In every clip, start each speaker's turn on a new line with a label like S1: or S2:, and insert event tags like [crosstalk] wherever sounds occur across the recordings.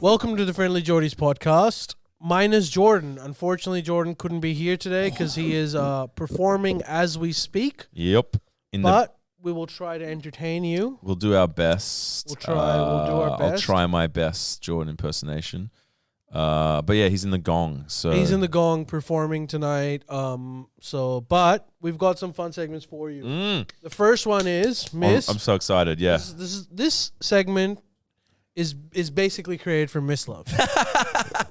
S1: Welcome to the Friendly Geordies podcast. Mine is Jordan. Unfortunately, Jordan couldn't be here today because he is uh, performing as we speak.
S2: Yep. In the,
S1: But we will try to entertain you.
S2: we'll do our best.
S1: We'll try- we'll do our
S2: Uh, I'll
S1: best.
S2: try my best Jordan impersonation. Uh, but yeah, he's in the gong. So
S1: He's in the gong performing tonight. Um, so, but we've got some fun segments for you.
S2: Mm.
S1: The first one is
S2: I'm, I'm
S1: Miss.
S2: so excited. Yeah.
S1: This, this is this segment is is basically created for Miss
S2: [laughs]
S1: Love.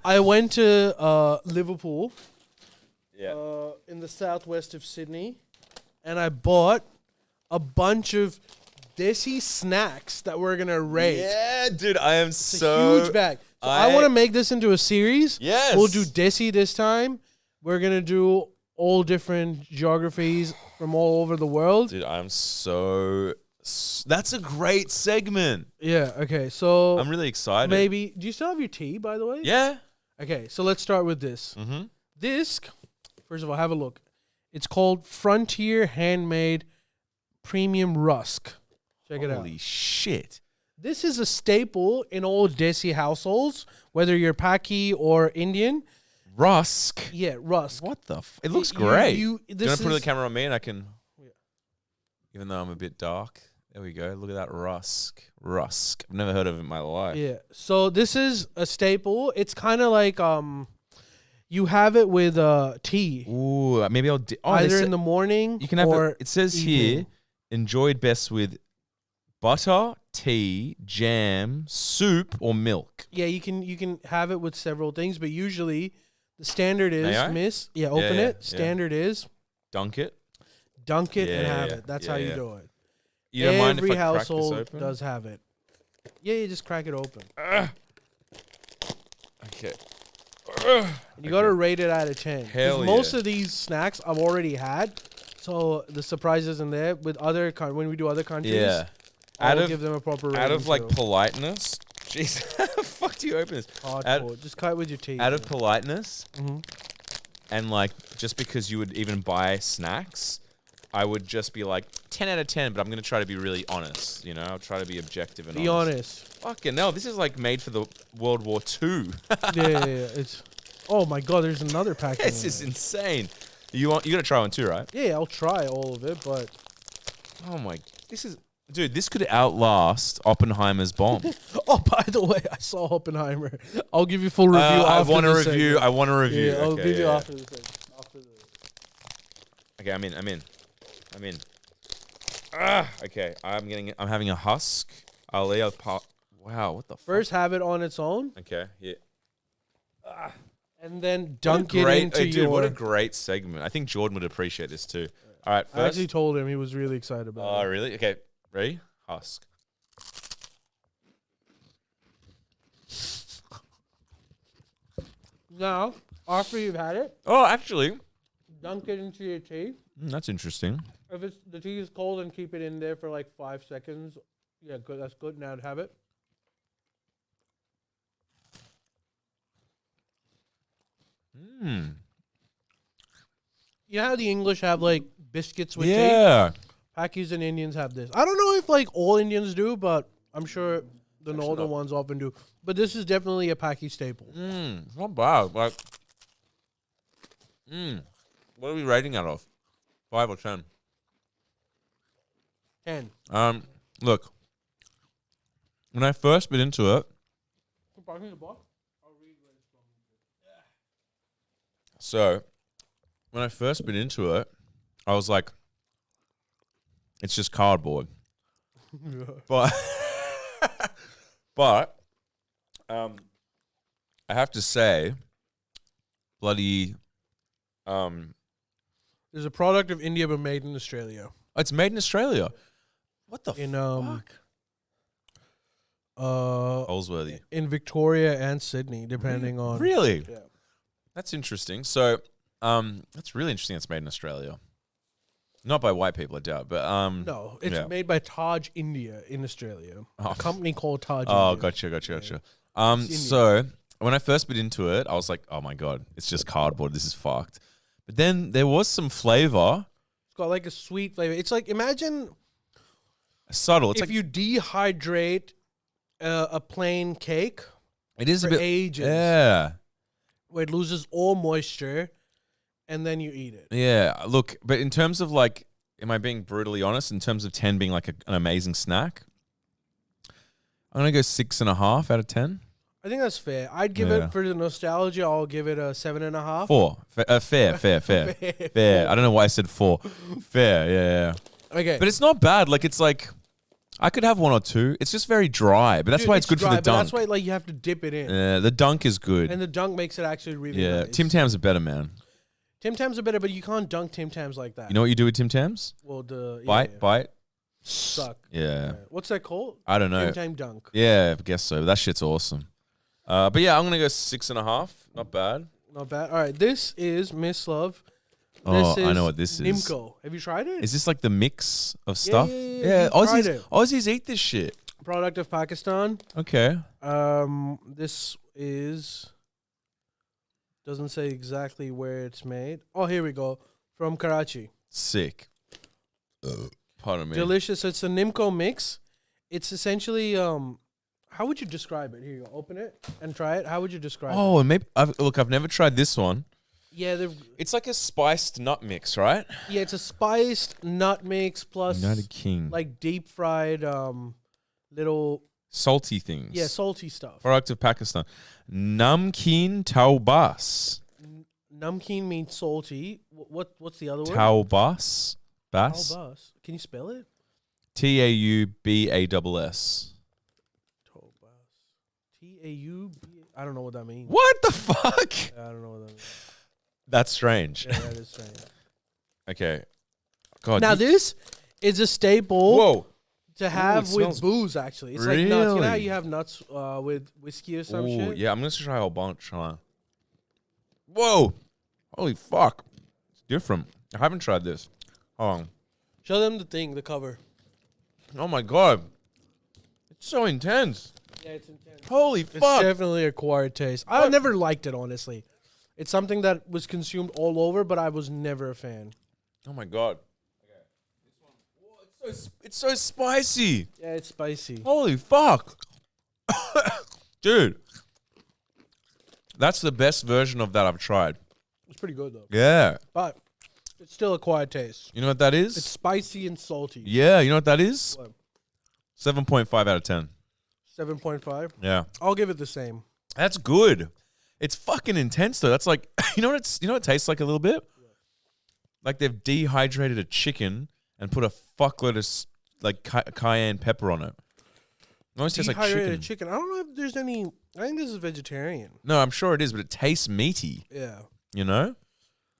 S1: I went to uh, Liverpool,
S2: Yeah.
S1: uh, in the southwest of Sydney, and I bought a bunch of desi snacks that we're gonna rate.
S2: Yeah, dude, I am
S1: It's a
S2: so
S1: huge bag. So I,
S2: I-
S1: want to make this into a series.
S2: Yes.
S1: We'll do Desi this time. We're gonna do all different geographies from all over the world.
S2: Dude, I'm so s- That's a great segment.
S1: Yeah. Okay. So
S2: I'm really excited.
S1: maybe do you still have your tea, by the way?
S2: Yeah.
S1: Okay. So let's start with this.
S2: Mhm.
S1: This, first of all, have a look. It's called Frontier Handmade Premium Rusk. Check it out.
S2: Holy shit.
S1: This is a staple in all Desi households, whether you're Paki or Indian.
S2: Rusk.
S1: Yeah, rusk.
S2: What the? F- it looks
S1: you-
S2: great.
S1: you-
S2: Do you want
S1: this
S2: to put the
S1: is- Oh,
S2: camera on me and I can. Even though I'm a bit dark, there we go. Look at that rusk, rusk. I've never heard of it in my life.
S1: Yeah. So this is a staple. It's kind of like um, you have it with uh tea,
S2: Ooh, maybe I'll. Di- oh, they
S1: either
S2: sa-
S1: in the morning
S2: you can have.
S1: or
S2: it, it says here,
S1: evening.
S2: enjoyed best with butter, tea, jam, soup, or milk.
S1: Yeah, you can you can have it with several things, but usually the standard is
S2: May I?
S1: miss. Yeah, open
S2: yeah,
S1: it.
S2: yeah.
S1: Standard is
S2: Dunk it.
S1: dunk it and
S2: Yeah,
S1: have
S2: yeah,
S1: it. That's
S2: yeah,
S1: how you
S2: yeah.
S1: do it.
S2: You don't mind if I
S1: Every
S2: crack this
S1: household
S2: open?
S1: does have it. Yeah, you just crack it open.
S2: Okay.
S1: You got to rate it out of 10. 'Cause
S2: Hell
S1: most
S2: yeah.
S1: of these snacks I've already had. So the surprise isn't there with other con- when we do other countries.
S2: Yeah.
S1: I
S2: Out
S1: will
S2: of
S1: give them a proper rating.
S2: out of like
S1: too.
S2: politeness. [laughs] Jeez, how the fuck do you open this? out-
S1: hardcore. Just cut it with your teeth.
S2: out of politeness
S1: Mhm.
S2: and like just because you would even buy snacks i would just be like 10 out of 10 but i'm gonna try to be really honest you know i'll try to be objective and
S1: be honest.
S2: fucking hell this is like made for the world war ii
S1: yeah, yeah, yeah, it's. Oh my god, there's another
S2: [laughs] [laughs]
S1: package.
S2: this is insane you want you gotta try one too right
S1: Yeah, yeah, I'll try all of it, but [laughs]
S2: oh my this is dude this could outlast oppenheimer's bomb
S1: [laughs] oh, by the way, I saw Oppenheimer. [laughs] I'll give you full review.
S2: Uh, i
S1: after
S2: want to
S1: this
S2: review
S1: segment.
S2: i want to review
S1: Yeah, I'll
S2: okay,
S1: give you
S2: yeah, yeah.
S1: after the segment. After the.
S2: Okay, I'm in. I'm in. I'm in. Ah, okay, I'm getting. I'm having a husk. Ali, I'll pop. Wow, what the fuck?
S1: First, have it on its own,
S2: Okay, yeah.
S1: and then dunk
S2: What a
S1: it
S2: great,
S1: into
S2: hey, dude,
S1: your.
S2: what a great segment. I think Jordan would appreciate this too. All right,
S1: I
S2: first.
S1: actually told him he was really excited
S2: Oh,
S1: about it.
S2: really? Okay, ready? Husk.
S1: Now, after you've had it,
S2: Oh, actually, mm,
S1: dunk it into your tea.
S2: that's interesting.
S1: If it's the tea is cold, then keep it in there for like five seconds. Yeah, good. That's good. Now have it.
S2: Hmm.
S1: You know how the English have like biscuits with tea?
S2: Yeah.
S1: Pakis and Indians have this. I don't know if like all Indians do, but I'm sure the northern
S2: not-
S1: ones often do. But this is definitely a Paki staple.
S2: Mm, it's not bad. Like, mm, what are we rating out of? Five or ten?
S1: Ten.
S2: Um, look, when I first bit into it, so when I first bit into it, I was like, it's just cardboard. But, [laughs] but, um, I have to say, bloody, um,
S1: There's a product of India but made in Australia.
S2: it's made in Australia. What the
S1: In um
S2: fuck?
S1: uh
S2: Holsworthy.
S1: in Victoria and Sydney, depending on
S2: Really?
S1: Yeah.
S2: That's interesting. So, um, that's really interesting. It's made in Australia, not by white people, I doubt. But um,
S1: No, it's
S2: Yeah.
S1: made by Taj India in Australia.
S2: Oh.
S1: A company called Taj
S2: oh,
S1: India.
S2: gotcha, gotcha, gotcha. Um,
S1: It's Indian.
S2: so when I first bit into it, I was like, oh my god, it's just cardboard. This is fucked. But then there was some flavor,
S1: It's got like a sweet flavor. It's like imagine
S2: subtle. It's
S1: if
S2: like
S1: you dehydrate uh, a plain cake
S3: It is a
S1: for
S3: bit.
S1: ages.
S3: Yeah.
S1: Where it loses all moisture, and then you eat it.
S3: Yeah.
S2: Look, but in terms of like, am I being brutally honest? In terms of 10 being like a, an amazing snack, I'm going to go six and a half out of 10.
S1: I think that's fair. I'd give
S3: Yeah.
S1: it for the nostalgia. I'll give it a seven and a half.
S2: Four. Fa- uh,
S1: [laughs]
S2: fair, fair, fair. fair. I don't know why I said four. Fair, yeah, yeah.
S1: Okay,
S2: But it's not bad. Like, it's like, I could have one or two. It's just very dry, but that's
S1: Dude,
S2: why it's, good
S1: dry,
S2: for the
S1: but
S2: dunk.
S1: That's why like you have to dip it in,
S2: yeah, the dunk is good.
S1: and the dunk makes it actually really.
S2: yeah,
S1: nice.
S2: Tim Tams are better, man.
S1: Tim Tams are better, but you can't dunk Tim Tams like that.
S2: You know what you do with Tim Tams?
S1: well the yeah,
S2: Bite,
S1: yeah,
S2: bite.
S1: suck.
S2: Yeah.
S1: Yeah. What's that called?
S2: I don't know.
S1: Tim Tam dunk.
S2: Yeah, I guess so. But that shit's awesome. Uh, but yeah, I'm gonna go six and a half. Not bad.
S1: Not bad. All right, this is Miss Love.
S2: Oh,
S1: This
S2: I know
S1: is
S2: what this is.
S1: Nimco. Have you tried it?
S2: Is this like the mix of stuff?
S1: yeah, yeah,
S2: Yeah,
S1: you tried
S2: Aussies.
S1: it.
S2: Aussies eat this shit.
S1: Product of Pakistan.
S2: Okay.
S1: Um, this is doesn't say exactly where it's made. Oh, here we go. From Karachi.
S2: Sick. Pardon me.
S1: Delicious. It's a Nimco mix. It's essentially um how would you describe it? Here you go. Open it and try it. How would you describe it?
S2: oh, and maybe I've, look, I've never tried this one.
S1: Yeah, they've
S2: It's like a spiced nut mix, right?
S1: yeah, it's a spiced nut mix plus
S2: United King. Like
S1: like deep fried um little
S2: salty things.
S1: yeah, salty stuff.
S2: Product of Pakistan. Namkeen taubas.
S1: Namkeen means salty. Wh- What what's the other word?
S2: Taubas. Bas.
S1: Taubas. Can you spell it?
S2: T a u b a double s.
S1: Taubas. T A U B. I don't know what that means.
S2: What the fuck? [laughs]
S1: I don't know what that means. [laughs]
S2: That's strange.
S1: Yeah, that is strange.
S2: Okay. God.
S1: now
S2: Oh, you-
S1: this is a staple
S2: whoa.
S1: to have
S2: smells-
S1: with booze. Actually, it's like nuts. You know how
S2: Really?
S1: you have nuts uh, with whiskey or some
S2: Ooh,
S1: shit.
S2: yeah, I'm gonna try a whole bunch. Huh? Whoa. Holy fuck. It's different. I haven't tried this. Oh.
S1: Show them the thing, the cover.
S2: Oh my god. It's so intense.
S1: Yeah, it's intense.
S2: Holy
S1: It's
S2: fuck.
S1: definitely acquired taste. I never liked it honestly. It's something that was consumed all over, but I was never a fan.
S2: oh my god. Okay. This one. Whoa, it's so sp- it's so spicy.
S1: Yeah, it's spicy.
S2: Holy fuck. [coughs] Dude. That's the best version of that I've tried.
S1: It's pretty good though,
S2: Yeah.
S1: but it's still acquired taste.
S2: You know what that is?
S1: It's spicy and salty.
S2: Yeah, you know what that is?
S1: What?
S2: Seven point five out of ten.
S1: Seven point five.
S2: Yeah,
S1: I'll give it the same.
S2: that's good. It's fucking intense though. That's like [coughs] you know what it's you know what it tastes like a little bit. Like they've dehydrated a chicken and put a fuckload of s- like ca- cayenne pepper on it. It almost tastes like
S1: Dehydrated
S2: chicken.
S1: chicken. I don't know if there's any. I think this is vegetarian.
S2: no, I'm sure it is, but it tastes meaty.
S1: Yeah,
S2: You know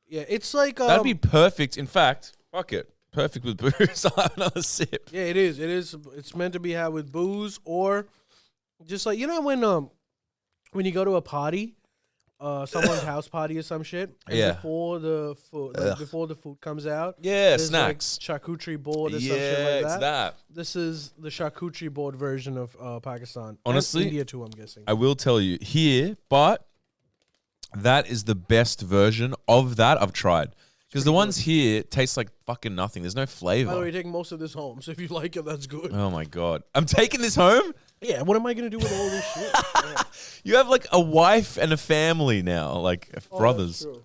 S1: yeah. It's like um,
S2: that'd be perfect. In fact, fuck it, perfect with booze. [laughs] I'll have another sip.
S1: Yeah, it is. It is. It's meant to be had with booze or just like you know when um when you go to a party, uh,
S2: [laughs]
S1: someone's house party or some shit. And
S2: Yeah.
S1: Before the food, like,
S2: Ugh.
S1: before the food comes out.
S2: Yeah,
S1: there's, like,
S2: snacks.
S1: charcuterie board or
S2: yeah,
S1: some shit
S2: it's
S1: like that.
S2: that.
S1: This is the charcuterie board version of uh, Pakistan. And
S2: Honestly,
S1: India too. I'm guessing.
S2: I will tell you here, but that is the best version of that I've tried. Because the ones here taste like fucking nothing. There's no
S1: By the way,
S2: flavor.
S1: you're taking most of this home, so if you like it, that's good.
S2: Oh my god. I'm taking this home?
S1: Yeah, what am I gonna do with all this shit? Yeah.
S2: You have like a wife and a family now, like
S1: Oh,
S2: brothers.
S1: that's true.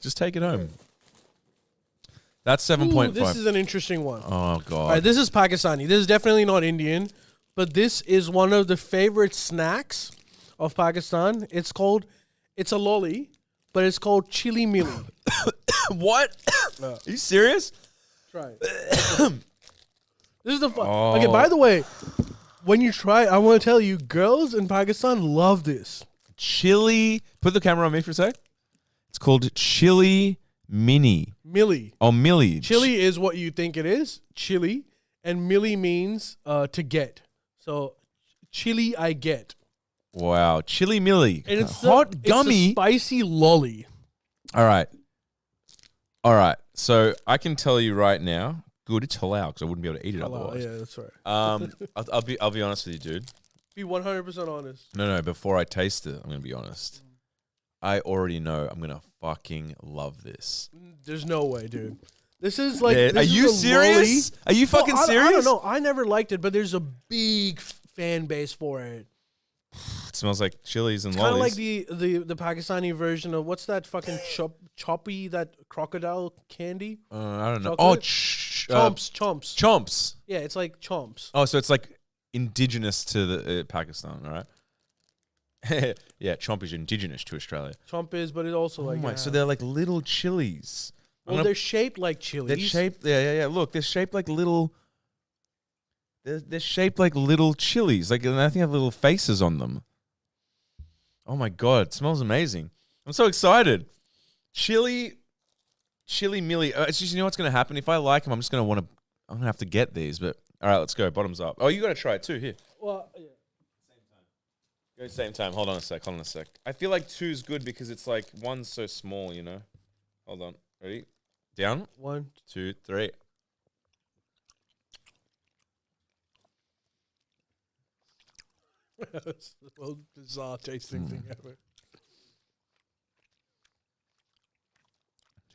S2: Just take it home. That's seven
S1: Ooh,
S2: point
S1: this is
S2: five.
S1: an interesting one.
S2: Oh
S1: All right,
S2: god.
S1: this is Pakistani. This is definitely not Indian, but this is one of the favorite snacks of Pakistan. It's called, it's a lolly, but it's called chili mili.
S2: what?
S1: No.
S2: Are you serious?
S1: [coughs] try it. [coughs] this is the fun. Okay,
S2: Oh.
S1: by the way, when you try, it, I want to tell you, girls in Pakistan love this.
S2: Chili. Put the camera on me for a sec. It's called chili mini.
S1: Mili.
S2: Oh milli.
S1: Chili is what you think it is, chili, and mili means uh, to get. So, chili I get.
S2: Wow, chili milli,
S1: And it's the-
S2: hot
S1: it's the
S2: gummy.
S1: spicy lolly.
S2: All right, all right. So I can tell you right now, good it's halal because I wouldn't be able to eat it
S1: Halal,
S2: otherwise.
S1: yeah, that's right. [laughs]
S2: Um, I'll, I'll be I'll be honest with you, dude.
S1: Be 100% honest.
S2: No, no. Before I taste it, I'm gonna be honest. I already know I'm gonna fucking love this.
S1: There's no way, dude. This is like.
S2: Yeah,
S1: this
S2: are
S1: is
S2: you
S1: a
S2: serious?
S1: lolly-
S2: Are you
S1: Well,
S2: fucking
S1: I-
S2: serious?
S1: I don't know. I never liked it, but there's a big f- fan base for it.
S2: It's smells like chilies and
S1: Kind of like
S2: lollies.
S1: the, the the Pakistani version of what's that fucking chop, choppy that crocodile candy?
S2: uh, I don't know. Oh,
S1: chocolate?
S2: ch- uh,
S1: Chomps, chomps.
S2: chomps.
S1: yeah, it's like chomps.
S2: Oh, so it's like indigenous to the uh, Pakistan, all right? [laughs] yeah, chomp is indigenous to Australia.
S1: Chomp is, but it also
S2: Oh
S1: like.
S2: my,
S1: uh,
S2: so they're like little chilies. I'm
S1: well,
S2: gonna-
S1: they're shaped like chilies.
S2: they're shaped. Yeah, yeah, yeah. Look, they're shaped like little. They're, they're shaped like little chilies. Like, and I think they have little faces on them. Oh my god, it smells amazing! I'm so excited. Chili, chili milli. Uh, it's just you know what's gonna happen if I like them. I'm just gonna want to. I'm gonna have to get these. But all right, let's go. Bottoms up. Oh, you gotta try it too. Here.
S1: Well, yeah.
S2: Go same time. Hold on a sec. Hold on a sec. I feel like two's good because it's like one's so small, you know. Hold on. Ready? Down.
S1: [laughs] One.
S2: Two, three.
S1: That's the most bizarre
S2: Hmm.
S1: tasting thing ever.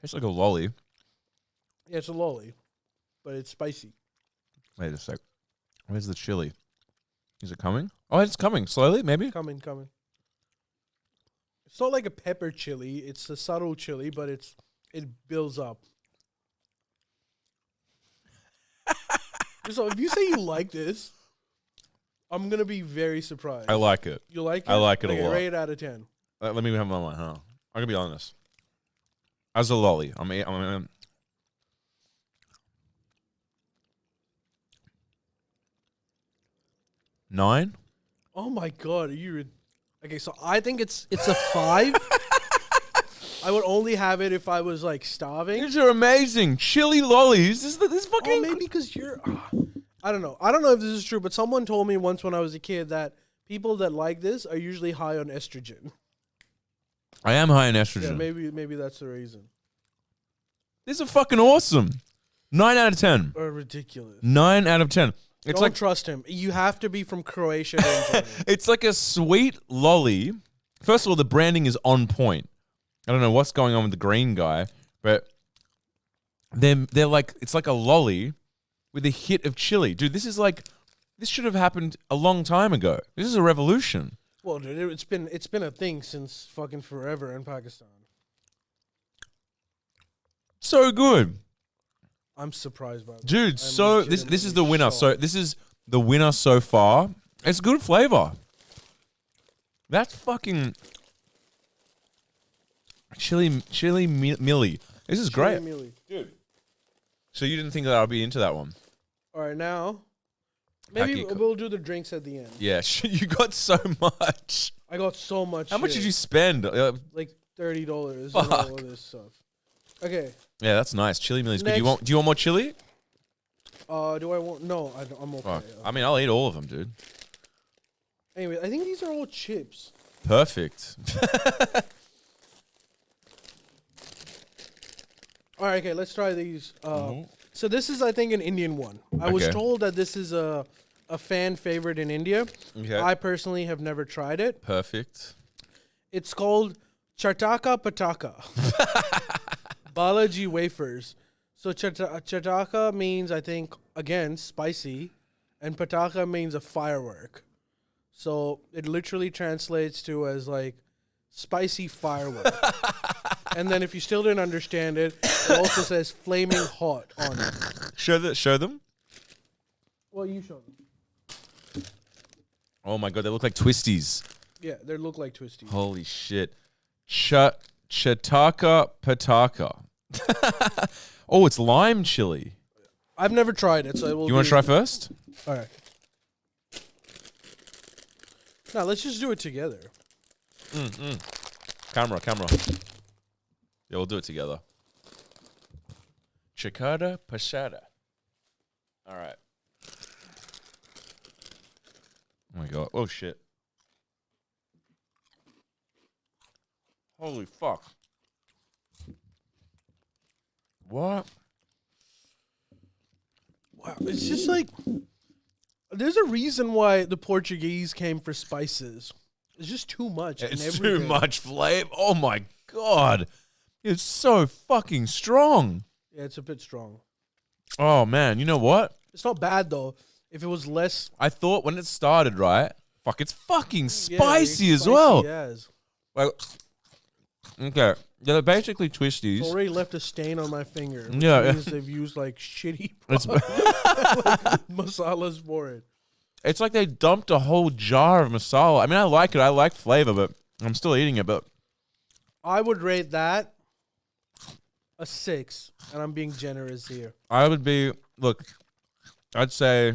S2: Tastes like a lolly.
S1: Yeah, it's a lolly, but it's spicy.
S2: Wait a sec. Where's the chili? Is it coming? Oh, it's coming slowly, maybe.
S1: Coming, coming. It's not like a pepper chili. It's a subtle chili, but it's it builds up. [laughs] so if you say you like this, I'm gonna be very surprised.
S2: I like it.
S1: you like it?
S2: I like it a
S1: okay,
S2: lot.
S1: Rate it out of ten.
S2: Uh, Let me have my one, huh? I'm gonna be honest. As a lolly, I'm. a- I'm, I'm Nine.
S1: Oh my god, are you? rid- okay, so I think it's it's
S2: [laughs]
S1: a five. I would only have it if I was like starving.
S2: These are amazing chili lollies. This is this is fucking
S1: Oh, maybe because you're. ah, I don't know. I don't know if this is true, but someone told me once when I was a kid that people that like this are usually high on estrogen. [laughs]
S2: I am high in
S1: Yeah,
S2: estrogen.
S1: maybe maybe that's the reason.
S2: These are fucking awesome. Nine out of ten.
S1: Or ridiculous.
S2: Nine out of ten. It's
S1: don't
S2: like
S1: trust him. You have to be from Croatia. to
S2: [laughs]
S1: enjoy it.
S2: it's like a sweet lolly. First of all, the branding is on point. I don't know what's going on with the green guy, but they're they're like it's like a lolly with a hit of chili. Dude, this is like this should have happened a long time ago. This is a revolution.
S1: well, dude, it- it's been it's been a thing since fucking forever in Pakistan.
S2: So good.
S1: I'm surprised by that.
S2: Dude,
S1: I'm
S2: so this this is the
S1: legitimately
S2: winner. So
S1: shocked.
S2: this is the winner so far. It's good flavor. That's fucking chili chili mi- milli. This is great.
S1: Really.
S2: Dude. So you didn't think that I'd be into that one?
S1: All right, now maybe
S2: Paki-
S1: we'll do the drinks at the end.
S2: Yeah, sh- [laughs] you got so much.
S1: I got so much.
S2: How much did
S1: shit.
S2: you spend? Uh,
S1: Like thirty dollars on all
S2: Fuck.
S1: of this stuff. Okay.
S2: yeah, that's nice. Chili milli's good. Do you
S1: Next.
S2: want? Do you want more chili?
S1: Uh, do I want? No, I, don't- I'm okay.
S2: Fuck.
S1: Uh,
S2: I mean, I'll eat all of them, dude.
S1: anyway, I think these are all chips.
S2: Perfect.
S1: All right, okay, let's try these. Uh, So this is, I think, an Indian one. I
S2: Mm-hmm.
S1: was
S2: Okay.
S1: told that this is a a fan favorite in India.
S2: Okay.
S1: I personally have never tried it.
S2: Perfect.
S1: It's called Chartaka
S2: [laughs]
S1: Pataka. Balaji wafers. So chata- Chartaka means, I think, again, spicy, and Pataka means a firework. So it literally translates to as like spicy firework.
S2: [laughs]
S1: and then if you still didn't understand it, it also says flaming hot on it.
S2: Show the show them.
S1: Well, you show them.
S2: Oh my god, they look like twisties.
S1: Yeah, they look like twisties.
S2: Holy shit. Cha chataka [laughs] pataka. oh, it's lime chili.
S1: I've never tried it, so it will.
S2: You want
S1: be-
S2: to try first?
S1: All right. Now let's just do it together.
S2: Camera, camera. Yeah, we'll do it together. Chicada Pashada. All right. Oh my god. Oh shit. Holy fuck. What?
S1: Wow, it's just like there's a reason why the Portuguese came for spices. It's just too much. in
S2: It's too
S1: everything.
S2: much flavor. Oh my god. It's so fucking strong.
S1: Yeah, it's a bit strong.
S2: Oh man, you know what?
S1: It's not bad though. If it was less,
S2: I thought when it started, right? fuck, it's fucking
S1: Yeah, it's
S2: spicy as well.
S1: spicy as.
S2: Like, okay, yeah, they're basically twisties.
S1: It's already left a stain on my finger. Which
S2: Yeah, yeah.
S1: means they've used like
S2: [laughs]
S1: shitty
S2: It's,
S1: [laughs] masalas for it.
S2: it's like they dumped a whole jar of masala. I mean, I like it. I like flavor, but I'm still eating it. But
S1: I would rate that a six, and I'm being generous here.
S2: I would be look. I'd say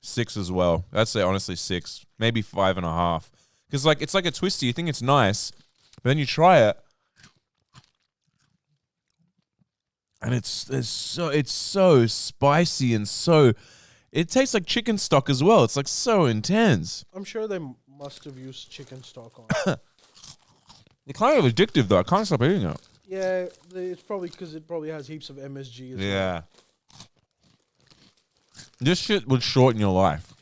S2: six as well. I'd say honestly six, maybe five and a half. Because like it's like a twisty. You think it's nice, but then you try it, and it's it's so it's so spicy and so. It tastes like chicken stock as well. It's like so intense.
S1: I'm sure they m- must have used chicken stock on.
S2: [coughs]
S1: it.
S2: It's kind of addictive though. I can't stop eating it.
S1: yeah, they- it's probably because it probably has heaps of MSG. As well.
S2: Yeah. This shit would shorten your life.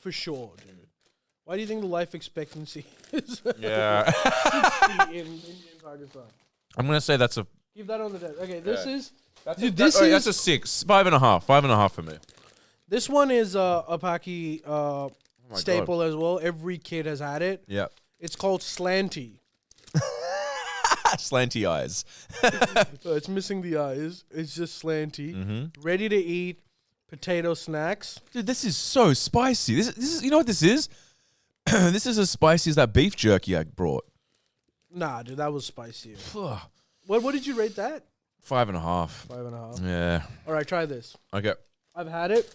S1: for sure, dude. Why do you think the life expectancy [laughs] is
S2: Yeah.
S1: [laughs] in Indian Pakistan?
S2: [laughs] I'm gonna say that's a
S1: Keep that on the desk. Okay, this
S2: Yeah.
S1: is
S2: That's
S1: Dude,
S2: a,
S1: this
S2: that- alright,
S1: is-
S2: that's a six, five and a half, five and a half for me.
S1: this one is uh, a Paki uh,
S2: Oh my God.
S1: staple as well. Every kid has had it.
S2: Yeah, [laughs]
S1: It's called slanty.
S2: slanty eyes.
S1: Uh, it's missing the eyes. It's just slanty.
S2: Mm-hmm.
S1: Ready to eat potato snacks.
S2: Dude, this is so spicy. This, is- this is, you know what this is? [clears throat] this is as spicy as that beef jerky I brought.
S1: Nah, dude, that was spicier.
S2: Ugh,
S1: What what did you rate that?
S2: Five and a half.
S1: Five and a half.
S2: Yeah.
S1: All right, try this.
S2: Okay.
S1: I've had it.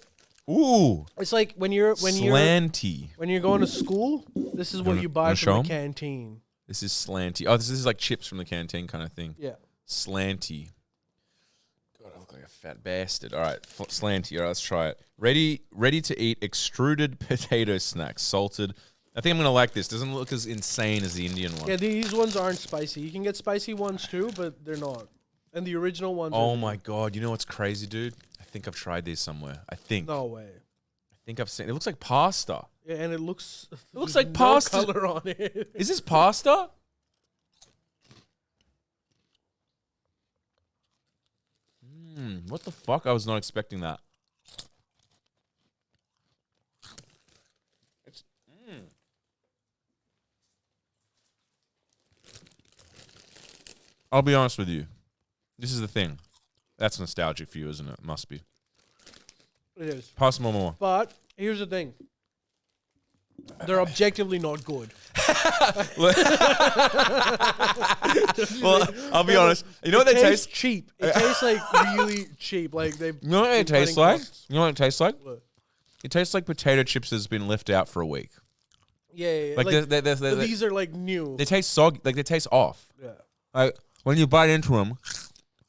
S2: Ooh,
S1: It's like when you're when you're
S2: slanty.
S1: when you're going to school. This is what
S2: wanna-
S1: you
S2: wanna
S1: buy
S2: show
S1: from
S2: 'em?
S1: the canteen.
S2: This is slanty. Oh, this, this is like chips from the canteen kind of thing.
S1: Yeah.
S2: Slanty. God, I look like a fat bastard. All right, f- slanty. All right, let's try it. Ready, ready to eat extruded [laughs] potato snacks, salted. I think I'm gonna like this. Doesn't look as insane as the Indian one.
S1: Yeah, these ones aren't spicy. You can get spicy ones too, but they're not. And the original ones.
S2: oh
S1: are,
S2: my god! You know what's crazy, dude? I think I've tried these somewhere. I think.
S1: No way.
S2: I think I've seen. It looks like pasta.
S1: Yeah, and it looks. It [laughs]
S2: looks like
S1: no
S2: pasta.
S1: color on it. [laughs]
S2: Is this pasta? Mm, what the fuck? I was not expecting that. It's, mm. I'll be honest with you. This is the thing. That's nostalgic for you, isn't it? Must be.
S1: it is.
S2: Pass more, more.
S1: But here's the thing. They're objectively not
S2: [laughs]
S1: good.
S2: Well, [laughs] I'll be honest. You know what they
S1: tastes
S2: taste? [laughs]
S1: cheap. It tastes like really cheap. Like they. [laughs]
S2: You know what it tastes like? You know what it tastes like?
S1: What?
S2: It tastes like potato chips that's been left out for a week.
S1: Yeah, yeah, yeah.
S2: Like,
S1: Like,
S2: they, they, they,
S1: but
S2: they,
S1: these are like new.
S2: they taste soggy. Like they taste off.
S1: yeah.
S2: Like when you bite into them,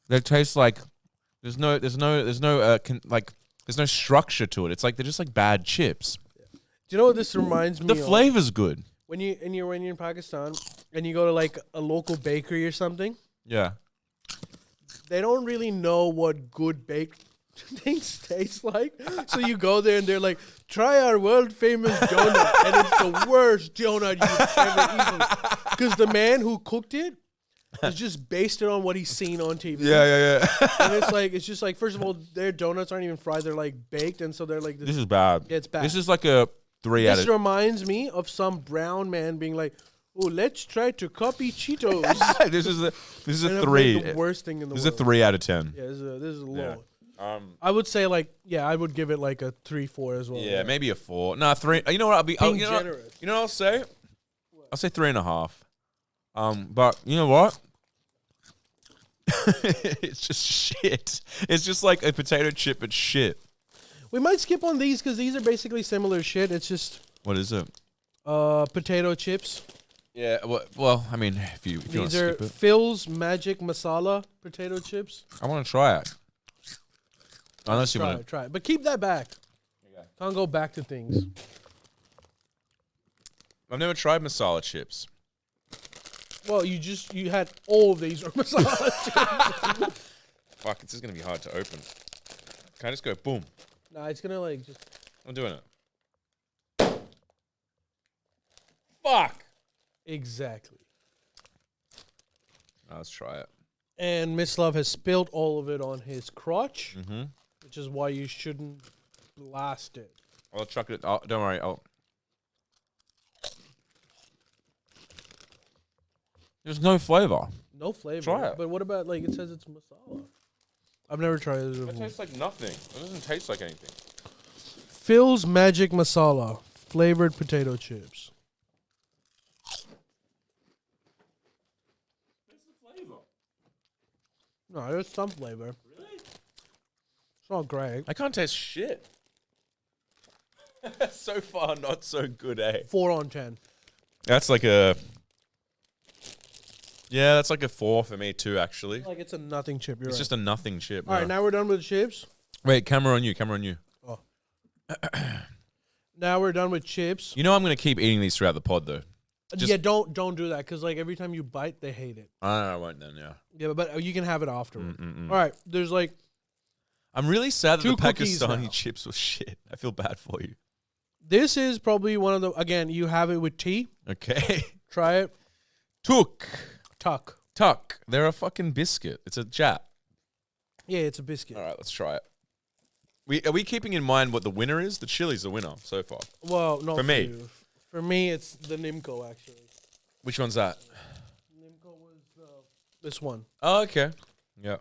S2: they taste like there's no there's no there's no uh, con- like there's no structure to it. It's like they're just like bad chips.
S1: Do you know what this reminds me
S2: The
S1: of?
S2: flavor's good.
S1: When you and you're when you're in Pakistan and you go to like a local bakery or something,
S2: Yeah.
S1: they don't really know what good baked [laughs] things taste like. So you go there and they're like, try our world famous donut. and it's the worst donut you've ever eaten. Because the man who cooked it has just based it on what he's seen on TV.
S2: yeah, yeah.
S1: [laughs] And it's like, it's just like, first of all, their donuts aren't even fried. They're like baked. And so they're like, this,
S2: this is bad.
S1: Yeah, it's bad.
S2: This is like a three out
S1: this
S2: of.
S1: reminds me of some brown man being like, oh, let's try to copy Cheetos.
S2: [laughs] this is a this is a
S1: And I've made
S2: three.
S1: The
S2: This
S1: worst thing in the
S2: is a
S1: world.
S2: three out of ten.
S1: Yeah, this is a, this is low.
S2: Yeah. Um.
S1: I would say like yeah, I would give it like a three four as well.
S2: Yeah, maybe a four. Nah, three. uh, You know what? I'll be. I'll,
S1: Being
S2: you, know what,
S1: generous.
S2: you know what I'll say? I'll say three and a half. Um, but you know what? [laughs] it's just shit. It's just like a potato chip, but shit.
S1: We might skip on these because these are basically similar shit. It's just
S2: What is it?
S1: uh, potato chips.
S2: Yeah. Well, well I mean, if you if you want
S1: These
S2: to
S1: are
S2: skip it,
S1: Phil's Magic Masala potato chips.
S2: I want to try it. Unless you
S1: Try
S2: want
S1: it, try it, but keep that back. Can't go back to things.
S2: to. I've never tried masala chips.
S1: Well, you just you had all of these [laughs] are masala. chips.
S2: Fuck, this is gonna be hard to open. Can I just go boom?
S1: Nah, it's gonna like just
S2: I'm doing it. Fuck.
S1: exactly.
S2: Nah, let's try it.
S1: And Miss Love has spilled all of it on his crotch,
S2: Mm-hmm.
S1: which is why you shouldn't blast it.
S2: Oh, I'll chuck it. I'll, don't worry. I'll. There's no flavor.
S1: No flavor.
S2: Try it.
S1: But what about like it says it's masala? I've never tried it. before.
S2: like nothing. It doesn't taste like anything.
S1: Phil's Magic Masala flavored potato chips. No, there's some flavor. Really? It's not great.
S2: I can't taste shit. [laughs] so far, not so good, eh?
S1: Four on ten.
S2: That's like a. Yeah, that's like a four for me too. Actually,
S1: Like it's a nothing chip. You're
S2: it's
S1: right.
S2: just uh, a nothing chip.
S1: All right, now we're done with chips.
S2: Wait, camera on you. Camera on you.
S1: Now we're done with chips.
S2: You know I'm gonna keep eating these throughout the pod though. just-
S1: yeah, don't don't do that because like every time you bite, they hate it.
S2: I, I won't then. Yeah.
S1: Yeah, but you can have it afterward. All right, there's like
S2: I'm really sad that
S1: Two
S2: the
S1: cookies now.
S2: Pakistani chips were shit. I feel bad for you.
S1: this is probably one of the again you have it with tea. [laughs]
S2: Okay.
S1: Try it.
S2: Took.
S1: Tuck.
S2: Tuck. They're a fucking biscuit. It's a jap.
S1: Yeah, it's a biscuit.
S2: All right, let's try it. We are we keeping in mind what the winner is? The chili's the winner so far.
S1: Well, not
S2: For me.
S1: you. For me, it's the Nimco actually.
S2: Which one's that?
S1: Nimco was uh, this one.
S2: Oh, okay. Yeah.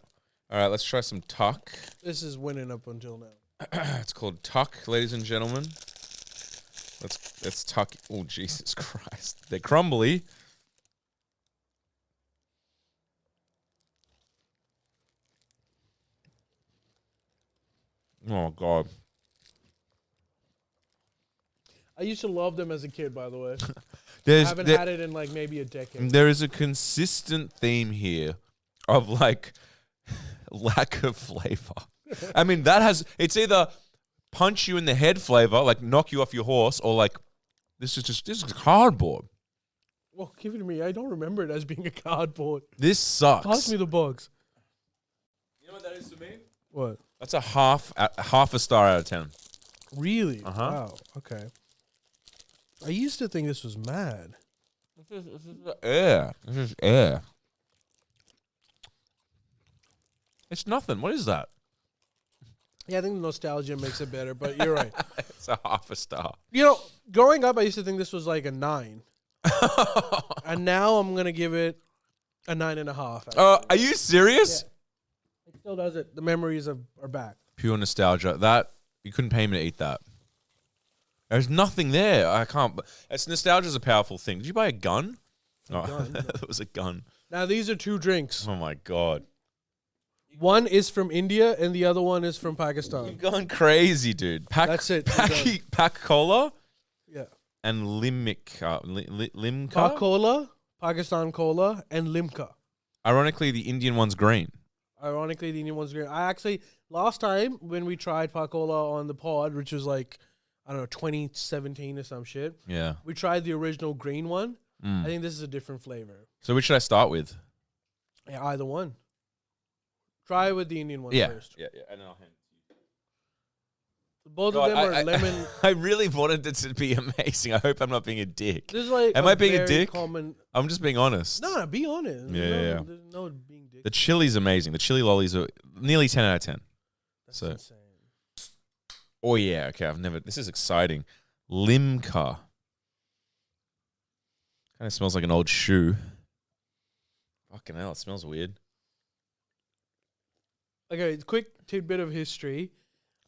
S2: All right, let's try some tuck.
S1: This is winning up until now.
S2: [clears throat] It's called tuck, ladies and gentlemen. Let's let's tuck. Oh Jesus [laughs] Christ! They're crumbly. Oh God!
S1: I used to love them as a kid, by the
S2: [laughs]
S1: way. I
S2: There's
S1: haven't
S2: there-
S1: had it in like maybe a decade.
S2: there is a consistent theme here of like [laughs] lack of flavor. I mean, that has it's either punch you in the head flavor, like knock you off your horse, or like this is just this is cardboard.
S1: Well, give it to me. I don't remember it as being a cardboard.
S2: This sucks.
S1: Pass me the box.
S2: you know what that is to me?
S1: What?
S2: That's a half a half a star out of ten.
S1: Really?
S2: Uh-huh.
S1: Wow. Okay. I used to think this was mad.
S2: This is, air. This is air. It's nothing. What is that?
S1: Yeah, I think the nostalgia makes it better, but you're [laughs] right.
S2: It's a half a star.
S1: You know, growing up, I used to think this was like a [laughs] nine, and now I'm gonna give it a nine and a half.
S2: Uh, are you serious?
S1: It still does it. The memories of, are back.
S2: pure nostalgia. That you couldn't pay me to eat that. There's nothing there. I can't. It's nostalgia's a powerful thing. Did you buy a gun? Oh, [laughs]
S1: gun? No.
S2: that was a gun.
S1: Now these are two drinks.
S2: Oh my god,
S1: One is from India, and the other one is from
S2: you've
S1: Pakistan.
S2: gone crazy, dude. Pack,
S1: That's it. I'm
S2: Pack, pack cola
S1: Yeah,
S2: and limca. Li, li, limca.
S1: Pa Cola, Pakistan Cola, and Limca.
S2: Ironically, the Indian one's green.
S1: Ironically, the Indian one's great. I actually last time when we tried Pacola on the pod, which was like I don't know 2017 or some shit,
S2: Yeah.
S1: we tried the original green one. I
S2: Mm.
S1: think this is a different flavor.
S2: So which should I start with?
S1: Yeah, either one. Try with the Indian one first.
S2: yeah. yeah. Yeah. And I'll hand.
S1: Both
S2: God,
S1: of them
S2: I-
S1: are
S2: I- [laughs]
S1: lemon.
S2: I really wanted it to be amazing. I hope I'm not being a dick.
S1: This is like
S2: Am
S1: I
S2: I being a dick?
S1: Common.
S2: I'm just being honest.
S1: No, no, be honest. There's
S2: Yeah,
S1: no,
S2: yeah, yeah.
S1: There's no being dick.
S2: The chili's amazing. The chili lollies are nearly 10 out of 10.
S1: That's
S2: so-
S1: insane.
S2: Oh, yeah. Okay. I've never. This is exciting. Limca. Kind of smells like an old shoe. Fucking hell. It smells weird.
S1: Okay, quick tidbit of history.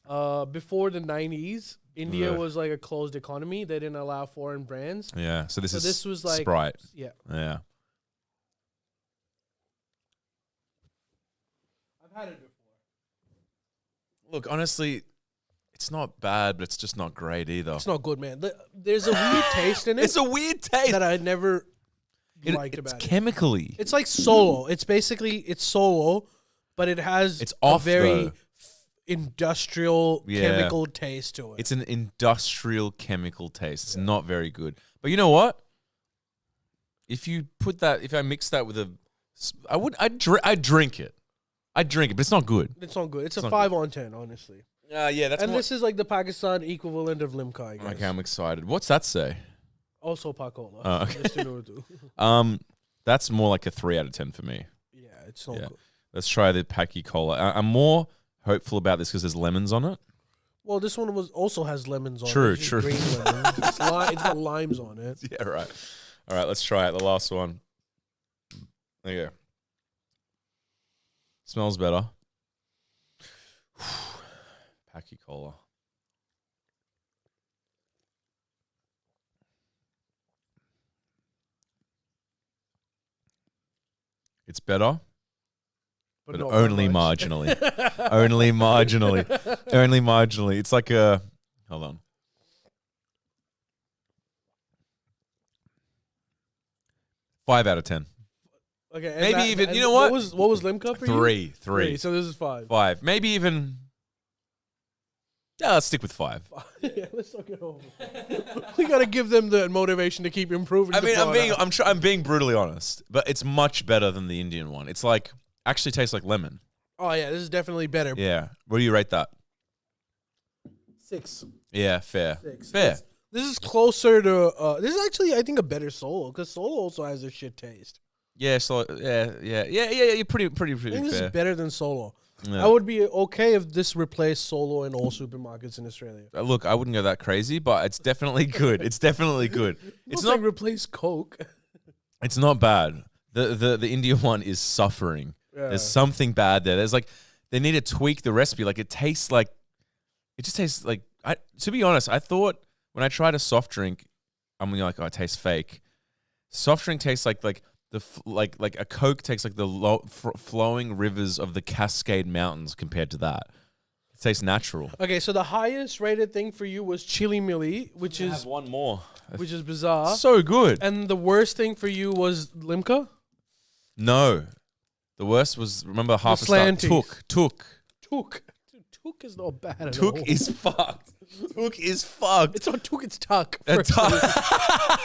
S1: Uh, before the 90s, India
S2: Ugh.
S1: was like a closed economy. They didn't allow foreign brands.
S2: Yeah. So this
S1: So
S2: is
S1: this was like-
S2: Sprite.
S1: Yeah.
S2: Yeah.
S1: I've had it before.
S2: Look, honestly, it's not bad, but it's just not great either.
S1: It's not good, man. The- There's a weird taste in it
S2: Oh. [laughs] It's a weird taste.
S1: that I never
S2: It-
S1: liked
S2: it's
S1: about it.
S2: chemically.
S1: It's like solo. It's basically it's solo, but it has
S2: It's off,
S1: a very
S2: though.
S1: f- industrial
S2: Yeah.
S1: chemical taste to it.
S2: It's an industrial chemical taste. It's not very good. But you know what? If you put that, if I mix that with a, s- I would, I drink, I drink it, I drink it, but it's not good.
S1: It's not good. It's,
S2: It's
S1: a
S2: not
S1: five on ten, honestly.
S2: Uh, yeah, that's
S1: and this is like the Pakistan equivalent of Limca, I guess.
S2: okay. I'm excited. What's that say?
S1: Also Pakola.
S2: Oh, okay.
S1: Just in Urdu.
S2: Um, that's more like a three out of ten for me.
S1: [laughs] yeah, it's not
S2: Yeah.
S1: good.
S2: Let's try the Paki Cola. I, I'm more hopeful about this because there's lemons on it.
S1: Well, this one was also has lemons on
S2: True,
S1: it. It's just
S2: true. [laughs]
S1: Green lemons. it's, li- it's got limes on it.
S2: Yeah, right. All right, let's try it. The last one. Okay. Smells better. [sighs] Packy cola. It's better, but,
S1: not by
S2: only
S1: much.
S2: marginally.
S1: [laughs]
S2: only marginally. Only marginally. It's like a. Hold on. Five out of ten.
S1: Okay, and
S2: Maybe
S1: that-
S2: even-
S1: and
S2: you know what?
S1: was what was Lim Cup for you?
S2: Three, three,
S1: So this is five.
S2: five. Maybe even. Yeah, let's stick with five.
S1: [laughs] yeah, let's not get over. [laughs] we gotta give them the motivation to keep improving.
S2: I
S1: the
S2: mean, I'm being
S1: product.
S2: I'm tr- I'm being brutally honest, but it's much better than the Indian one. It's like actually tastes like lemon.
S1: [laughs] Oh yeah, this is definitely better.
S2: Yeah. What do you rate that?
S1: Six.
S2: Yeah, fair.
S1: Six.
S2: Fair.
S1: This is closer to. Uh, this is actually, I think, a better solo because solo also has a shit taste.
S2: Yeah, so yeah, yeah, yeah, yeah, yeah. You're pretty, pretty,
S1: I
S2: pretty
S1: think this is
S2: fair.
S1: better than solo.
S2: Yeah.
S1: I would be okay if this replaced solo in all supermarkets in Australia.
S2: Uh, Look, I wouldn't go that crazy, but it's definitely good. It's definitely good. It's not.
S1: replace Coke. [laughs]
S2: It's not bad. The the the India one is suffering.
S1: Yeah.
S2: There's something bad there. There's like they need to tweak the recipe. Like it tastes like it just tastes like I to be honest, I thought when I tried a soft drink, I'm like, oh, it tastes fake. Soft drink tastes like like the f- like like a Coke tastes like the low, fr- flowing rivers of the Cascade Mountains compared to that. It tastes natural.
S1: Okay, so the highest rated thing for you was Chili Millie, which
S2: I have
S1: is
S2: one more.
S1: which is bizarre.
S2: So good.
S1: and the worst thing for you was Limca?
S2: No, the worst was remember half a star.
S1: slanties.
S2: Took took
S1: Took. Dude, Took is not bad at
S2: took
S1: all.
S2: is fucked. Took is fucked.
S1: it's not Took, it's Tuck.
S2: A
S1: first of all.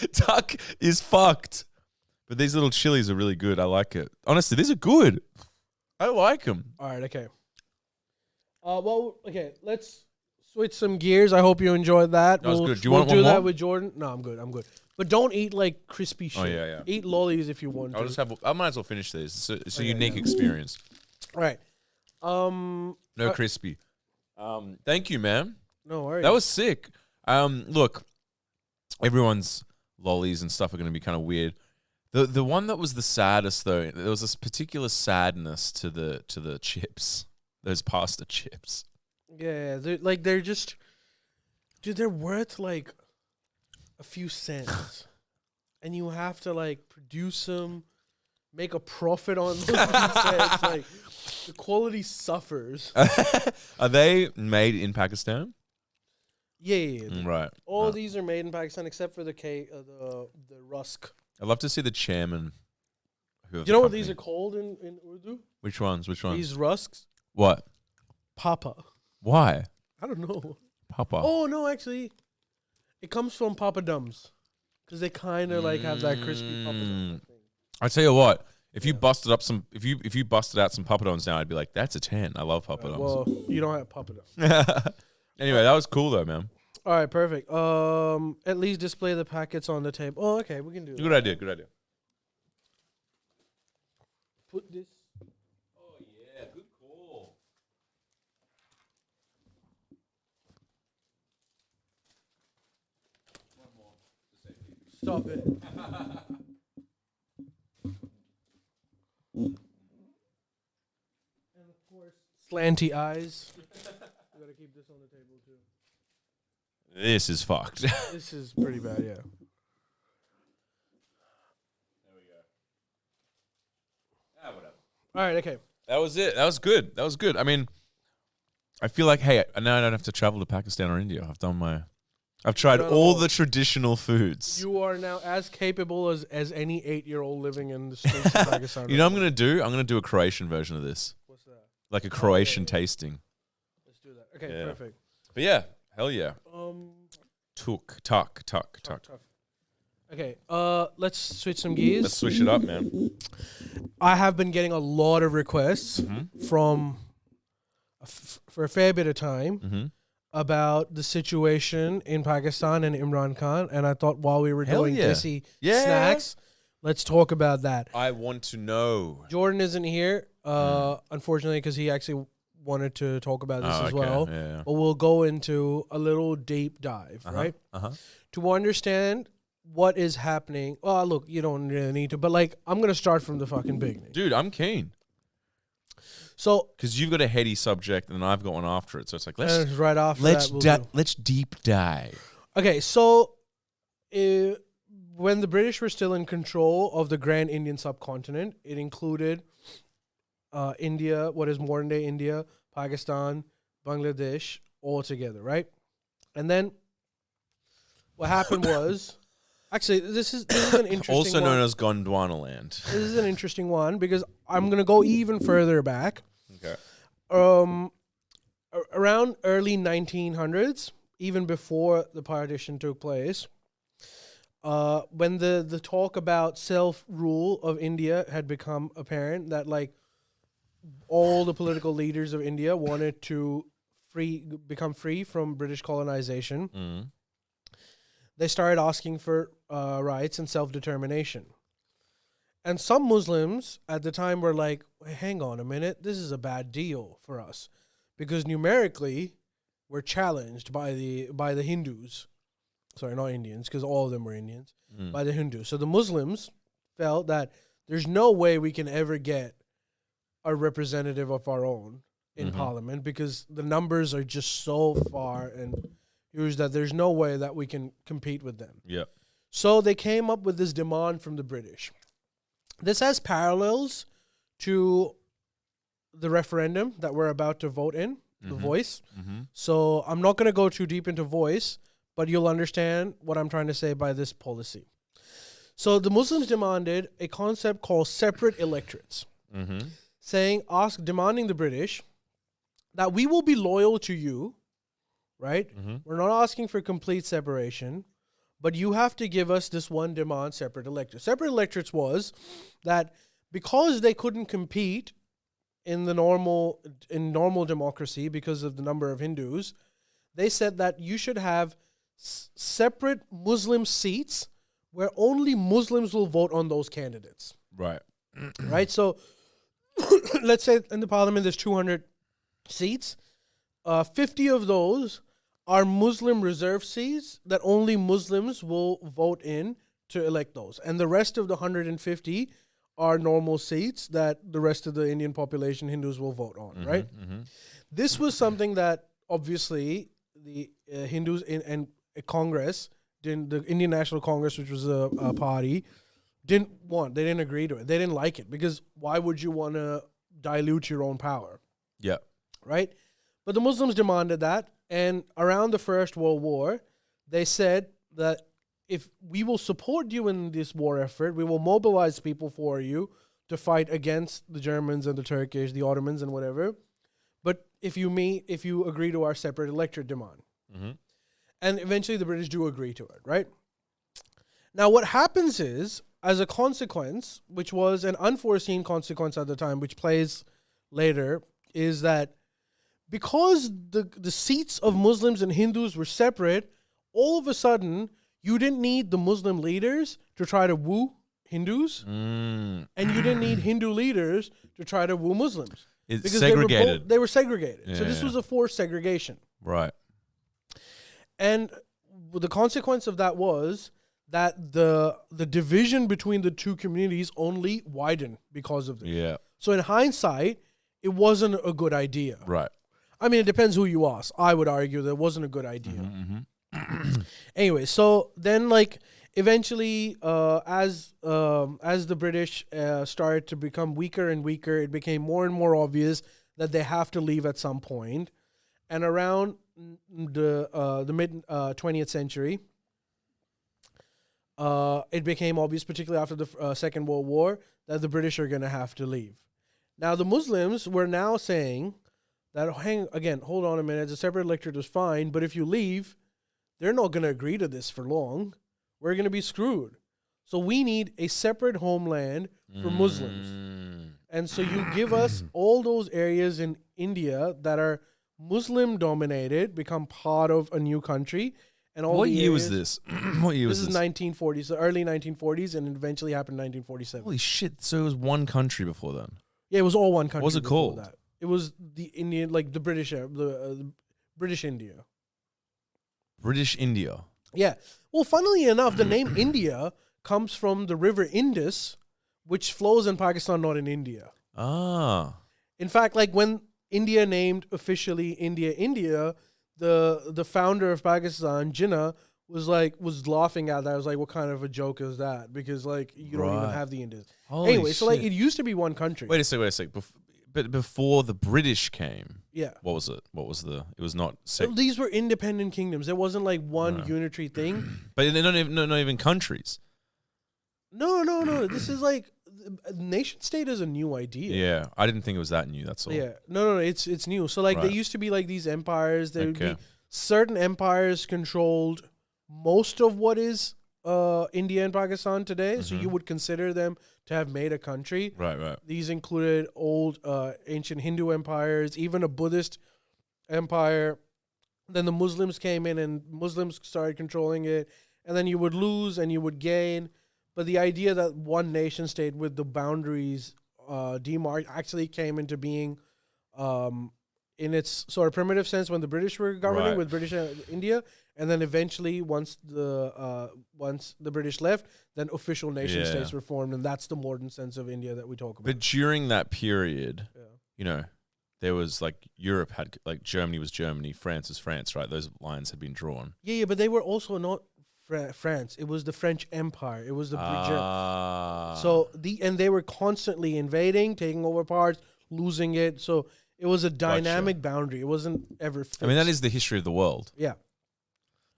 S2: tu- Tuck is fucked. But these little chilies are really good. I like it. Honestly, these are good. I like them.
S1: All right, okay. Uh, well, okay, let's switch some gears. I hope you enjoyed that.
S2: That was
S1: we'll
S2: good. Do you
S1: we'll
S2: want
S1: do
S2: one
S1: that
S2: more?
S1: with Jordan? No, I'm good. I'm good. But don't eat like crispy shit.
S2: Oh, yeah, yeah.
S1: Eat lollies if you want
S2: I'll
S1: to.
S2: just have. I might as well finish these. It's a, it's a unique experience.
S1: all right. Um,
S2: No crispy. Um, thank you, man.
S1: no worries.
S2: That was sick. Um, look, everyone's lollies and stuff are going to be kind of weird. The the one that was the saddest though, there was this particular sadness to the to the chips, those pasta chips. [laughs]
S1: Yeah, they're, like they're just, dude. They're worth like a few cents, and you have to like produce them, make a profit on them. [laughs] it's like the quality suffers.
S2: Are they made in Pakistan?
S1: Yeah, yeah, yeah.
S2: Mm, Right.
S1: all
S2: Uh,
S1: these are made in Pakistan except for the K, uh, the the rusk.
S2: I'd love to see the chairman. Who of
S1: Do
S2: the
S1: you know what these are
S2: company-
S1: called in in Urdu?
S2: Which ones? Which ones?
S1: These rusks,
S2: what?
S1: papa.
S2: Why?
S1: I don't know.
S2: Papa.
S1: Oh no, actually, it comes from papadums, because they kind of like have that crispy papadum
S2: Mm.
S1: thing.
S2: I tell you what. If you busted up some, if you if you busted out some puppadons now, I'd be like, that's a ten. I love puppadons.
S1: Well, you don't have Papa Doc.
S2: [laughs] anyway, that was cool though, man.
S1: All right, perfect. Um, at least display the packets on the table. Oh, okay, we can do that.
S2: Good idea. Good idea.
S1: Put this.
S2: Yeah, good call.
S1: Stop it. and of course, slanty eyes. we gotta keep this on the table too.
S2: This is fucked. [laughs]
S1: This is pretty bad, yeah. All right, okay.
S2: that was it. That was good. That was good. I mean, I feel like hey, now I don't have to travel to Pakistan or India. I've done my, I've tried
S1: No.
S2: all the traditional foods.
S1: You are now as capable as, as any eight year old living in the
S2: [laughs]
S1: streets of Pakistan.
S2: You know, what I'm gonna do. I'm gonna do a Croatian version of this,
S1: What's that?
S2: like a Croatian tasting.
S1: Let's do that. Okay,
S2: Yeah.
S1: perfect.
S2: But yeah, hell yeah.
S1: Um,
S2: Tuk, tuck, tuck, tuck.
S1: tough. Okay, uh, let's switch some gears.
S2: Let's switch it up, [laughs] man.
S1: I have been getting a lot of requests
S2: Mm-hmm,
S1: from a f- for a fair bit of time
S2: mm-hmm.
S1: about the situation in Pakistan and Imran Khan, and I thought while we were
S2: Hell
S1: doing
S2: yeah.
S1: dissy
S2: Yeah.
S1: snacks, let's talk about that.
S2: I want to know.
S1: Jordan isn't here, uh, unfortunately, because he actually wanted to talk about this
S2: Mm. Oh,
S1: as
S2: okay.
S1: well.
S2: Yeah, yeah. Uh-huh.
S1: But we'll go into a little deep dive, right?
S2: Uh huh.
S1: to understand what is happening. Oh, look, you don't really need to, but like, I'm gonna start from the fucking beginning.
S2: Dude, I'm keen.
S1: So,
S2: Because you've got a heady subject and I've got one after it. So it's like, let's
S1: uh, right after
S2: let's
S1: that, we'll
S2: di-
S1: do-
S2: let's deep dive.
S1: Okay, so uh, when the British were still in control of the Grand Indian subcontinent, it included uh, India, what is modern day India, Pakistan, Bangladesh, all together, right? And then what
S2: [laughs]
S1: happened was, actually, this is this
S2: [coughs]
S1: is an interesting
S2: Also known
S1: one.
S2: as Gondwana land.
S1: this is an interesting one because I'm gonna go even further back
S2: Okay.
S1: um, a- around early 1900s, even before the partition took place, uh, when the, the talk about self rule of India had become apparent, that like all the political leaders of India wanted to free become free from British colonization,
S2: Mm.
S1: they started asking for uh, rights and self determination. And some Muslims at the time were like, hang on a minute, this is a bad deal for us because numerically we're challenged by the by the Hindus. Sorry, not Indians, because all of them were Indians,
S2: Mm.
S1: by the Hindus. So the Muslims felt that there's no way we can ever get a representative of our own in
S2: Mhm.
S1: parliament because the numbers are just so far and huge that there's no way that we can compete with them.
S2: Yeah.
S1: So they came up with this demand from the British. This has parallels to the referendum that we're about to vote in, the
S2: Mhm.
S1: voice.
S2: Mm-hmm.
S1: So I'm not going to go too deep into voice, but you'll understand what I'm trying to say by this policy. So the Muslims demanded a concept called separate electorates,
S2: Mm-hmm.
S1: saying, ask, demanding the British that we will be loyal to you, right?
S2: Mhm.
S1: We're not asking for complete separation, but you have to give us this one demand separate electorates. Separate electorates was that because they couldn't compete in the normal in normal democracy because of the number of Hindus, they said that you should have s- separate Muslim seats where only Muslims will vote on those candidates
S2: Right.
S1: [clears throat] right? So let's say in the parliament there's 200 seats. Uh, 50 of those are Muslim reserve seats that only Muslims will vote in to elect those. And the rest of the 150 are normal seats that the rest of the Indian population, Hindus, will vote on, right?
S2: Mm-hmm.
S1: this was something that obviously the uh, Hindus in, and Congress didn't, the Indian National Congress, which was a, a party, didn't want. They didn't agree to it. They didn't like it because why would you want to dilute your own power,
S2: Yeah.
S1: right? But the Muslims demanded that, and around the First World War, they said that if we will support you in this war effort, we will mobilize people for you to fight against the Germans and the Turkish, the Ottomans, and whatever but if you meet if you agree to our separate electorate demand
S2: Mhm.
S1: and eventually the british do agree to it right now what happens is as a consequence which was an unforeseen consequence at the time which plays later is that because the the seats of muslims and hindus were separate all of a sudden you didn't need the muslim leaders to try to woo hindus
S2: Mm.
S1: and you didn't need hindu leaders to try to woo muslims
S2: It's
S1: because They were,
S2: segregated.
S1: both, they were segregated. so
S2: Yeah,
S1: this
S2: yeah.
S1: was a forced segregation.
S2: right.
S1: And the consequence of that was that the the division between the two communities only widened because of this.
S2: Yeah.
S1: So in hindsight, it wasn't a good idea.
S2: Right.
S1: I mean, it depends who you ask. I would argue that it wasn't a good idea.
S2: Mm-hmm.
S1: [clears throat] anyway, so then like eventually, uh, as um, as the British uh, started to become weaker and weaker, it became more and more obvious that they have to leave at some point. And around n- the uh, the mid twentieth century, uh, it became obvious, particularly after the f- uh, Second World War, that the British are going to have to leave. Now the Muslims were now saying that hang again, hold on a minute, the separate electorate is fine, but if you leave, they're not going to agree to this for long. We're going to be screwed. So we need a separate homeland for
S2: Mm.
S1: Muslims. And
S2: [clears throat]
S1: so you give us all those areas in India that are Muslim dominated become part of a new country. And all
S2: What
S1: the
S2: year was
S1: areas-
S2: this? [clears throat] what year
S1: This
S2: was
S1: is
S2: this?
S1: 1940s, the early 1940s, and eventually happened 1947.
S2: Holy shit! So it was one country before then.
S1: Yeah, it was all one country.
S2: was it
S1: before
S2: called?
S1: That. It was the Indian, like the British, uh, the, uh, the British India.
S2: British India.
S1: Yeah. Well, funnily enough,
S2: [clears throat]
S1: the name India comes from the river Indus, which flows in Pakistan, not in India.
S2: Ah,
S1: In fact, like when India named officially India India, the the founder of Pakistan, Jinnah, was like was laughing at that. I was like, what kind of a joke is that? Because like you don't even
S2: Right.
S1: have the Indus.
S2: Holy
S1: anyway, so like
S2: shit.
S1: it used to be one country.
S2: wait a sec, wait a sec. Bef- but before the British came,
S1: Yeah.
S2: what was it? What was the? It was not. Sec-
S1: So these were independent kingdoms. There wasn't like one unitary thing.
S2: but they're not even, no- not even countries.
S1: No, no, no. This is like nation state is a new idea.
S2: Yeah. I didn't think it was that new. That's all.
S1: Yeah, no, no, no, it's it's new. So like there
S2: Right.
S1: used to be like these empires. There would
S2: Okay.
S1: be certain empires controlled most of what is uh, India and Pakistan today. So
S2: Mm-hmm.
S1: you would consider them to have made a country.
S2: Right, right.
S1: These included old uh, ancient Hindu empires, even a Buddhist empire. Then the Muslims came in and Muslims started controlling it. And then you would lose and you would gain. But the idea that one nation state with the boundaries uh, demarked actually came into being um, in its sort of primitive sense when the British were governing
S2: Right.
S1: with British uh, India. And then eventually, once the uh, once the British left, then official nation
S2: Yeah.
S1: states were formed, and that's the modern sense of India that we talk about.
S2: But during that period,
S1: Yeah.
S2: you know, there was like Europe had like Germany was Germany, France was France, right? Those lines had been drawn.
S1: Yeah, yeah, but they were also not Fra- France. It was the French Empire. It was the British.
S2: Ah,
S1: so the and they were constantly invading, taking over parts, losing it. So it was a dynamic boundary. It wasn't ever. Fixed.
S2: I mean, that is the history of the world.
S1: yeah,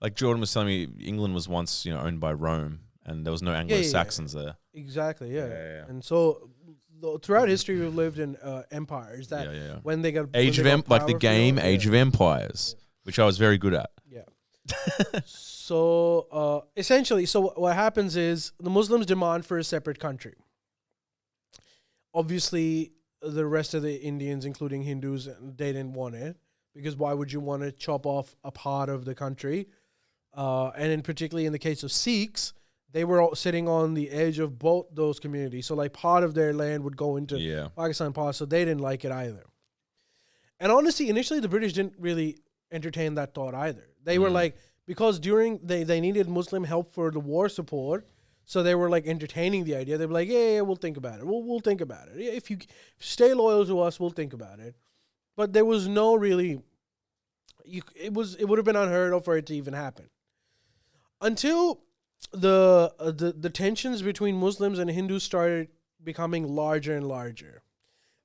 S2: Like Jordan was telling me, England was once you know owned by Rome, and there was no Anglo Saxons there.
S1: exactly. Yeah,
S2: Yeah, yeah, yeah.
S1: and so th- throughout history, we've lived in uh, empires that
S2: Yeah, yeah, yeah.
S1: when they got when
S2: Age
S1: they
S2: of
S1: got
S2: em- like the
S1: powerful,
S2: game
S1: yeah.
S2: Age of Empires, which I was very good
S1: [laughs]
S2: at.
S1: Yeah. so uh, essentially, so wh- what happens is the Muslims demand for a separate country. Obviously, the rest of the Indians, including Hindus, they didn't want it because why would you want to chop off a part of the country? Uh, and in particularly in the case of Sikhs, they were all sitting on the edge of both those communities. So like part of their land would go into
S2: Yeah.
S1: Pakistan part, so they didn't like it either. And honestly, initially the British didn't really entertain that thought either. They were like, because during they, they needed Muslim help for the war support, so they were like entertaining the idea. They were like, yeah, yeah, yeah, we'll think about it. We'll we'll think about it. Yeah, If you stay loyal to us, we'll think about it. But there was no really, you it was it would have been unheard of for it to even happen until the uh, the the tensions between Muslims and Hindus started becoming larger and larger.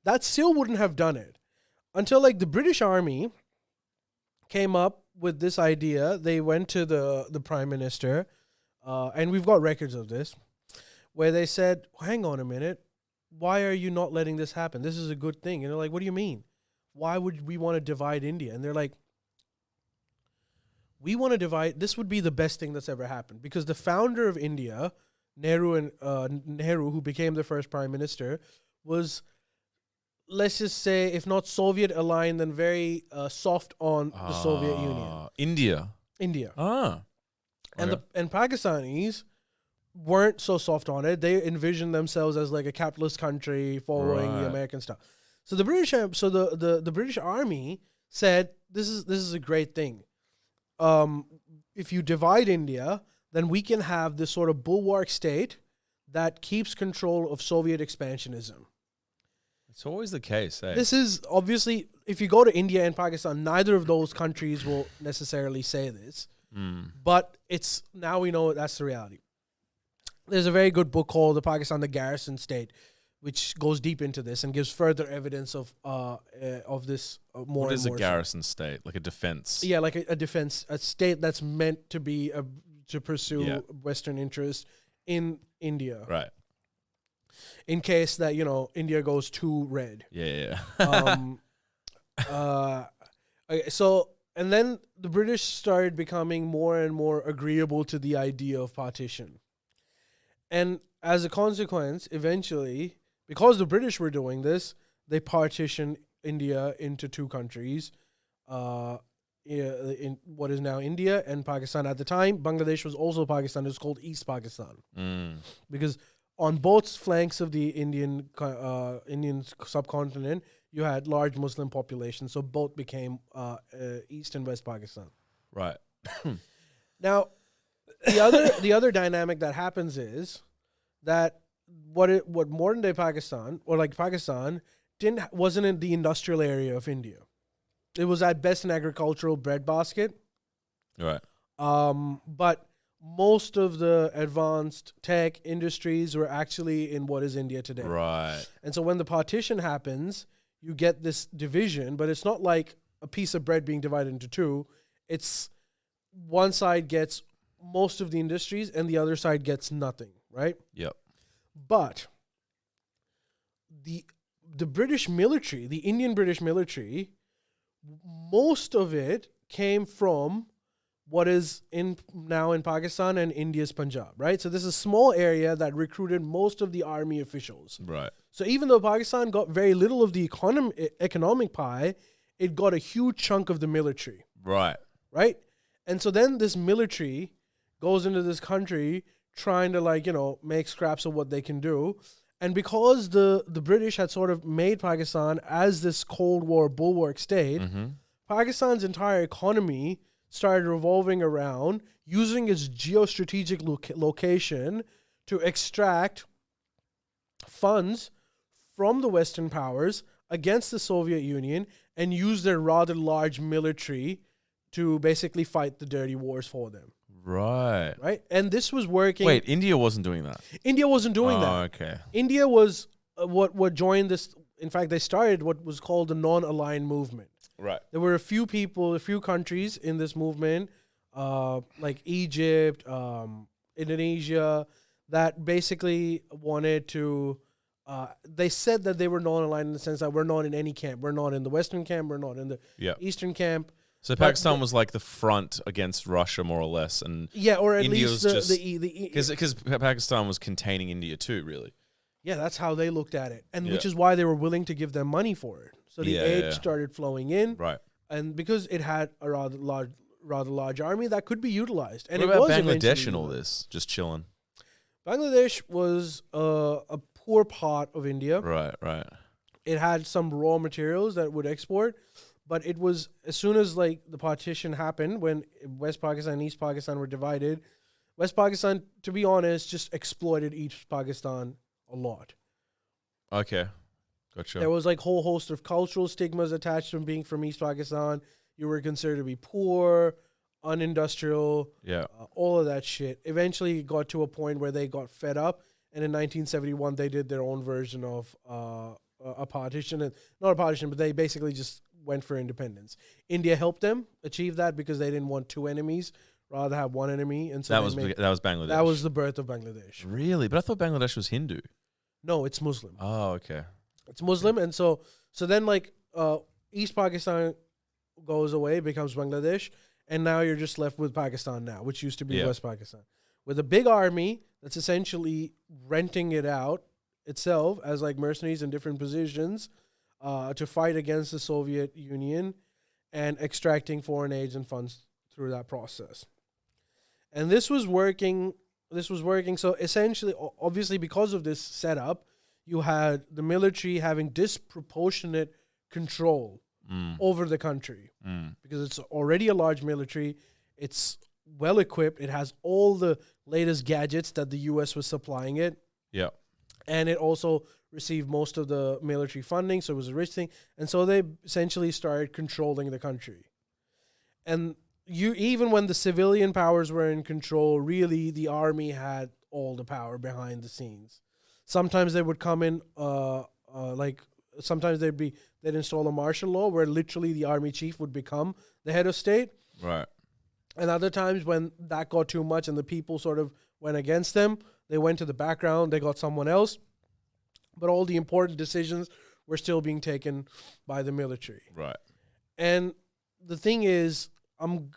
S1: That still wouldn't have done it until like the British army came up with this idea. They went to the the prime minister, uh, and we've got records of this, where they said, "Hang on a minute, why are you not letting this happen? This is a good thing." And they're like, "What do you mean? Why would we want to divide India?" And they're like, we want to divide. This would be the best thing that's ever happened because the founder of India, Nehru and uh, Nehru, who became the first prime minister, was, let's just say, if not Soviet aligned, then very uh, soft on the Soviet Union,
S2: Ah, India.
S1: India,
S2: Ah.
S1: and the and Pakistanis weren't so soft on it. They envisioned themselves as like a capitalist country following
S2: Right.
S1: the American stuff. So the British, um, so the, the the British army said, "This is this is a great thing. Um, if you divide India, then we can have this sort of bulwark state that keeps control of Soviet expansionism."
S2: it's always the case. Eh?
S1: This is obviously, if you go to India and Pakistan, neither of those countries will necessarily say this.
S2: Hmm.
S1: But it's now we know that's the reality. There's a very good book called The Pakistan, the Garrison State, which goes deep into this and gives further evidence of uh, uh, of this uh, more.
S2: what
S1: and
S2: is a
S1: more.
S2: garrison state? Like a defense.
S1: Yeah, like a, a defense, a state that's meant to be a, to pursue
S2: Yeah.
S1: Western interests in India,
S2: Right.
S1: in case that you know India goes too red.
S2: Yeah. [laughs]
S1: um, [laughs] uh, okay, so and then the British started becoming more and more agreeable to the idea of partition, and as a consequence, eventually, because the British were doing this, they partitioned India into two countries, uh, i- in what is now India and Pakistan. At the time, Bangladesh was also Pakistan. It was called East Pakistan
S2: Mm.
S1: because on both flanks of the Indian co- uh, Indian s- subcontinent, you had large Muslim populations, so both became uh, uh, East and West Pakistan.
S2: Right.
S1: Now, the other the other dynamic that happens is that what it, what modern day Pakistan or like Pakistan didn't wasn't in the industrial area of India. It was at best an agricultural breadbasket.
S2: Right.
S1: Um, but most of the advanced tech industries were actually in what is India today.
S2: Right.
S1: And so when the partition happens, you get this division, but it's not like a piece of bread being divided into two. It's one side gets most of the industries and the other side gets nothing, right?
S2: Yep.
S1: But the the British military, the Indian British military, most of it came from what is in now in Pakistan and India's Punjab, right? So this is a small area that recruited most of the army officials.
S2: Right.
S1: So even though Pakistan got very little of the econom- e- economic pie, it got a huge chunk of the military,
S2: Right.
S1: right? And so then this military goes into this country trying to like, you know, make scraps of what they can do. And because the the British had sort of made Pakistan as this Cold War bulwark state, Pakistan's entire economy started revolving around using its geostrategic loca- location to extract funds from the Western powers against the Soviet Union and use their rather large military to basically fight the dirty wars for them,
S2: Right.
S1: right? And this was working.
S2: Wait, India wasn't doing that.
S1: India wasn't doing
S2: oh,
S1: that.
S2: okay.
S1: India was uh, what what joined this. In fact, they started what was called the non-aligned movement.
S2: Right.
S1: There were a few people, a few countries in this movement, uh, like Egypt, um, Indonesia, that basically wanted to. Uh, they said that they were non-aligned in the sense that we're not in any camp. We're not in the Western camp. We're not in the
S2: Yeah.
S1: Eastern camp.
S2: So Pakistan was like the front against Russia, more or less, and
S1: Yeah, or at
S2: India's
S1: least
S2: just-
S1: the, the, E- the E-
S2: because because Pakistan was containing India too, really.
S1: Yeah, that's how they looked at it, and which
S2: Yeah.
S1: is why they were willing to give them money for it. So the
S2: Yeah,
S1: aid
S2: yeah.
S1: started flowing in,
S2: Right.
S1: and because it had a rather large, rather large army that could be utilized, and
S2: what
S1: it
S2: about
S1: was
S2: Bangladesh
S1: eventually
S2: and all
S1: utilized.
S2: this? Just chilling.
S1: Bangladesh was uh, a poor part of India.
S2: Right. Right.
S1: It had some raw materials that it would export, but it was as soon as like the partition happened, when West Pakistan and East Pakistan were divided, West Pakistan, to be honest, just exploited East Pakistan a lot.
S2: Okay. Gotcha.
S1: There was like whole host of cultural stigmas attached to being from East Pakistan. You were considered to be poor, unindustrial,
S2: yeah.
S1: uh, all of that shit. Eventually, it got to a point where they got fed up, and in 1971, they did their own version of uh, a a partition, and not a partition, but they basically just went for independence. India helped them achieve that because they didn't want two enemies, rather have one enemy, and so
S2: that
S1: they
S2: was
S1: made-
S2: that was Bangladesh.
S1: that was the birth of Bangladesh.
S2: really, but I thought Bangladesh was Hindu.
S1: No, it's Muslim.
S2: Oh, okay.
S1: it's Muslim, and so so then like uh, East Pakistan goes away, becomes Bangladesh, and now you're just left with Pakistan now, which used to be
S2: Yeah.
S1: West Pakistan, with a big army that's essentially renting it out itself as like mercenaries in different positions uh, to fight against the Soviet Union and extracting foreign aids and funds through that process. And this was working. This was working. So essentially, o- obviously, because of this setup, you had the military having disproportionate control
S2: Mm,
S1: over the country
S2: mm.
S1: because it's already a large military. It's well equipped. It has all the latest gadgets that the U.S. was supplying it,
S2: Yeah.
S1: and it also received most of the military funding. So it was a rich thing, and so they essentially started controlling the country. And you, even when the civilian powers were in control, really the army had all the power behind the scenes. Sometimes they would come in, uh, uh, like sometimes they'd be they'd install a martial law where literally the army chief would become the head of state
S2: Right.
S1: and other times when that got too much and the people sort of went against them, they went to the background, they got someone else. But all the important decisions were still being taken by the military.
S2: Right.
S1: And the thing is, I'm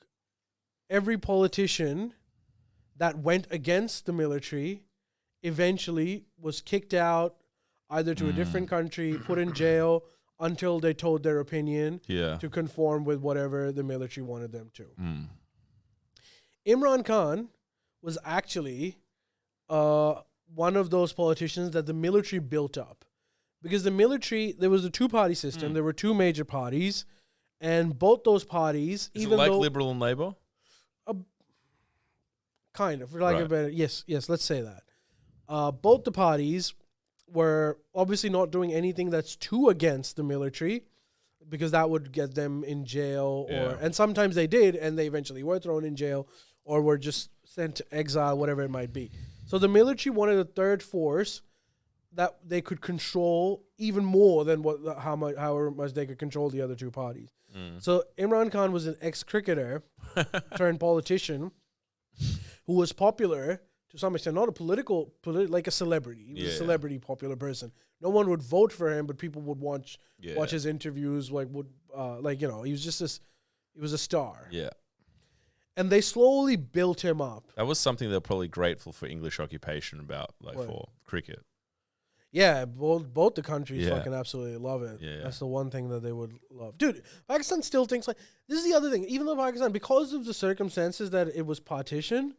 S1: every politician that went against the military eventually was kicked out either to a different country, put in jail until they told their opinion
S2: Yeah.
S1: to conform with whatever the military wanted them to.
S2: Mm.
S1: Imran Khan was actually uh, one of those politicians that the military built up. Because the military, there was a two party system, there were two major parties, and both those parties,
S2: Is
S1: even
S2: it like
S1: though
S2: Liberal and Labour?
S1: Kind of, for lack of
S2: Right.
S1: a better. Yes, yes. Let's say that. Uh, both the parties were obviously not doing anything that's too against the military, because that would get them in jail. Or
S2: Yeah.
S1: and sometimes they did, and they eventually were thrown in jail, or were just sent to exile, whatever it might be. So the military wanted a third force that they could control even more than what how much however much they could control the other two parties. So Imran Khan was an
S2: [laughs]
S1: ex cricketer turned politician who was popular to some extent, not a political, politi- like a celebrity. He was
S2: Yeah,
S1: a
S2: yeah.
S1: celebrity, popular person. No one would vote for him, but people would watch
S2: Yeah.
S1: watch his interviews. Like would uh, like you know he was just this. He was a star,
S2: Yeah.
S1: and they slowly built him up.
S2: That was something they're probably grateful for English occupation about, like
S1: What?
S2: for cricket.
S1: Yeah, both both the countries
S2: Yeah.
S1: fucking absolutely love it.
S2: Yeah, yeah.
S1: That's the one thing that they would love. Dude, Pakistan still thinks like this is the other thing. Even though Pakistan, because of the circumstances that it was partitioned,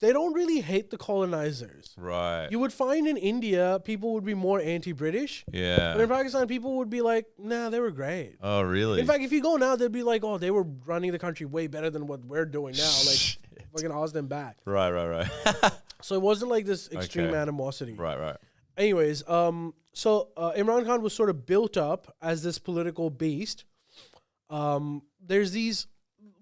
S1: they don't really hate the colonizers.
S2: Right.
S1: You would find in India people would be more anti-British, but
S2: yeah.
S1: in Pakistan people would be like, "Nah, they were great."
S2: Oh, really? [laughs]
S1: In fact, if you go now, they'd be like, "Oh, they were running the country way better than what we're doing now." Like, fucking Oz them back.
S2: right, right, right. [laughs]
S1: So it wasn't like this extreme
S2: Okay.
S1: animosity.
S2: right, right.
S1: Anyways, um, so uh, Imran Khan was sort of built up as this political beast. Um, there's these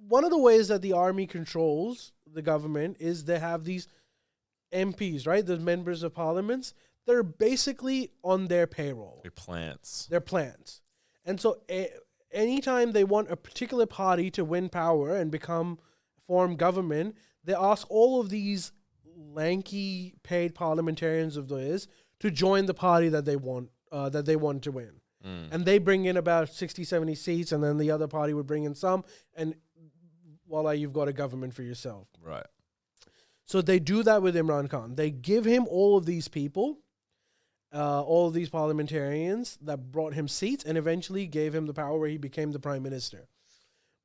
S1: one of the ways that the army controls the government is they have these MPs, right? Those members of parliaments. They're basically on their payroll,
S2: Your plants.
S1: their plans, and so a- anytime they want a particular party to win power and become form government, they ask all of these lanky paid parliamentarians of theirs to join the party that they want uh, that they want to win. And they bring in about 60, 70 seats, and then the other party would bring in some, and voila, you've got a government for yourself.
S2: Right.
S1: So they do that with Imran Khan. They give him all of these people, uh, all of these parliamentarians that brought him seats and eventually gave him the power where he became the prime minister.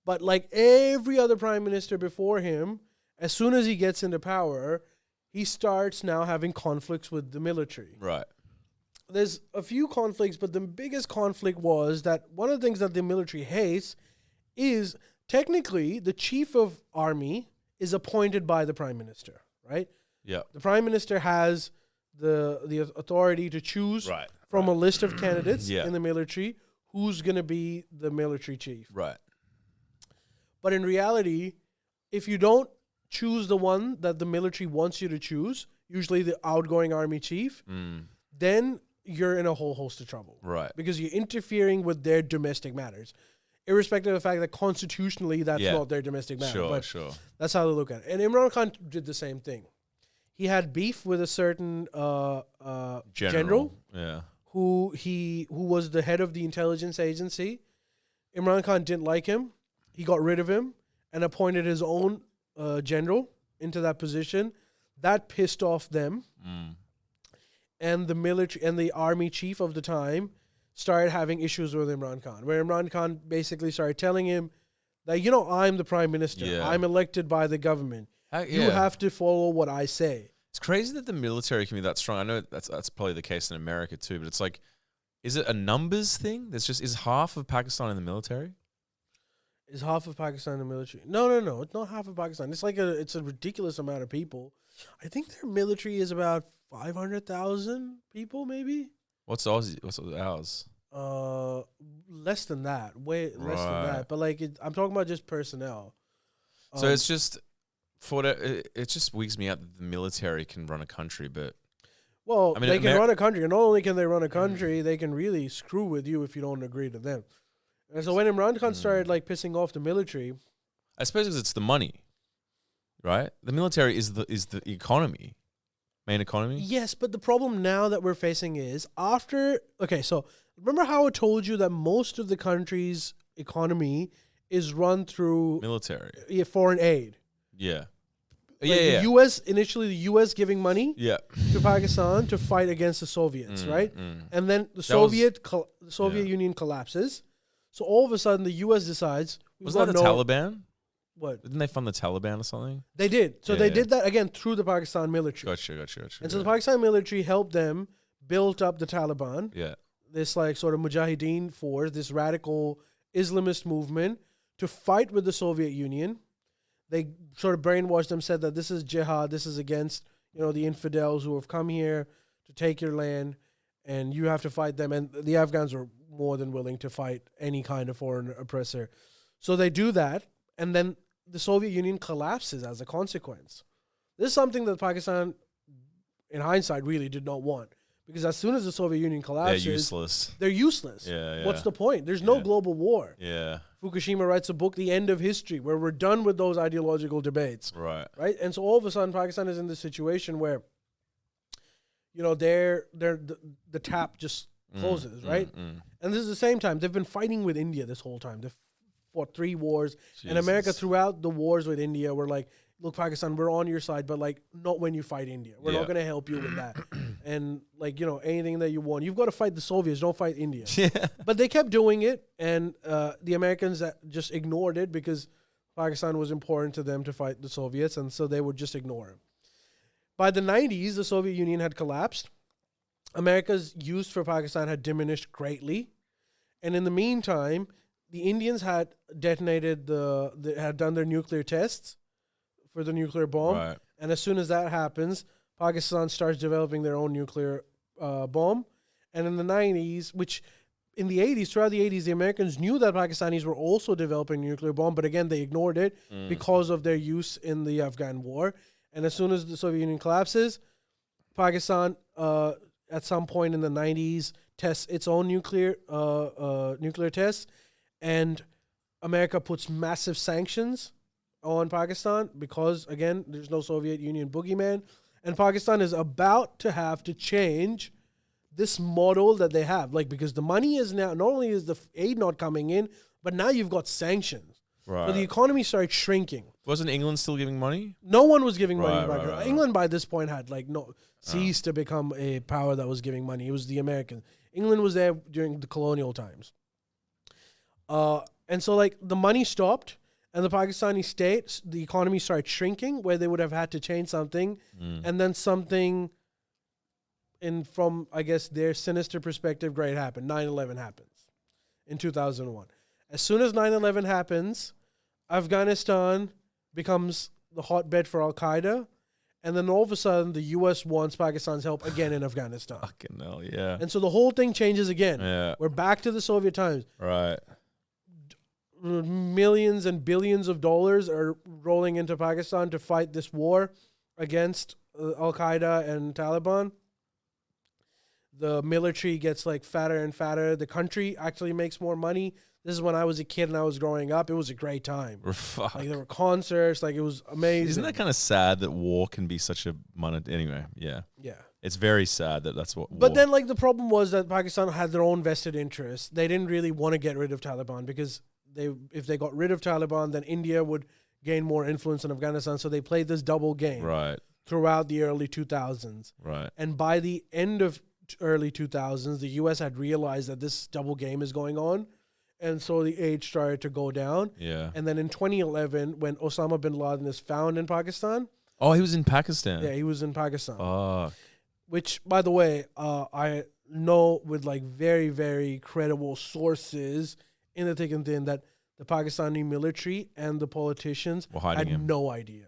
S1: But like every other prime minister before him, as soon as he gets into power, he starts now having conflicts with the military.
S2: Right.
S1: There's a few conflicts, but the biggest conflict was that one of the things that the military hates is technically the chief of army is appointed by the prime minister, right?
S2: Yeah.
S1: The prime minister has the the authority to choose
S2: Right,
S1: from a list of candidates
S2: Yeah.
S1: in the military who's going to be the military chief.
S2: Right.
S1: But in reality, if you don't choose the one that the military wants you to choose, usually the outgoing army chief, then you're in a whole host of trouble.
S2: Mm. Right.
S1: Because you're interfering with their domestic matters. Irrespective of the fact that constitutionally that's
S2: Yeah.
S1: not their domestic matter.
S2: Sure,
S1: but
S2: sure.
S1: that's how they look at it. And Imran Khan did the same thing. He had beef with a certain uh, uh,
S2: General.
S1: general
S2: Yeah.
S1: who he who was the head of the intelligence agency. Imran Khan didn't like him. He got rid of him and appointed his own uh, general into that position. That pissed off them,
S2: Mm.
S1: and the military and the army chief of the time started having issues with Imran Khan, where Imran Khan basically started telling him that you know I'm the prime minister.
S2: Yeah.
S1: I'm elected by the government.
S2: How-
S1: You
S2: yeah.
S1: have to follow what I say.
S2: It's crazy that the military can be that strong. I know that's that's probably the case in America too, but it's like, is it a numbers thing? That's just is half of Pakistan in the military?
S1: Is half of Pakistan the military? No, no, no. It's not half of Pakistan. It's like a it's a ridiculous amount of people. I think their military is about five hundred thousand people, maybe.
S2: What's ours? What's ours?
S1: Uh, less than that. Way less than
S2: Right.
S1: that. But like, it, I'm talking about just personnel.
S2: so
S1: Um,
S2: it's just for the, it, it just wigs me out that the military can run a country, but
S1: well,
S2: I mean,
S1: they can
S2: Amer- Hmm.
S1: run a country, and not only can they run a country, they can really screw with you if you don't agree to them. And so when Imran
S2: Hmm.
S1: Khan started like pissing off the military,
S2: I suppose 'cause it's the money, right? The military is the is the economy, main economy.
S1: Yes, but the problem now that we're facing is after. Okay, so remember how I told you that most of the country's economy is run through
S2: Military,
S1: yeah, foreign aid.
S2: yeah,
S1: Like
S2: yeah,
S1: the
S2: yeah,
S1: U.S. initially, the U.S. giving money
S2: yeah. Mm,
S1: to Pakistan to fight against the Soviets, [laughs] right? And then the
S2: That was-
S1: Soviet col- the Soviet Union collapses. So all of a sudden, the U.S. decides. we've
S2: Wasn't that
S1: got
S2: the
S1: no-
S2: Taliban?
S1: What
S2: Didn't they fund the Taliban or something?
S1: they did. So
S2: Yeah,
S1: they
S2: yeah.
S1: did that again through the Pakistan military,
S2: Gotcha, gotcha, gotcha.
S1: and so the Pakistan military helped them build up the Taliban.
S2: yeah,
S1: this like sort of mujahideen force, this radical Islamist movement to fight with the Soviet Union. they sort of brainwashed them, said that this is jihad, this is against you know the infidels who have come here to take your land, and you have to fight them. And the Afghans were more than willing to fight any kind of foreign oppressor, so they do that, and then the Soviet Union collapses as a consequence. This is something that Pakistan, in hindsight, really did not want because as soon as the Soviet Union
S2: They're
S1: collapses,
S2: useless.
S1: they're useless.
S2: Yeah, yeah.
S1: What's the point? There's no
S2: Yeah.
S1: global war.
S2: Yeah.
S1: Fukushima writes a book, The End of History, where we're done with those ideological debates,
S2: Right.
S1: right? And so all of a sudden, Pakistan is in this situation where, you know, they're, they're, the, the tap just closes, right?
S2: Mm.
S1: And this is the same time. They've been fighting with India this whole time. They've fought three wars. And America,
S2: Jesus.
S1: throughout the wars with India, were like, look, Pakistan, we're on your side, but like, not when you fight India. We're
S2: Yeah.
S1: not going to help you
S2: [clears throat]
S1: with that. and like, you know, anything that you want, you've got to fight the Soviets, don't fight India.
S2: [laughs]
S1: [laughs]
S2: Yeah.
S1: but they kept doing it, and uh, the Americans that just ignored it because Pakistan was important to them to fight the Soviets, and so they would just ignore it. By the 90s, the Soviet Union had collapsed. America's use for Pakistan had diminished greatly, and in the meantime, the Indians had detonated the, the had done their nuclear tests for the nuclear bomb,
S2: Right.
S1: and as soon as that happens, Pakistan starts developing their own nuclear uh, bomb. And in the 90s, which in the 80s, throughout the 80s, the Americans knew that Pakistanis were also developing a nuclear bomb, but again, they ignored it because of their use in the Afghan war. And as soon as the Soviet Union collapses, Pakistan, uh, at some point in the 90s, tests its own nuclear uh, uh, nuclear tests, and America puts massive sanctions on Pakistan because, again, there's no Soviet Union boogeyman. And Pakistan is about to have to change this model that they have. Like, because the money is now, not only is the f- aid not coming in, but now you've got sanctions.
S2: Right.
S1: So the economy started shrinking.
S2: Wasn't England still giving money?
S1: No one was giving money
S2: Right,
S1: to
S2: right,
S1: Pakistan.
S2: right, right. Uh.
S1: England by this point had like no ceased to become a power that was giving money. It was the Americans. England was there during the colonial times. Uh, and so like the money stopped and the Pakistani state, the economy started shrinking where they would have had to change something
S2: Mm.
S1: and then something in from I guess their sinister perspective great happened. 9/11 happens in 2001. As soon as 9/11 happens, Afghanistan becomes the hotbed for Al Qaeda, and then all of a sudden the U.S. wants Pakistan's help again
S2: [laughs]
S1: in Afghanistan,
S2: Fucking hell, yeah.
S1: and so the whole thing changes again.
S2: Yeah.
S1: We're back to the Soviet times.
S2: Right. [laughs]
S1: Millions and billions of dollars are rolling into Pakistan to fight this war against uh, Al Qaeda and Taliban. The military gets like fatter and fatter. The country actually makes more money. This is when I was a kid and I was growing up. It was a great time.
S2: Fuck.
S1: Like there were concerts, like it was amazing.
S2: Isn't that kind of sad that war can be such a monet? Anyway, yeah,
S1: yeah.
S2: it's very sad that that's what.
S1: But
S2: war-
S1: then like the problem was that Pakistan had their own vested interests. They didn't really want to get rid of Taliban because they if they got rid of Taliban, then India would gain more influence in Afghanistan. So they played this double game
S2: right,
S1: throughout the early 2000s.
S2: right,
S1: And by the end of t- early 2000s, the US had realized that this double game is going on. And so the aid started to go down.
S2: yeah.
S1: And then in 2011, when Osama bin Laden is found in Pakistan,
S2: Oh, he was in Pakistan.
S1: yeah, he was in Pakistan.
S2: Oh,
S1: which by the way uh, i know with like very very credible sources in the thick and thin that the pakistani military and the politicians
S2: Were hiding
S1: had
S2: him.
S1: no idea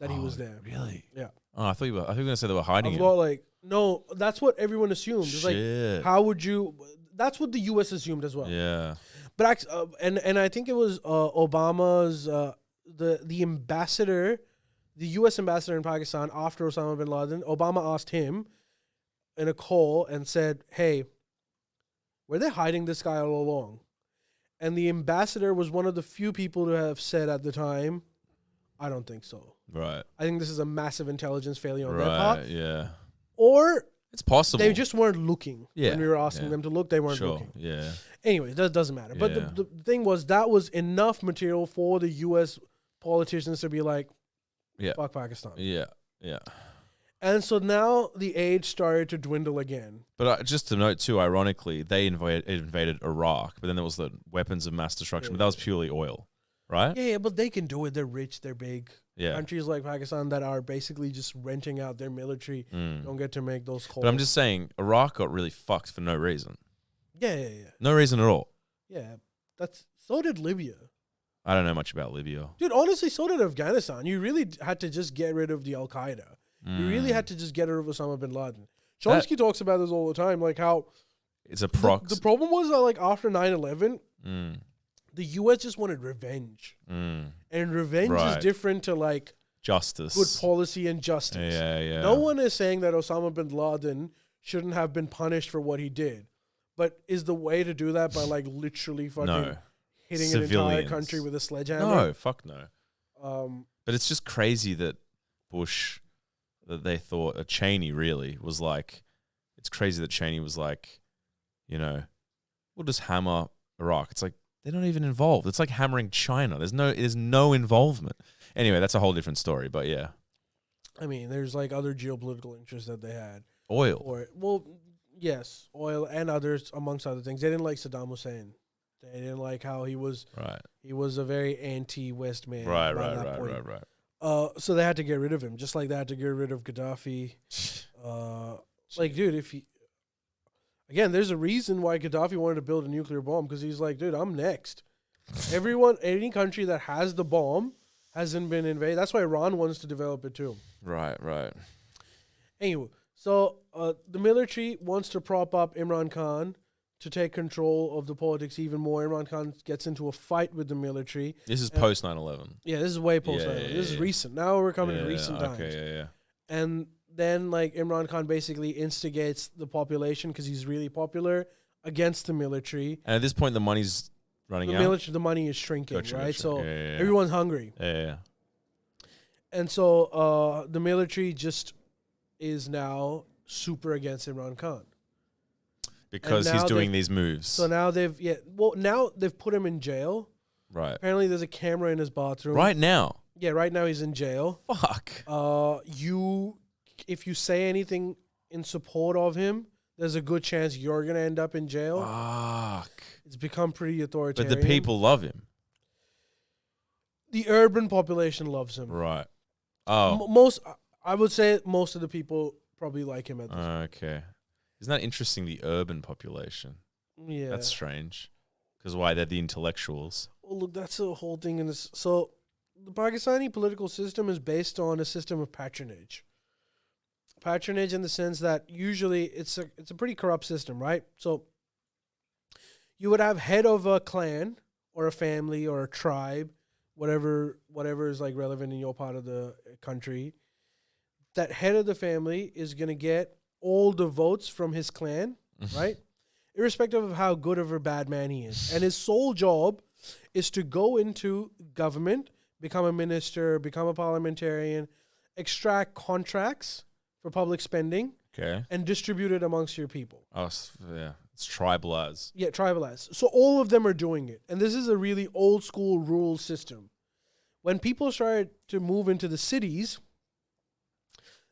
S1: that he was
S2: Oh,
S1: there
S2: Really?
S1: Yeah.
S2: Oh, I thought you were. I thought you were gonna say they were hiding
S1: I've
S2: him.
S1: got like no that's what everyone assumed it's like
S2: Shit.
S1: how would you that's what the us assumed as well
S2: yeah.
S1: but act- uh, and and i think it was uh, obama's uh, the the ambassador the us ambassador in pakistan after osama bin laden obama asked him in a call and said, "Hey, were they hiding this guy all along?" And the ambassador was one of the few people to have said at the time, "I don't think so.
S2: Right.
S1: I think this is a massive intelligence failure on their
S2: Right.
S1: part,
S2: Yeah.
S1: or
S2: It's possible.
S1: they just weren't looking
S2: Yeah,
S1: when we were asking
S2: yeah.
S1: them to look. They weren't
S2: sure.
S1: looking.
S2: Yeah.
S1: Anyway, that doesn't matter. But
S2: Yeah.
S1: the, the thing was, that was enough material for the U.S. politicians to be like."
S2: Yeah.
S1: Fuck Pakistan.
S2: Yeah. Yeah.
S1: And so now the aid started to dwindle again.
S2: But uh, just to note too, ironically, they invaded, invaded Iraq, but then there was the weapons of mass destruction. But that was purely oil, right?
S1: Yeah, yeah, but they can do it. They're rich. They're big.
S2: Yeah.
S1: countries like Pakistan that are basically just renting out their military
S2: Mm.
S1: don't get to make those calls.
S2: But I'm just saying, Iraq got really fucked for no reason.
S1: yeah, yeah, yeah,
S2: No reason at all.
S1: yeah. That's so did Libya.
S2: I don't know much about Libya.
S1: Dude, honestly, so did Afghanistan. You really d- had to just get rid of the Al Qaeda. You
S2: Mm.
S1: really had to just get rid of Osama bin Laden.
S2: Hmm. That-
S1: Chomsky talks about this all the time, like how
S2: It's a
S1: the-
S2: prox.
S1: The, problem was that like after 9-11,
S2: Mm,
S1: the U.S. just wanted revenge,
S2: mm.
S1: and revenge
S2: Right.
S1: is different to like
S2: Justice.
S1: good policy and justice.
S2: yeah, yeah.
S1: No one is saying that Osama bin Laden shouldn't have been punished for what he did, but is the way to do that by like literally fucking
S2: No.
S1: hitting an entire
S2: Civilians.
S1: country with a sledgehammer?
S2: No, fuck no.
S1: Um,
S2: But it's just crazy that Bush, that they thought, uh, Cheney really was like, it's crazy that Cheney was like, you know, we'll just hammer Iraq. It's like they're not even involved. It's like hammering China. There's no, there's no involvement. Anyway, that's a whole different story. But yeah,
S1: I mean, there's like other geopolitical interests that they had,
S2: oil.
S1: or well, yes, oil and others amongst other things. They didn't like Saddam Hussein. They didn't like how he was.
S2: Right,
S1: He was a very anti-West man.
S2: right,
S1: by
S2: right,
S1: that
S2: right,
S1: point.
S2: right, right.
S1: Uh, so they had to get rid of him, just like they had to get rid of
S2: [sighs]
S1: Gaddafi. Uh, like, dude, if he, again, there's a reason why Gaddafi wanted to build a nuclear bomb because he's like, dude, I'm next. Everyone, any country that has the bomb hasn't been invaded. That's why Iran wants to develop it too.
S2: Right, right.
S1: Anyway, so uh, the military wants to prop up Imran Khan to take control of the politics even more. Imran Khan gets into a fight with the military.
S2: This is post 9 11.
S1: Yeah, this is way post.
S2: Yeah, yeah,
S1: this is
S2: yeah.
S1: recent. Now we're coming
S2: yeah,
S1: to recent times.
S2: Okay, yeah, yeah.
S1: and then like Imran Khan basically instigates the population because he's really popular against the military.
S2: And at this point, the money's
S1: The
S2: running out.
S1: military, the money is shrinking,
S2: Gotcha,
S1: right?
S2: gotcha.
S1: So
S2: Yeah, yeah, yeah.
S1: everyone's hungry,
S2: Yeah, yeah, yeah.
S1: and so uh, the military just is now super against Imran Khan.
S2: because he's
S1: now
S2: doing
S1: they've-
S2: these moves.
S1: So now they've yeah, well now they've put him in jail.
S2: right,
S1: Apparently, there's a camera in his bathroom.
S2: right now.
S1: Yeah, right now he's in jail.
S2: Fuck.
S1: Uh, you, if you say anything in support of him, there's a good chance you're gonna end up in jail.
S2: Fuck.
S1: It's become pretty
S2: But
S1: authoritarian.
S2: the people love him.
S1: the urban population loves him.
S2: Right. Oh,
S1: M- most, I- I would say, most of the people probably like him at this.
S2: okay. Isn't that interesting? The urban population.
S1: yeah,
S2: That's strange. Because why? They're the intellectuals.
S1: well, look, that's the whole thing. In this, so the Pakistani political system is based on a system of patronage. Patronage, in the sense that usually it's a it's a pretty corrupt system, right? So you would have head of a clan or a family or a tribe, whatever whatever is like relevant in your part of the uh, country. That head of the family is gonna get all the votes from his clan, right? Irrespective of how good of a bad man he is. And his sole job is to go into government, become a minister, become a parliamentarian, extract contracts for public spending,
S2: Okay.
S1: and distribute it amongst your people.
S2: Oh, s- yeah. It's tribal as.
S1: Yeah, tribalized. So all of them are doing it. And this is a really old school rural system. When people started to move into the cities,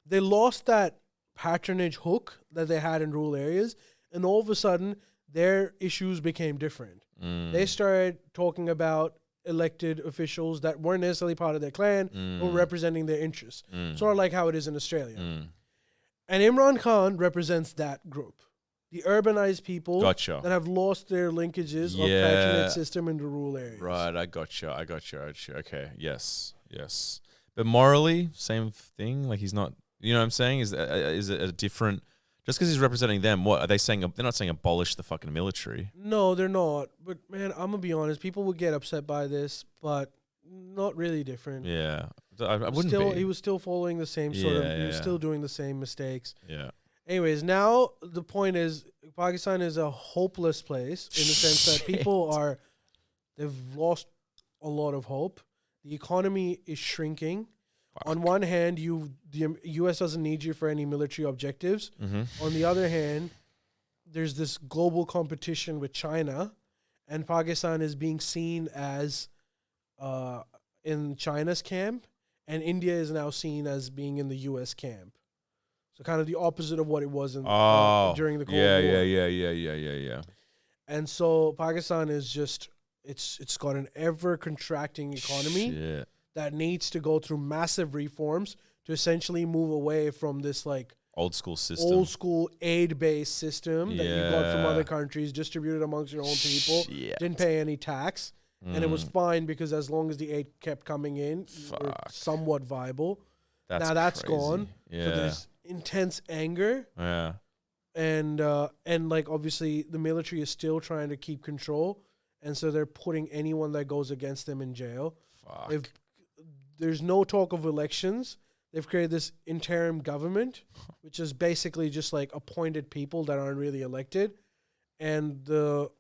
S1: they lost that patronage hook that they had in rural areas. And all of a sudden, their issues became different.
S2: Mm.
S1: They started talking about elected officials that weren't necessarily part of their clan or
S2: Mm.
S1: representing their interests.
S2: Mm.
S1: Sort of like how it is in Australia.
S2: Mm.
S1: And Imran Khan represents that group. The urbanized people
S2: Gotcha.
S1: that have lost their linkages of
S2: Yeah.
S1: patronage system into rural areas.
S2: Right. I gotcha. I gotcha. I gotcha. Okay. Yes. Yes. But morally, same thing. Like he's not. You know what I'm saying? Is uh, uh, is it a different? Just because he's representing them, what are they saying? They're not saying abolish the fucking military.
S1: No, they're not. But man, I'm gonna be honest. People would get upset by this, but not really different.
S2: Yeah. I, I wouldn't
S1: still,
S2: be.
S1: he was still following the same sort
S2: Yeah,
S1: of. He was
S2: yeah.
S1: still doing the same mistakes.
S2: yeah.
S1: Anyways, now the point is, Pakistan is a hopeless place in the sense
S2: Shit.
S1: that people are, they've lost a lot of hope. The economy is shrinking. On one hand, you the um, U.S. doesn't need you for any military objectives.
S2: Mm-hmm.
S1: On the other hand, there's this global competition with China, and Pakistan is being seen as uh, in China's camp, and India is now seen as being in the U.S. camp. So kind of the opposite of what it was in uh,
S2: Oh,
S1: during the Cold
S2: yeah,
S1: War.
S2: yeah, yeah, yeah, yeah, yeah, yeah.
S1: And so Pakistan is just it's it's got an ever contracting economy
S2: Shit.
S1: that needs to go through massive reforms to essentially move away from this like
S2: Old school system.
S1: old school aid based system that you got from
S2: Yeah.
S1: other countries, distributed amongst your own people,
S2: Shit. Mm,
S1: didn't pay any tax. and it was fine because as long as the eight kept coming in, you were
S2: Fuck.
S1: somewhat viable.
S2: That's
S1: now that's
S2: crazy.
S1: gone. So
S2: Yeah.
S1: there's intense anger,
S2: yeah.
S1: and uh, and like obviously the military is still trying to keep control, and so they're putting anyone that goes against them in jail.
S2: Fuck.
S1: They've there's no talk of elections. They've created this interim
S2: [laughs]
S1: government, which is basically just like appointed people that aren't really elected, and the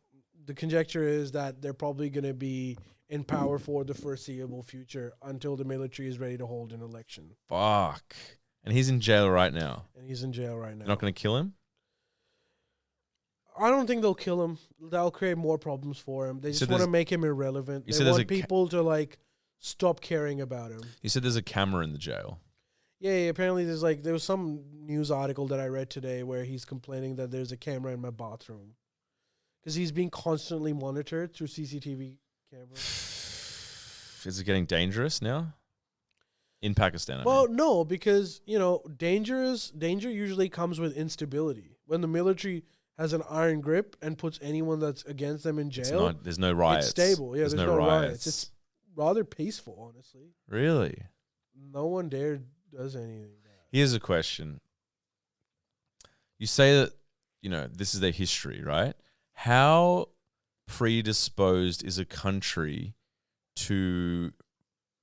S1: the conjecture is that they're probably going to be in power for the foreseeable future until the military is ready to hold an election.
S2: Fuck. And he's in jail right now.
S1: And he's in jail right
S2: They're
S1: now.
S2: not going to kill him.
S1: I don't think they'll kill him. That'll create more problems for him. They
S2: So
S1: just want to
S2: there's-
S1: make him irrelevant.
S2: You
S1: They
S2: said there's
S1: want
S2: a ca-
S1: people to like stop caring about him.
S2: He said there's a camera in the jail. [sighs]
S1: Yeah, yeah, apparently there's like there was some news article that I read today where he's complaining that there's a camera in my bathroom because he's being constantly monitored through CCTV cameras.
S2: Is it getting dangerous now? In Pakistan. I
S1: Well,
S2: mean.
S1: no, because you know, dangerous danger usually comes with instability. When the military has an iron grip and puts anyone that's against them in
S2: It's
S1: jail,
S2: not, there's no riots.
S1: stable. Yeah, there's no riots. It's- rather peaceful, honestly.
S2: really.
S1: No one there does anything.
S2: Here's a question. You say that, you know, this is their history, right? How predisposed is a country to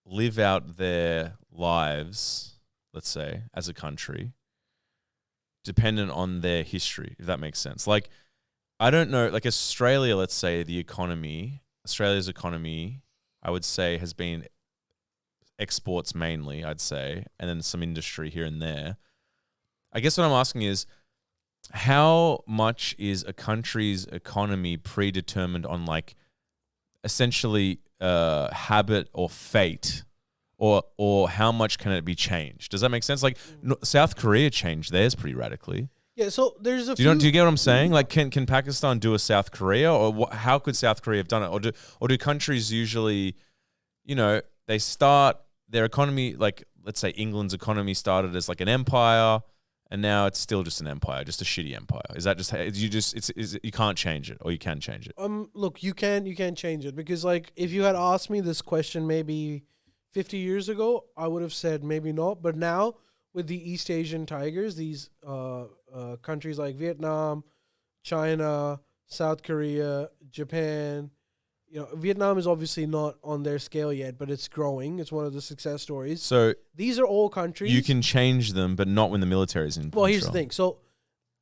S2: live out their lives, let's say, as a country, dependent on their history, if that makes sense? Like, I don't know, like Australia, let's say, the economy, Australia's economy, I would say, has been exports mainly, I'd say, and then some industry here and there. I guess what I'm asking is how much is a country's economy predetermined on like essentially uh, habit or fate? Or, or how much can it be changed? Does that make sense? Like no, South Korea changed theirs pretty radically.
S1: Yeah, so there's a
S2: Do
S1: few
S2: you, know, do you get what I'm saying? Like, can, can Pakistan do a South Korea, or wha how could South Korea have done it, or do or do countries usually, you know, they start their economy like let's say England's economy started as like an empire, and now it's still just an empire, just a shitty empire. Is that just how- you just it's is, it- you can't change it, or you can change it?
S1: um look you can you can change it because like if you had asked me this question maybe 50 years ago i would have said maybe not but now with the east asian tigers these uh, uh countries like vietnam china south korea japan you know vietnam is obviously not on their scale yet but it's growing it's one of the success stories
S2: So
S1: these are all countries
S2: you can change them, but not when the military's in.
S1: well, here's the
S2: control.
S1: thing. So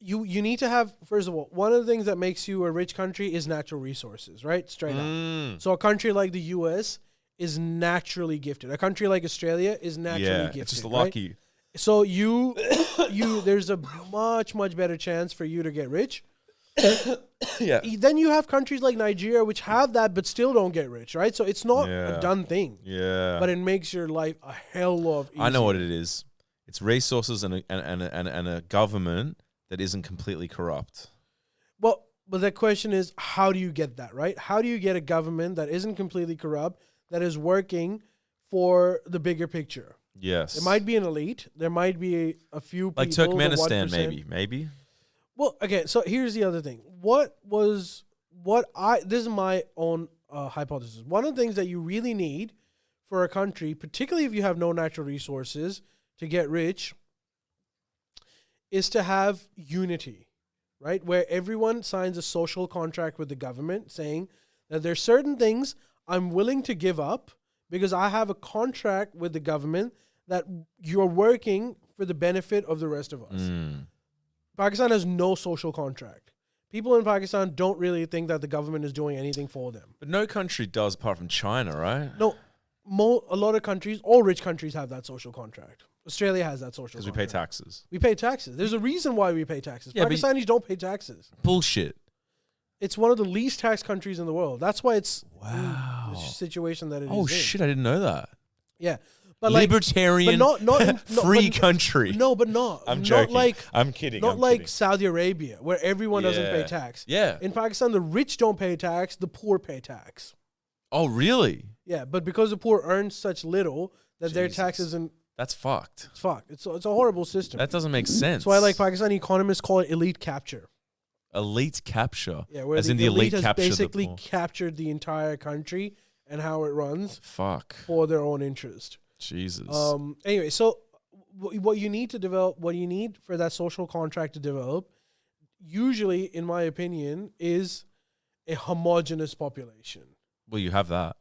S1: you you need to have first of all, one of the things that makes you a rich country is natural resources, right? Straight up.
S2: Mm.
S1: So a country like the US is naturally gifted. A country like Australia is naturally
S2: yeah,
S1: gifted.
S2: it's just
S1: right?
S2: lucky.
S1: So you you there's a much much better chance for you to get rich. E,
S2: Yeah,
S1: Then you have countries like Nigeria which have that but still don't get rich, right? So it's not
S2: Yeah.
S1: a done thing,
S2: yeah.
S1: but it makes your life a hell of easier.
S2: I know what it is. It's resources and a, and, and, a, and, a, and a government that isn't completely corrupt.
S1: Well, but the question is, how do you get that right? How do you get a government that isn't completely corrupt, that is working for the bigger picture?
S2: Yes.
S1: There might be an elite. There might be a few
S2: like
S1: people, the
S2: Turkmenistan,
S1: 1%.
S2: maybe, maybe.
S1: Well, okay. So here's the other thing. What was what I? This is my own uh, hypothesis. One of the things that you really need for a country, particularly if you have no natural resources to get rich, is to have unity, right? Where everyone signs a social contract with the government saying that there's certain things I'm willing to give up because I have a contract with the government that you're working for the benefit of the rest of us.
S2: Mm.
S1: Pakistan has no social contract. People in Pakistan don't really think that the government is doing anything for them.
S2: But no country does apart from China, right?
S1: No, mo- a lot of countries, all rich countries, have that social contract. Australia has that social
S2: Because
S1: contract.
S2: we pay taxes.
S1: We pay taxes. There's a reason why we pay taxes.
S2: Yeah, but you-
S1: Pakistanis don't pay taxes.
S2: Bullshit.
S1: It's one of the least taxed countries in the world. That's why it's
S2: Wow.
S1: the situation that it is.
S2: Oh
S1: in.
S2: shit! I didn't know that.
S1: Yeah, but like,
S2: Libertarian,
S1: but
S2: [laughs]
S1: not not in, no,
S2: free
S1: but-
S2: country.
S1: No, but not.
S2: I'm
S1: not
S2: joking.
S1: Like
S2: I'm kidding.
S1: not
S2: I'm
S1: like
S2: kidding.
S1: Saudi Arabia, where everyone doesn't pay
S2: Yeah.
S1: tax.
S2: Yeah.
S1: In Pakistan, the rich don't pay tax, the poor pay tax.
S2: oh really?
S1: Yeah, but because the poor earn such little that their tax
S2: Jesus.
S1: isn't
S2: That's fucked.
S1: it's fucked. It's, a- it's a horrible system.
S2: That doesn't make sense.
S1: That's why, like, Pakistani economists call it elite capture.
S2: Elite capture.
S1: Yeah, where
S2: As in the elite
S1: has
S2: captured the
S1: basically
S2: poor.
S1: captured the entire country and how it runs
S2: Fuck.
S1: for their own interest.
S2: Jesus.
S1: Um. Anyway, so wh- what you need to develop, what you need for that social contract to develop, usually, in my opinion, is a homogenous population.
S2: well, you have that.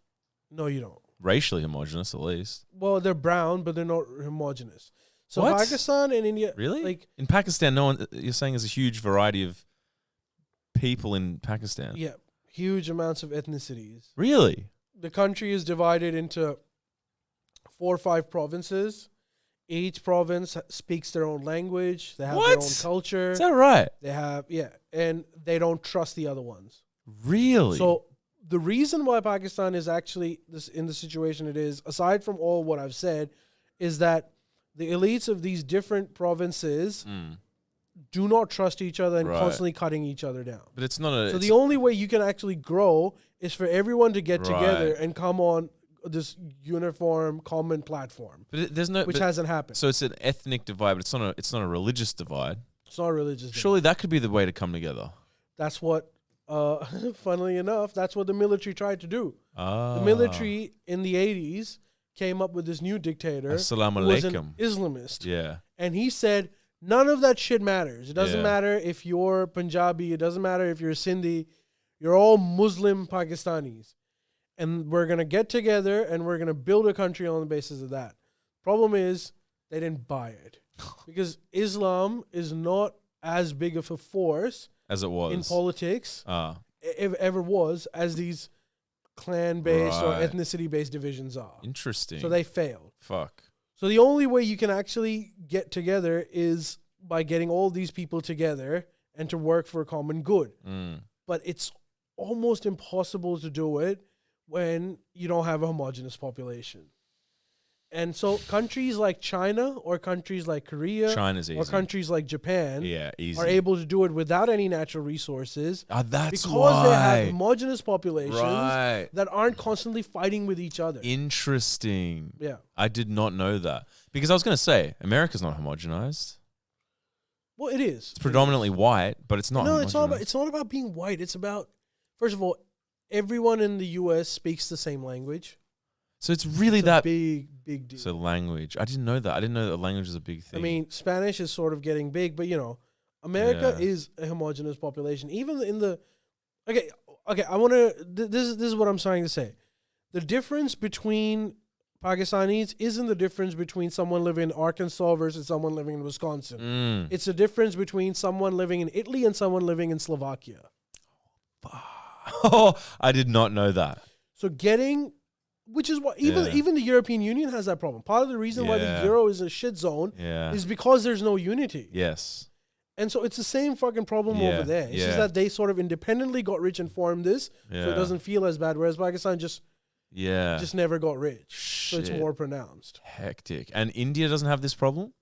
S1: No, you don't.
S2: Racially homogenous, at least.
S1: Well, they're brown, but they're not homogenous. So
S2: What?
S1: Pakistan and India,
S2: Really?
S1: Like,
S2: in Pakistan, no one. You're saying there's a huge variety of people in Pakistan.
S1: yeah, huge amounts of ethnicities.
S2: Really?
S1: the country is divided into four or five provinces. Each province speaks their own language. They have their own
S2: What?
S1: culture.
S2: Is that right?
S1: they have yeah, and they don't trust the other ones.
S2: Really?
S1: So the reason why Pakistan is actually this in the situation it is, aside from all what I've said, is that the elites of these different provinces
S2: Mm.
S1: do not trust each other and
S2: Right.
S1: constantly cutting each other down.
S2: but it's not a.
S1: So
S2: it's-
S1: the only way you can actually grow is for everyone to get together
S2: Right.
S1: and come on this uniform common platform,
S2: but it, there's no.
S1: which
S2: but-
S1: hasn't happened.
S2: so it's an ethnic divide, but it's not a. It's not a religious divide.
S1: it's not religious. Sure.
S2: Surely that could be the way to come together.
S1: That's what, uh, [laughs] funnily enough, that's what the military tried to do.
S2: Ah.
S1: The military in the 80s came up with this new dictator
S2: Assalamu
S1: who was an
S2: alaikum.
S1: Islamist.
S2: Yeah.
S1: And he said, none of that shit matters. It doesn't
S2: Yeah.
S1: matter if you're Punjabi, it doesn't matter if you're Sindhi, you're all Muslim Pakistanis. And we're going to get together and we're going to build a country on the basis of that. Problem is, they didn't buy it
S2: [laughs]
S1: because Islam is not as big of a force
S2: As it was.
S1: in politics,
S2: ah.
S1: if e-, ever was, as these clan based or
S2: Right.
S1: ethnicity based divisions are.
S2: Interesting.
S1: So they failed.
S2: Fuck.
S1: So the only way you can actually get together is by getting all these people together and to work for a common good.
S2: Mm.
S1: But it's almost impossible to do it when you don't have a homogenous population. And so countries like China or countries like Korea
S2: China's
S1: or
S2: easy.
S1: countries like Japan
S2: Yeah, easy.
S1: are able to do it without any natural resources
S2: ah, that's
S1: because they have
S2: why.
S1: homogenous populations
S2: right.
S1: that aren't constantly fighting with each other.
S2: Interesting.
S1: yeah.
S2: I did not know that because I was going to say America's not homogenized.
S1: Well, it is.
S2: It's predominantly white, but it's not.
S1: no, it's not about
S2: homogenised.
S1: it's not about being white. It's about first of all, everyone in the U.S. speaks the same language.
S2: so it's really
S1: It's a
S2: that.
S1: big big deal.
S2: So language. I didn't know that. I didn't know that language was a big
S1: I
S2: thing.
S1: mean, Spanish is sort of getting big, but you know, America
S2: Yeah.
S1: is a homogenous population. Even in the okay, okay, I want to. Th- this is this is what I'm trying to say. The difference between Pakistanis isn't the difference between someone living in Arkansas versus someone living in Wisconsin.
S2: Mm.
S1: It's the difference between someone living in Italy and someone living in Slovakia.
S2: [laughs] oh, I did not know that.
S1: So getting, which is why even
S2: Yeah.
S1: even the European Union has that problem. Part of the reason why the
S2: Yeah.
S1: euro is a shit zone
S2: Yeah.
S1: is because there's no unity,
S2: yes.
S1: and so it's the same fucking problem
S2: Yeah,
S1: over there. It's
S2: yeah.
S1: just that they sort of independently got rich and formed this,
S2: Yeah.
S1: so it doesn't feel as bad. Whereas Pakistan just
S2: Yeah.
S1: just never got rich, so
S2: Shit.
S1: it's more pronounced.
S2: hectic. And India doesn't have this problem.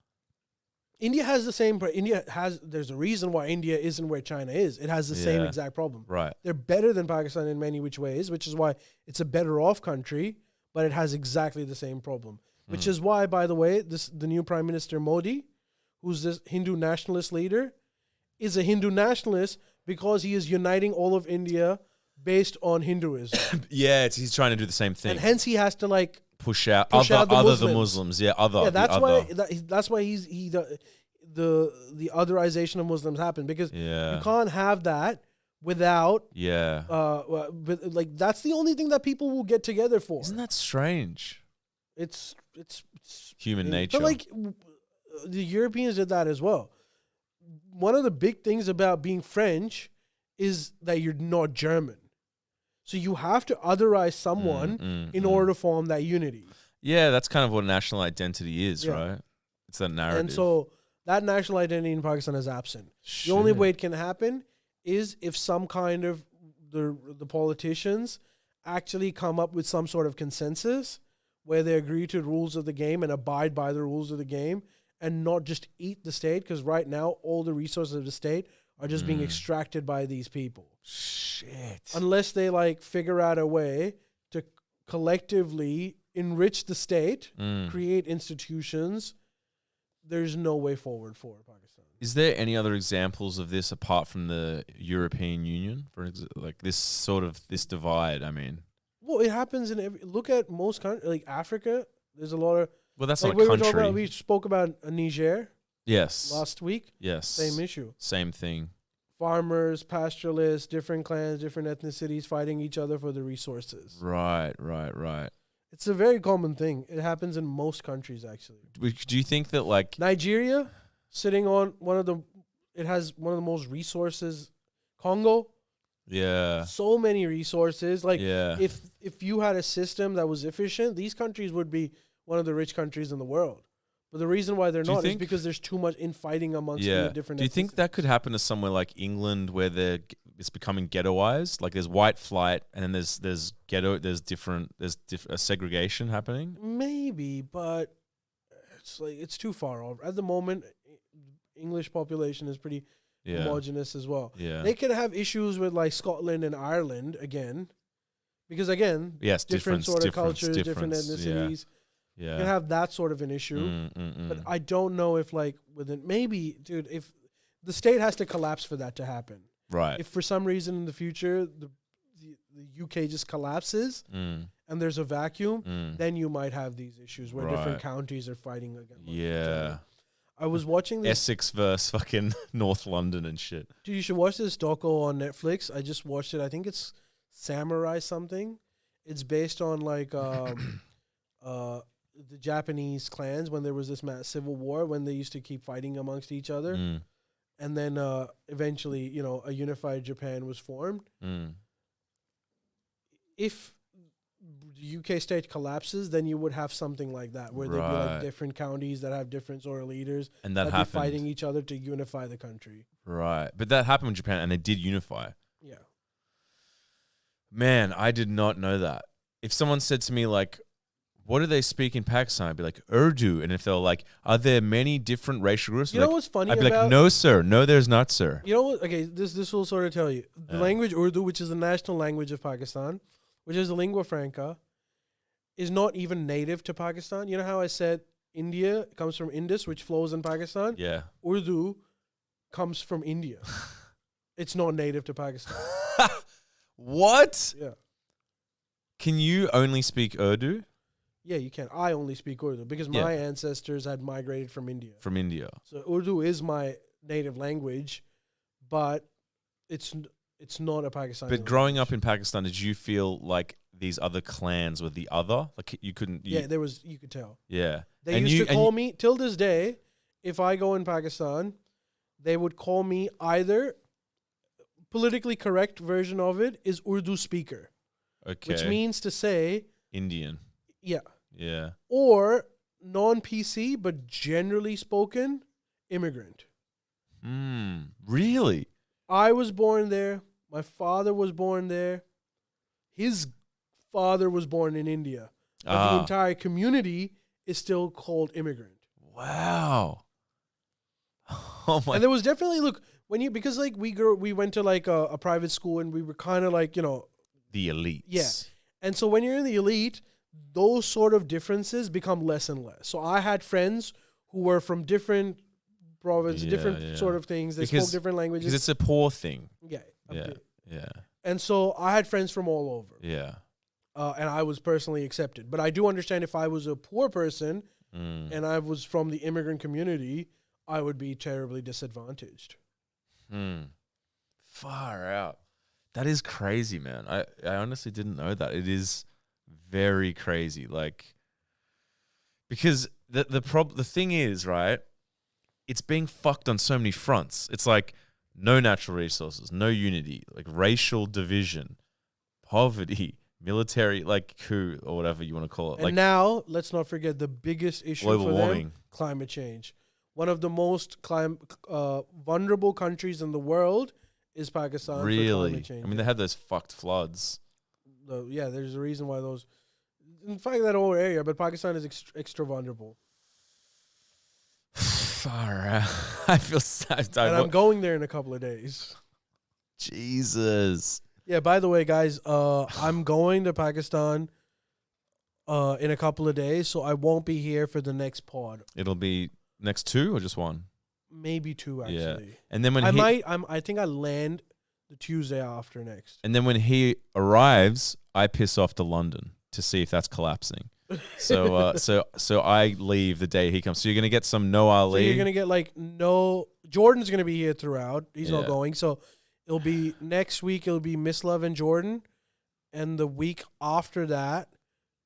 S1: India has the same. pro- India has. There's a reason why India isn't where China is. It has the same
S2: Yeah.
S1: exact problem. [coughs]
S2: Right.
S1: They're better than Pakistan in many which ways, which is why it's a better off country, but it has exactly the same problem. Which
S2: Hmm.
S1: is why, by the way, this the new Prime Minister Modi, who's this Hindu nationalist leader, is a Hindu nationalist because he is uniting all of India based on Hinduism.
S2: Yeah, it's, he's trying to do the same thing.
S1: and hence he has to like
S2: push out
S1: push
S2: other
S1: out the
S2: other the Muslims.
S1: Muslims.
S2: Yeah, other. the
S1: yeah, that's
S2: other.
S1: why that, that's why he's he the the, the otherization of Muslims happened because you
S2: Yeah.
S1: can't have that without
S2: Yeah.
S1: uh well, but, like that's the only thing that people will get together for.
S2: Isn't that strange?
S1: it's it's, it's
S2: Human
S1: it-
S2: nature.
S1: But like w- uh, the Europeans did that as well. One of the big things about being French is that you're not German, so you have to otherize someone
S2: Mm, mm,
S1: in
S2: mm.
S1: order to form that unity.
S2: Yeah, that's kind of what national identity is,
S1: Yeah.
S2: right? It's that narrative.
S1: And so that national identity in Pakistan is absent.
S2: Shit.
S1: The only way it can happen is if some kind of the the politicians actually come up with some sort of consensus where they agree to the rules of the game and abide by the rules of the game and not just eat the state because right now all the resources of the state are just
S2: Mm.
S1: being extracted by these people
S2: Shit.
S1: unless they like figure out a way to collectively enrich the state
S2: Mm.
S1: create institutions there's no way forward for Pakistan.
S2: Is there any other examples of this apart from the European Union? For ex- like this sort of this divide. I mean,
S1: Well, it happens in every. Look at most countries, like Africa. There's a lot of
S2: well, that's
S1: like
S2: not
S1: we
S2: a
S1: were talking
S2: country.
S1: about. We spoke about uh, Niger
S2: yes.
S1: last week.
S2: yes.
S1: Same
S2: Same,
S1: issue.
S2: thing.
S1: Farmers, pastoralists, different clans, different ethnicities fighting each other for the resources.
S2: Right. Right. Right.
S1: It's a very common thing. It happens in most countries actually.
S2: Do do you think that like
S1: Nigeria sitting on one of the it has one of the most resources. Congo,
S2: yeah
S1: so many resources. Like
S2: yeah
S1: if if you had a system that was efficient, these countries would be one of the rich countries in the world. But the reason why they're
S2: Do you
S1: not is
S2: think-
S1: because there's too much infighting amongst
S2: yeah
S1: the different.
S2: do you think
S1: ethnicities.
S2: that could happen to somewhere like england where they're g- it's becoming ghettoized like there's white flight and then there's there's ghetto there's different there's diff- uh, segregation happening
S1: maybe, but it's like it's too far off at the moment. e- English population is pretty
S2: yeah
S1: homogenous as well.
S2: yeah
S1: They could have issues with like Scotland and Ireland again, because again,
S2: yes
S1: different
S2: difference,
S1: sort of
S2: difference,
S1: cultures, different
S2: difference,
S1: ethnicities.
S2: yeah,
S1: You
S2: yeah.
S1: have that sort of an issue.
S2: Mm, mm, mm.
S1: But I don't know if like within maybe, dude, if the state has to collapse for that to happen.
S2: right
S1: If for some reason in the future the the, the UK just collapses
S2: mm,
S1: and there's a vacuum,
S2: mm.
S1: then you might have these issues where different
S2: Right.
S1: counties are fighting again.
S2: yeah
S1: I was watching this.
S2: essex versus fucking [laughs] north london and shit
S1: Dude, you should watch this doco on Netflix. I just watched it. I think it's Samurai something. It's based on like
S2: [coughs]
S1: um, uh, the Japanese clans when there was this mass civil war when they used to keep fighting amongst each other,
S2: mm,
S1: and then uh, eventually, you know, a unified Japan was formed.
S2: mm.
S1: If the UK state collapses, then you would have something like that where there'd be
S2: Right.
S1: like different counties that have different sort of leaders
S2: and that
S1: that'd
S2: happened
S1: be fighting each other to unify the country.
S2: right but that happened in japan and they did unify
S1: Yeah.
S2: Man, I did not know that. If someone said to me like, "What do they speak in Pakistan?" I'd be like, "Urdu." And if they were like, "Are there many different racial groups?"
S1: You
S2: Like-
S1: know what's funny
S2: I'd be
S1: about
S2: like, "No, sir. No, there's not, sir."
S1: You know what? Okay, this this will sort of tell you the
S2: Yeah.
S1: language Urdu, which is the national language of Pakistan, which is the lingua franca, is not even native to Pakistan. You know how I said India comes from Indus, which flows in Pakistan. [laughs]
S2: Yeah.
S1: Urdu comes from
S2: [laughs]
S1: India. it's not native to Pakistan.
S2: what?
S1: Yeah,
S2: Can you only speak Urdu
S1: yeah, you can. I only speak Urdu because
S2: Yeah.
S1: my ancestors had migrated from India,
S2: from India?
S1: so Urdu is my native language, but it's n- it's not a Pakistani.
S2: But growing up in Pakistan, did you feel like these other clans were the other? Like you couldn't. You,
S1: yeah, there was you could tell.
S2: Yeah.
S1: They
S2: And
S1: used
S2: you-
S1: to
S2: and
S1: call
S2: you-
S1: me till this day. If I go in Pakistan, they would call me either politically correct version of it is Urdu speaker,
S2: Okay.
S1: which means to say
S2: Indian.
S1: yeah,
S2: Yeah.
S1: or non PC but generally spoken immigrant.
S2: Hmm. Really?
S1: I was born there. My father was born there. His father was born in India. But the
S2: Ah.
S1: entire community is still called immigrant.
S2: Wow. [laughs] Oh my
S1: and there was definitely look when you because like we grew we went to like a, a private school and we were kind of like you know
S2: the elites.
S1: Yeah. and so when you're in the elite those sort of differences become less and less so i had friends who were from different provinces
S2: Yeah,
S1: different
S2: yeah.
S1: sort of things they
S2: Because-
S1: spoke different
S2: Because
S1: languages
S2: it's a poor thing.
S1: yeah,
S2: Yeah.
S1: okay.
S2: Yeah.
S1: and so i had friends from all over
S2: Yeah.
S1: uh, and i was personally accepted but i do understand if i was a poor person
S2: Mm.
S1: and i was from the immigrant community i would be terribly disadvantaged
S2: Hmm. Far out. That is crazy, man. I, I honestly didn't know that. It is very crazy. Like because the the prob the thing is, right? It's being fucked on so many fronts. It's like no natural resources, no unity, like racial division, poverty, [laughs] military like coup or whatever you want to call it.
S1: And
S2: like
S1: now, let's not forget the biggest issue
S2: global
S1: for
S2: warming.
S1: them: climate change. One of the most clim- uh, vulnerable countries in the world is Pakistan. For
S2: Really?
S1: climate change.
S2: I mean, they had those fucked floods. [laughs]
S1: So, yeah, there's a reason why those. In fact, that whole area, but Pakistan is ext- extra vulnerable.
S2: Far out. [laughs] I feel sad. I
S1: and
S2: wa-
S1: I'm going there in a couple of days. [laughs]
S2: Jesus.
S1: Yeah. By the way, guys, uh, I'm going to Pakistan. Uh, in a couple of days, so I won't be here for the next pod.
S2: It'll be next two or just one?
S1: maybe two actually.
S2: Yeah. And then when
S1: I
S2: he
S1: might. I'm. I think I land the Tuesday after next.
S2: and then when he arrives, I piss off to London to see if that's collapsing.
S1: [laughs]
S2: So uh, so so I leave the day he comes. So you're gonna get some no
S1: So
S2: Ali.
S1: you're gonna get like no. Jordan's gonna be here throughout. He's not
S2: Yeah.
S1: going. So it'll be next week. It'll be Miss Love and Jordan, and the week after that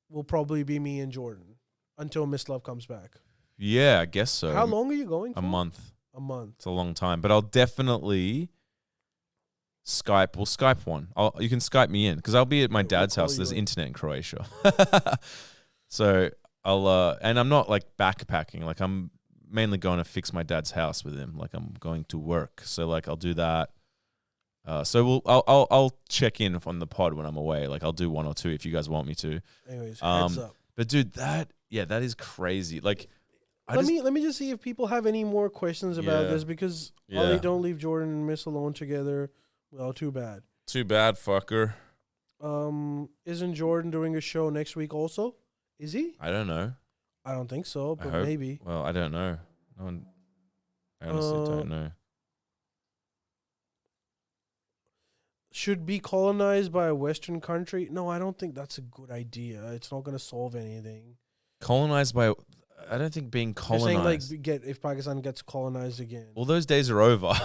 S1: will probably be me and Jordan until Miss Love comes back.
S2: yeah, I guess so.
S1: How long are you going?
S2: A
S1: for?
S2: month.
S1: A month.
S2: It's a long time, but I'll definitely Skype. We'll Skype one. I'll, you can Skype me in because I'll be at my
S1: We'll
S2: dad's
S1: call
S2: house.
S1: you
S2: There's
S1: in.
S2: internet in Croatia, [laughs] so I'll. Uh, and I'm not like backpacking. Like I'm mainly going to fix my dad's house with him. Like I'm going to work, so like I'll do that. Uh, so we'll. I'll, I'll. I'll check in on the pod when I'm away. Like I'll do one or two if you guys want me to.
S1: Anyways,
S2: Um,
S1: heads up.
S2: But dude, that yeah, that is crazy. Like, I
S1: let
S2: just
S1: me let me just see if people have any more questions about
S2: Yeah.
S1: this because
S2: yeah.
S1: Ollie don't leave Jordan and Miss alone together. Well, too bad.
S2: Too bad, fucker.
S1: Um, isn't Jordan doing a show next week also? Is he?
S2: I don't know.
S1: I don't think so,
S2: I
S1: but
S2: hope.
S1: maybe.
S2: Well, I don't know. No one, I honestly
S1: Uh,
S2: don't know.
S1: Should be colonized by a Western country? No, I don't think that's a good idea. It's not going to solve anything.
S2: Colonized by, I don't think being
S1: They're saying like
S2: colonized.
S1: we get if Pakistan gets colonized again.
S2: well, those days are over.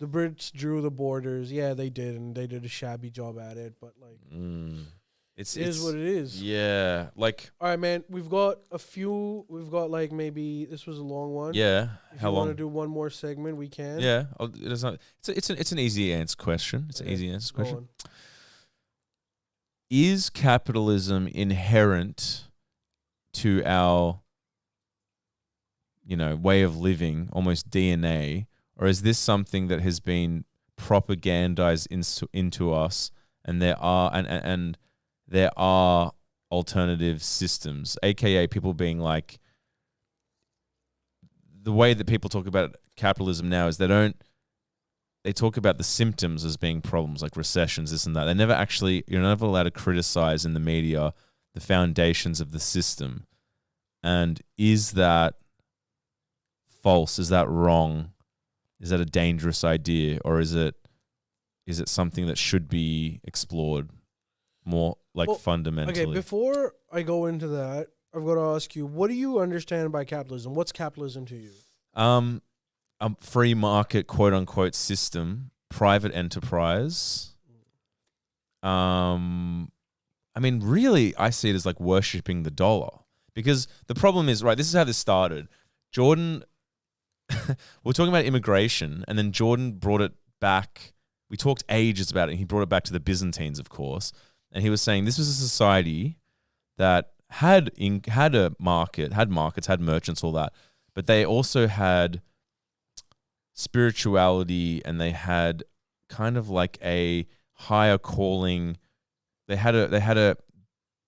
S1: the Brits drew the borders. Yeah, they did, and they did a shabby job at it. But like,
S2: mm. [laughs] It's
S1: it is
S2: it's-
S1: what it is.
S2: Yeah, like
S1: All right, man. We've got a few. We've got like maybe this was a long one.
S2: yeah.
S1: If
S2: how
S1: you
S2: long?
S1: want to do one more segment, we can.
S2: yeah, I'll- it is not, it's a, it's an it's an easy answer question. It's an
S1: Okay,
S2: easy answer
S1: Go
S2: question.
S1: on.
S2: Is capitalism inherent to our you know way of living, almost DNA, or is this something that has been propagandized into, into us? And there are and, and and there are alternative systems, aka people being like the way that people talk about capitalism now is they don't they talk about the symptoms as being problems like recessions, this and that. They never actually you're never allowed to criticize in the media the foundations of the system. And is that false? Is that wrong? Is that a dangerous idea? Or is it is it something that should be explored more like
S1: Well, okay,
S2: fundamentally?
S1: Okay, before I go into that, I've got to ask you: What do you understand by capitalism? What's capitalism to you?
S2: Um, a free market quote unquote system, private enterprise. Um, I mean, really, I see it as like worshipping the dollar because the problem is right. This is how this started. Jordan, [laughs] we're talking about immigration, and then Jordan brought it back. We talked ages about it. And he brought it back to the Byzantines, of course, and he was saying this was a society that had in, had a market, had markets, had merchants, all that, but they also had spirituality and they had kind of like a higher calling. They had a they had a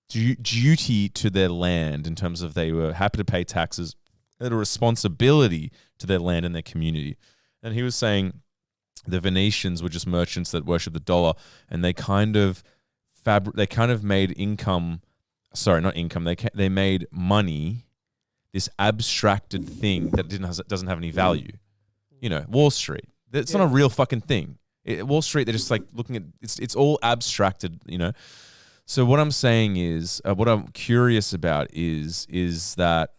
S2: du- duty to their land in terms of they were happy to pay taxes, they had a responsibility to their land and their community. And he was saying the Venetians were just merchants that worshipped the dollar, and they kind of fabri- they kind of made income sorry, not income. They ca- they made money, this abstracted thing that didn't has, doesn't have any value. You know, Wall Street. It's not a
S1: Yeah.
S2: real fucking thing. It, Wall Street. They're just like looking at it's it's all abstracted. You know. So what I'm saying is, uh, what I'm curious about is is that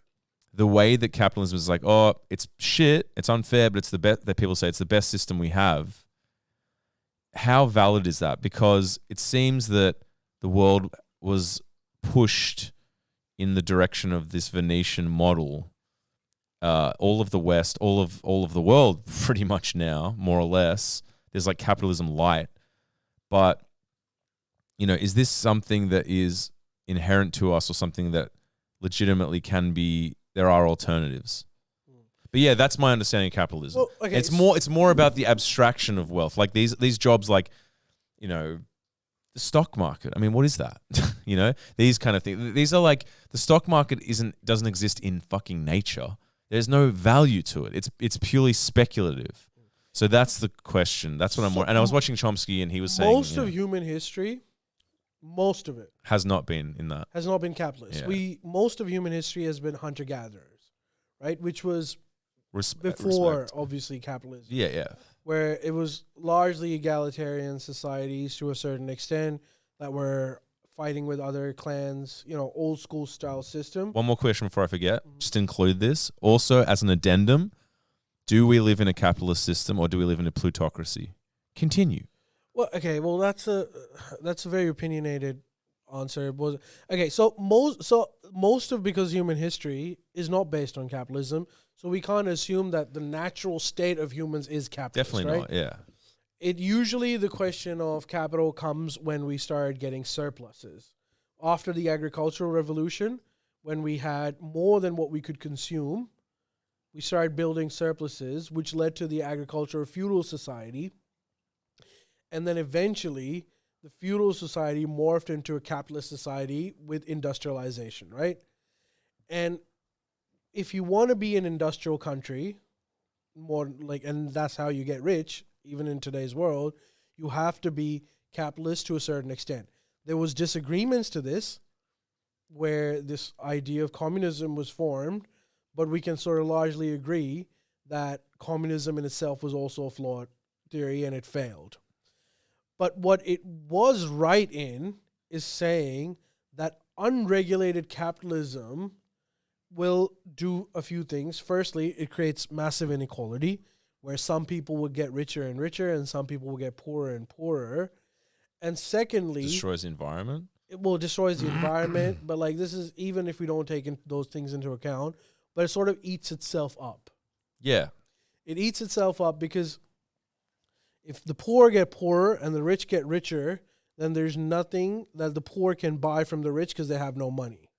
S2: the way that capitalism is like, oh, it's shit, it's unfair, but it's the best that people say it's the best system we have. How valid is that? Because it seems that the world was pushed in the direction of this Venetian model. Uh, all of the West, all of all of the world, [laughs] pretty much now, more or less, there's like capitalism light. But you know, is this something that is inherent to us, or something that legitimately can be? There are alternatives. But yeah, that's my understanding of capitalism.
S1: Well, okay,
S2: It's
S1: s-
S2: more. It's more about the abstraction of wealth, like these these jobs, like you know, the stock market. I mean, what is that? [laughs] you know, these kind of things. These are like the stock market isn't doesn't exist in fucking nature. There's no value to it. It's it's purely speculative. So that's the question. That's what I'm.
S1: So
S2: wor- And I was watching Chomsky, and he was saying
S1: most
S2: you
S1: of
S2: know,
S1: human history, most of it
S2: has not been in that.
S1: has not been capitalist.
S2: Yeah.
S1: We most of human history has been hunter gatherers, right? Which was
S2: Respe-
S1: before
S2: uh, respect.
S1: obviously capitalism.
S2: Yeah, yeah.
S1: where it was largely egalitarian societies to a certain extent that were fighting with other clans, you know, old school style system.
S2: One more question before I forget. Just include this. Also, as an addendum, do we live in a capitalist system or do we live in a plutocracy? Continue.
S1: Well, okay, well that's a that's a very opinionated answer. It Was okay, so most so most of because human history is not based on capitalism, so we can't assume that the natural state of humans is capitalism.
S2: Definitely
S1: right?
S2: not. Yeah.
S1: it usually the question of capital comes when we started getting surpluses after the agricultural revolution when we had more than what we could consume we started building surpluses which led to the agricultural feudal society and then eventually the feudal society morphed into a capitalist society with industrialization right and if you want to be an industrial country more like and that's how you get rich even in today's world you have to be capitalist to a certain extent there was disagreements to this where this idea of communism was formed but we can sort of largely agree that communism in itself was also a flawed theory and it failed but what it was right in is saying that unregulated capitalism will do a few things. Firstly, it creates massive inequality where some people will get richer and richer and some people will get poorer and poorer. And secondly,
S2: Destroys the environment.
S1: it will destroys the environment, but like this is even if we don't take in those things into account, but it sort of eats itself up
S2: Yeah.
S1: it eats itself up because if the poor get poorer and the rich get richer, then there's nothing that the poor can buy from the rich because they have no money.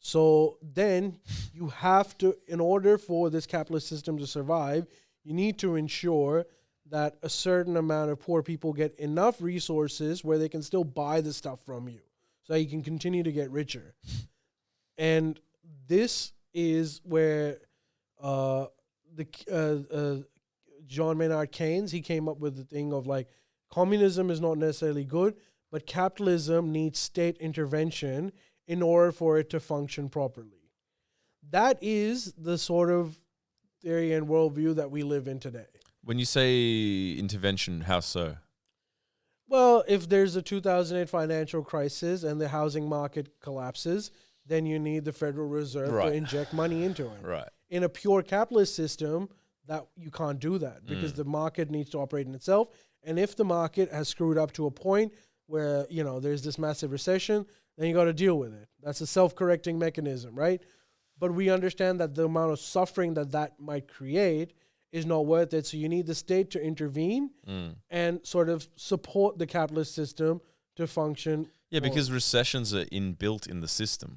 S1: So then you have to, in order for this capitalist system to survive, you need to ensure that a certain amount of poor people get enough resources where they can still buy the stuff from you so that you can continue to get richer. And this is where uh, the uh, uh, John Maynard Keynes he came up with the thing of like communism is not necessarily good, but capitalism needs state intervention in order for it to function properly. That is the sort of theory and worldview that we live in today.
S2: When you say intervention, how so?
S1: Well, if there's a 2008 financial crisis and the housing market collapses, then you need the Federal Reserve
S2: Right.
S1: to inject money into it.
S2: Right.
S1: in a pure capitalist system that you can't do that
S2: Mm.
S1: because the market needs to operate in itself and if the market has screwed up to a point where you know there's this massive recession then you got to deal with it that's a self-correcting mechanism right but we understand that the amount of suffering that that might create is not worth it so you need the state to intervene
S2: Mm.
S1: and sort of support the capitalist system to function
S2: Yeah, because recessions are inbuilt in the system.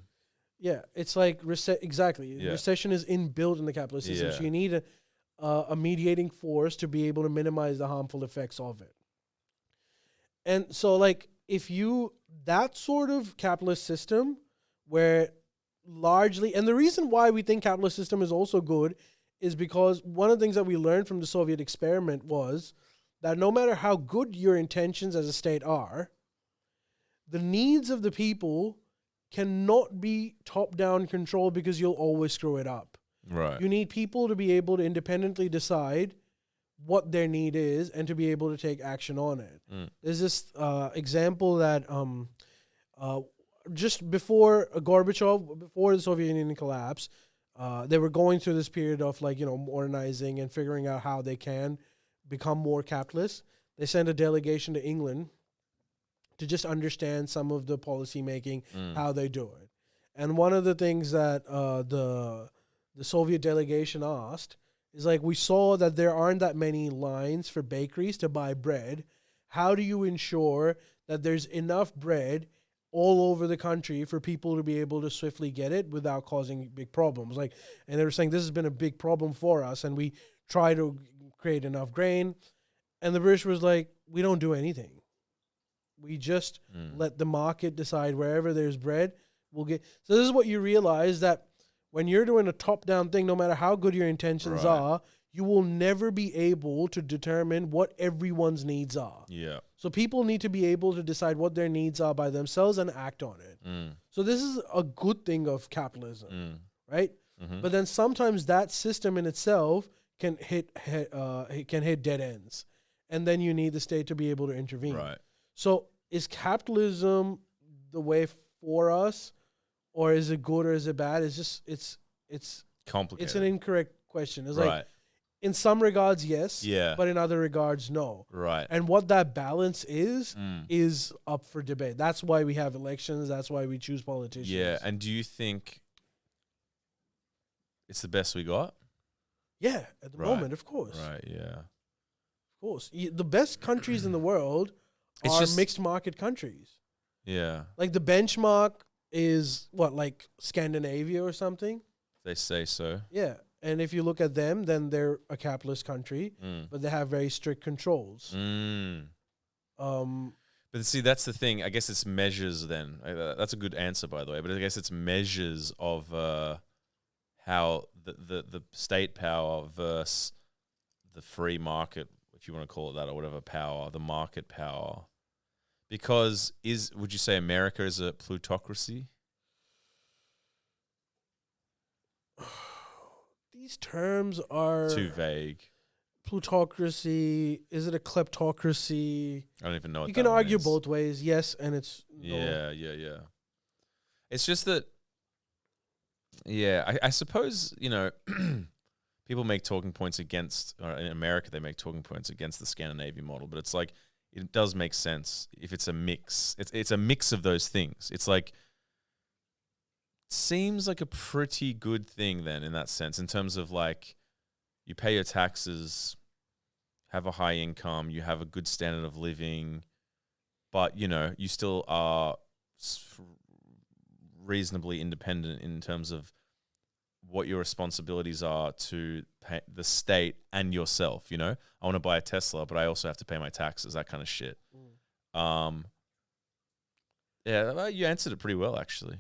S1: yeah, it's like rece- exactly.
S2: Yeah.
S1: Recession is inbuilt in the capitalist system. So
S2: Yeah.
S1: you need a, uh, a mediating force to be able to minimize the harmful effects of it. And so, like, if you that sort of capitalist system, where largely, and the reason why we think capitalist system is also good, is because one of the things that we learned from the Soviet experiment was that no matter how good your intentions as a state are, the needs of the people cannot be top down control because you'll always screw it up.
S2: Right.
S1: You need people to be able to independently decide what their need is and to be able to take action on it.
S2: Mm.
S1: There's this uh, example that um, uh, just before Gorbachev, before the Soviet Union collapse, uh, they were going through this period of like, you know, modernizing and figuring out how they can become more capitalist. They sent a delegation to England to just understand some of the policy making,
S2: Mm.
S1: how they do it. And one of the things that uh, the the Soviet delegation asked is like, we saw that there aren't that many lines for bakeries to buy bread. How do you ensure that there's enough bread all over the country for people to be able to swiftly get it without causing big problems? Like, and they were saying this has been a big problem for us, and we try to create enough grain. And the British was like, we don't do anything. We just
S2: Mm.
S1: let the market decide wherever there's bread we'll get so this is what you realize that when you're doing a top down thing no matter how good your intentions
S2: Right.
S1: are you will never be able to determine what everyone's needs are
S2: Yeah.
S1: so people need to be able to decide what their needs are by themselves and act on it
S2: Mm.
S1: so this is a good thing of capitalism
S2: Mm.
S1: right But then sometimes that system in itself can hit, hit uh, it can hit dead ends, and then you need the state to be able to intervene.
S2: Right.
S1: So is capitalism the way for us, or is it good or is it bad? It's just it's it's
S2: Complicated.
S1: it's an incorrect question. It's
S2: right.
S1: like in some regards yes,
S2: Yeah.
S1: but in other regards no.
S2: right.
S1: And what that balance is
S2: Mm.
S1: is up for debate. That's why we have elections. That's why we choose politicians.
S2: Yeah. And do you think it's the best we got?
S1: yeah. At the
S2: Right.
S1: moment, of course,
S2: Right. Yeah.
S1: of course, Y- the best countries in the world
S2: [clears throat] It's
S1: are
S2: just-
S1: mixed market countries.
S2: Yeah.
S1: Like the benchmark is what, like Scandinavia or something.
S2: They say so.
S1: Yeah. And if you look at them, then they're a capitalist country,
S2: Mm.
S1: but they have very strict controls.
S2: Mm.
S1: Um,
S2: But see, that's the thing. I guess it's measures. Then I- uh, that's a good answer, by the way. But I guess it's measures of uh, how the, the the state power versus the free market, if you want to call it that, or whatever power, the market power. Because is would you say America is a plutocracy?
S1: these terms are
S2: Too vague.
S1: plutocracy. Is it a kleptocracy?
S2: I don't even know. What
S1: You
S2: that
S1: can
S2: one
S1: argue
S2: is.
S1: both ways. Yes, and it's no.
S2: Yeah, yeah, yeah. It's just that, yeah, I, I suppose, you know, [clears throat] people make talking points against, or in America, they make talking points against the Scandinavian model, but it's like, it does make sense if it's a mix. It's, it's a mix of those things. It's like, seems like a pretty good thing then in that sense, in terms of like, you pay your taxes, have a high income, you have a good standard of living, but you know you still are s- reasonably independent in terms of what your responsibilities are to pay the state and yourself you know i want to buy a tesla but i also have to pay my taxes that kind of shit um yeah well, you answered it pretty well actually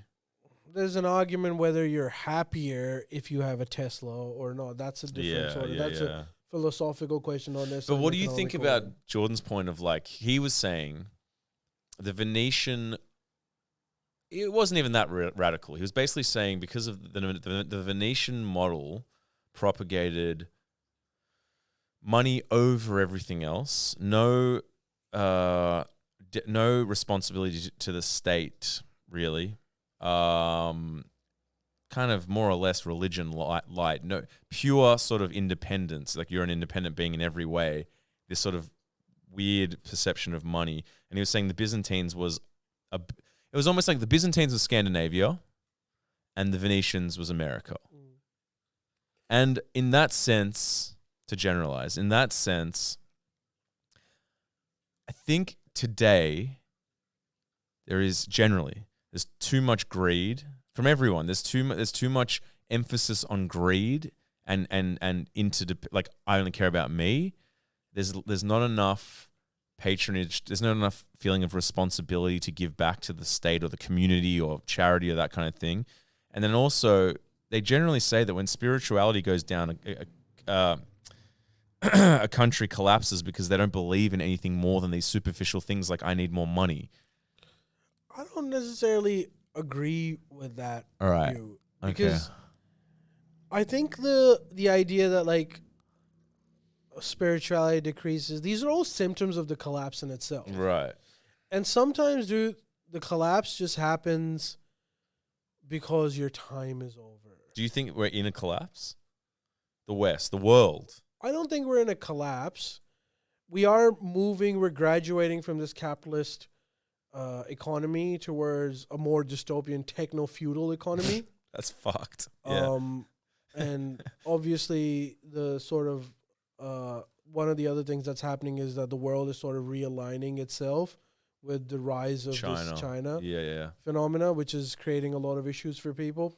S1: There's an argument whether you're happier if you have a Tesla or not. That's a different
S2: yeah
S1: sort of
S2: yeah,
S1: that's
S2: yeah.
S1: a philosophical question on this.
S2: But what do you think about Jordan's point of like he was saying the Venetian? It wasn't even that ra- radical. He was basically saying because of the, the the Venetian model propagated money over everything else, no uh, d- no responsibility t- to the state really. Um, kind of more or less religion light, light, no pure sort of independence. Like you're an independent being in every way. This sort of weird perception of money. And he was saying the Byzantines was a, b- it was almost like the Byzantines was Scandinavia, and the Venetians was America. And in that sense, to generalize, in that sense, I think today there is generally there's too much greed from everyone. There's too mu- there's too much emphasis on greed and and and interdep- like I only care about me. There's there's not enough patronage. There's not enough feeling of responsibility to give back to the state or the community or charity or that kind of thing. And then also they generally say that when spirituality goes down, a, a, uh, [clears throat] a country collapses because they don't believe in anything more than these superficial things like I need more money.
S1: I don't necessarily agree with that
S2: All right.
S1: view
S2: Okay.
S1: because I think the the idea that like spirituality decreases these are all symptoms of the collapse in itself.
S2: Right.
S1: And sometimes dude the collapse just happens because your time is over.
S2: Do you think we're in a collapse? The West, the world.
S1: I don't think we're in a collapse. We are moving, we're graduating from this capitalist uh, economy towards a more dystopian techno feudal economy.
S2: That's fucked. Yeah.
S1: Um, and
S2: [laughs]
S1: obviously, the sort of uh, one of the other things that's happening is that the world is sort of realigning itself with the rise of
S2: China.
S1: this China
S2: yeah, yeah.
S1: phenomena, which is creating a lot of issues for people.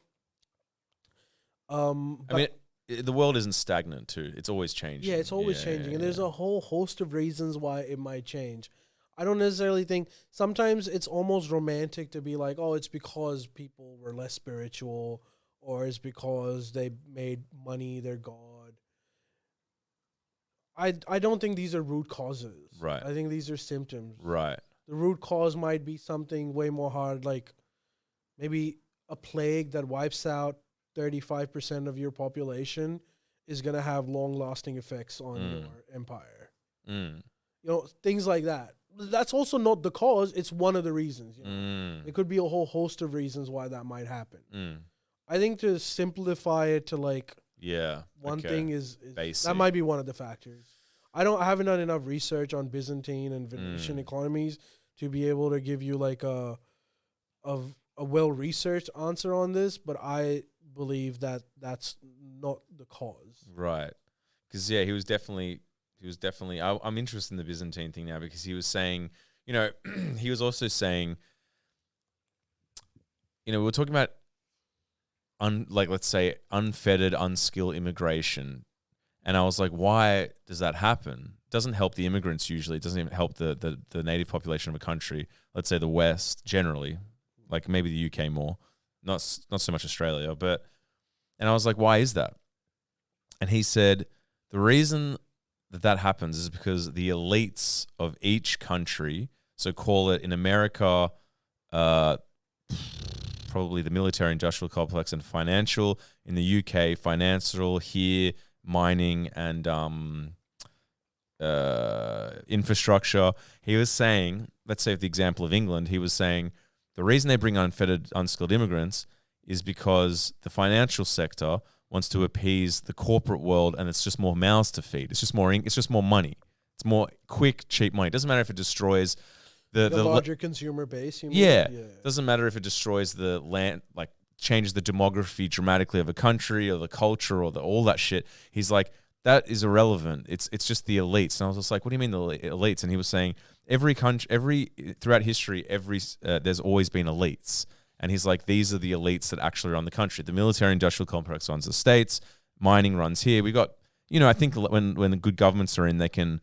S1: Um,
S2: I
S1: but-
S2: mean, i the world isn't stagnant too. It's always changing.
S1: Yeah, it's always
S2: Yeah,
S1: changing,
S2: yeah,
S1: and there's
S2: yeah.
S1: a whole host of reasons why it might change. I don't necessarily think sometimes it's almost romantic to be like, oh, it's because people were less spiritual, or it's because they made money their god. I I don't think these are root causes.
S2: Right.
S1: I think these are symptoms.
S2: right.
S1: The root cause might be something way more hard, like maybe a plague that wipes out 35% of your population is going to have long lasting effects on
S2: Mm.
S1: your empire.
S2: Mm.
S1: You know, things like that. That's also not the cause, it's one of the reasons. You know?
S2: Mm.
S1: It could be a whole host of reasons why that might happen.
S2: Mm.
S1: I think to simplify it to like
S2: Yeah.
S1: one
S2: okay.
S1: thing is, is
S2: Basic.
S1: that might be one of the factors. I don't I haven't done enough research on Byzantine and Venetian
S2: Mm.
S1: economies to be able to give you like a of a well researched answer on this, but I believe that that's not the cause.
S2: Right. Because yeah, he was definitely he was definitely. I, I'm interested in the Byzantine thing now because he was saying, you know, [clears throat] he was also saying, you know, we we're talking about, un, like let's say unfettered, unskilled immigration, and I was like, why does that happen? Doesn't help the immigrants usually. It doesn't even help the, the the native population of a country. Let's say the West generally, like maybe the UK more, not s- not so much Australia, but. And I was like, why is that? And he said, the reason that that happens is because the elites of each country, so call it in America, uh, probably the military industrial complex and financial, in the UK, financial, here, mining and um, uh, infrastructure. He was saying, let's say the example of England, he was saying, the reason they bring unfettered, unskilled immigrants is because the financial sector wants to appease the corporate world, and it's just more mouths to feed. It's just more. ink- It's just more money. It's more quick, cheap money. It doesn't matter if it destroys the
S1: The,
S2: the, la-
S1: larger consumer base, you mean?
S2: yeah.
S1: yeah.
S2: Doesn't matter if it destroys the land, like changes the demography dramatically of a country or the culture or the, all that shit. He's like, that is irrelevant. It's it's just the elites. And I was just like, what do you mean the eli- elites? And he was saying every country, every throughout history, every s- uh, there's always been elites. And he's like, these are the elites that actually run the country. The military-industrial complex runs the states. Mining runs here. We got, you know, I think l- when when the good governments are in, they can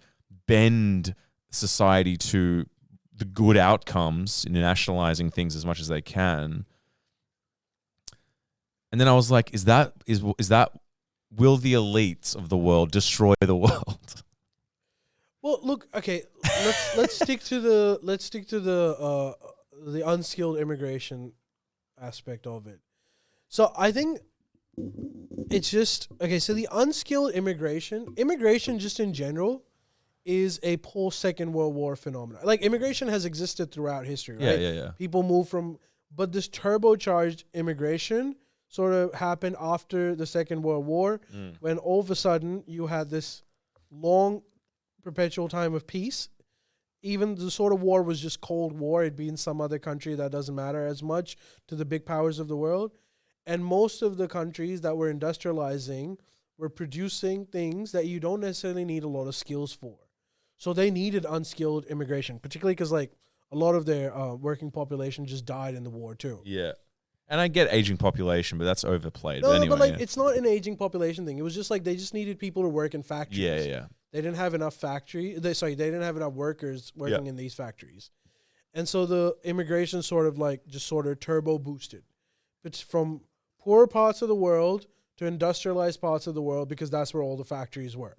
S2: bend society to the good outcomes in nationalizing things as much as they can. And then I was like, is that is is that will the elites of the world destroy the [laughs] world?
S1: Well, look, okay, let's let's stick to the let's stick to the uh, the unskilled immigration aspect of it. So I think it's just okay. So the unskilled immigration, immigration just in general, is a post Second World War phenomenon. Like immigration has existed throughout history. Right?
S2: Yeah, yeah, yeah.
S1: people move from but this turbocharged immigration sort of happened after the second world war
S2: Mm.
S1: when all of a sudden you had this long perpetual time of peace even the sort of war was just cold war it'd be in some other country that doesn't matter as much to the big powers of the world and most of the countries that were industrializing were producing things that you don't necessarily need a lot of skills for so they needed unskilled immigration particularly because like a lot of their uh, working population just died in the war too
S2: Yeah. And I get aging population, but that's overplayed.
S1: no,
S2: but
S1: no,
S2: anyway,
S1: but like
S2: yeah.
S1: it's not an aging population thing. It was just like they just needed people to work in factories.
S2: yeah, yeah, yeah.
S1: They didn't have enough factory. They sorry, they didn't have enough workers working in these factories, and so the immigration sort of like just sort of turbo boosted. It's from poorer parts of the world to industrialized parts of the world because that's where all the factories were.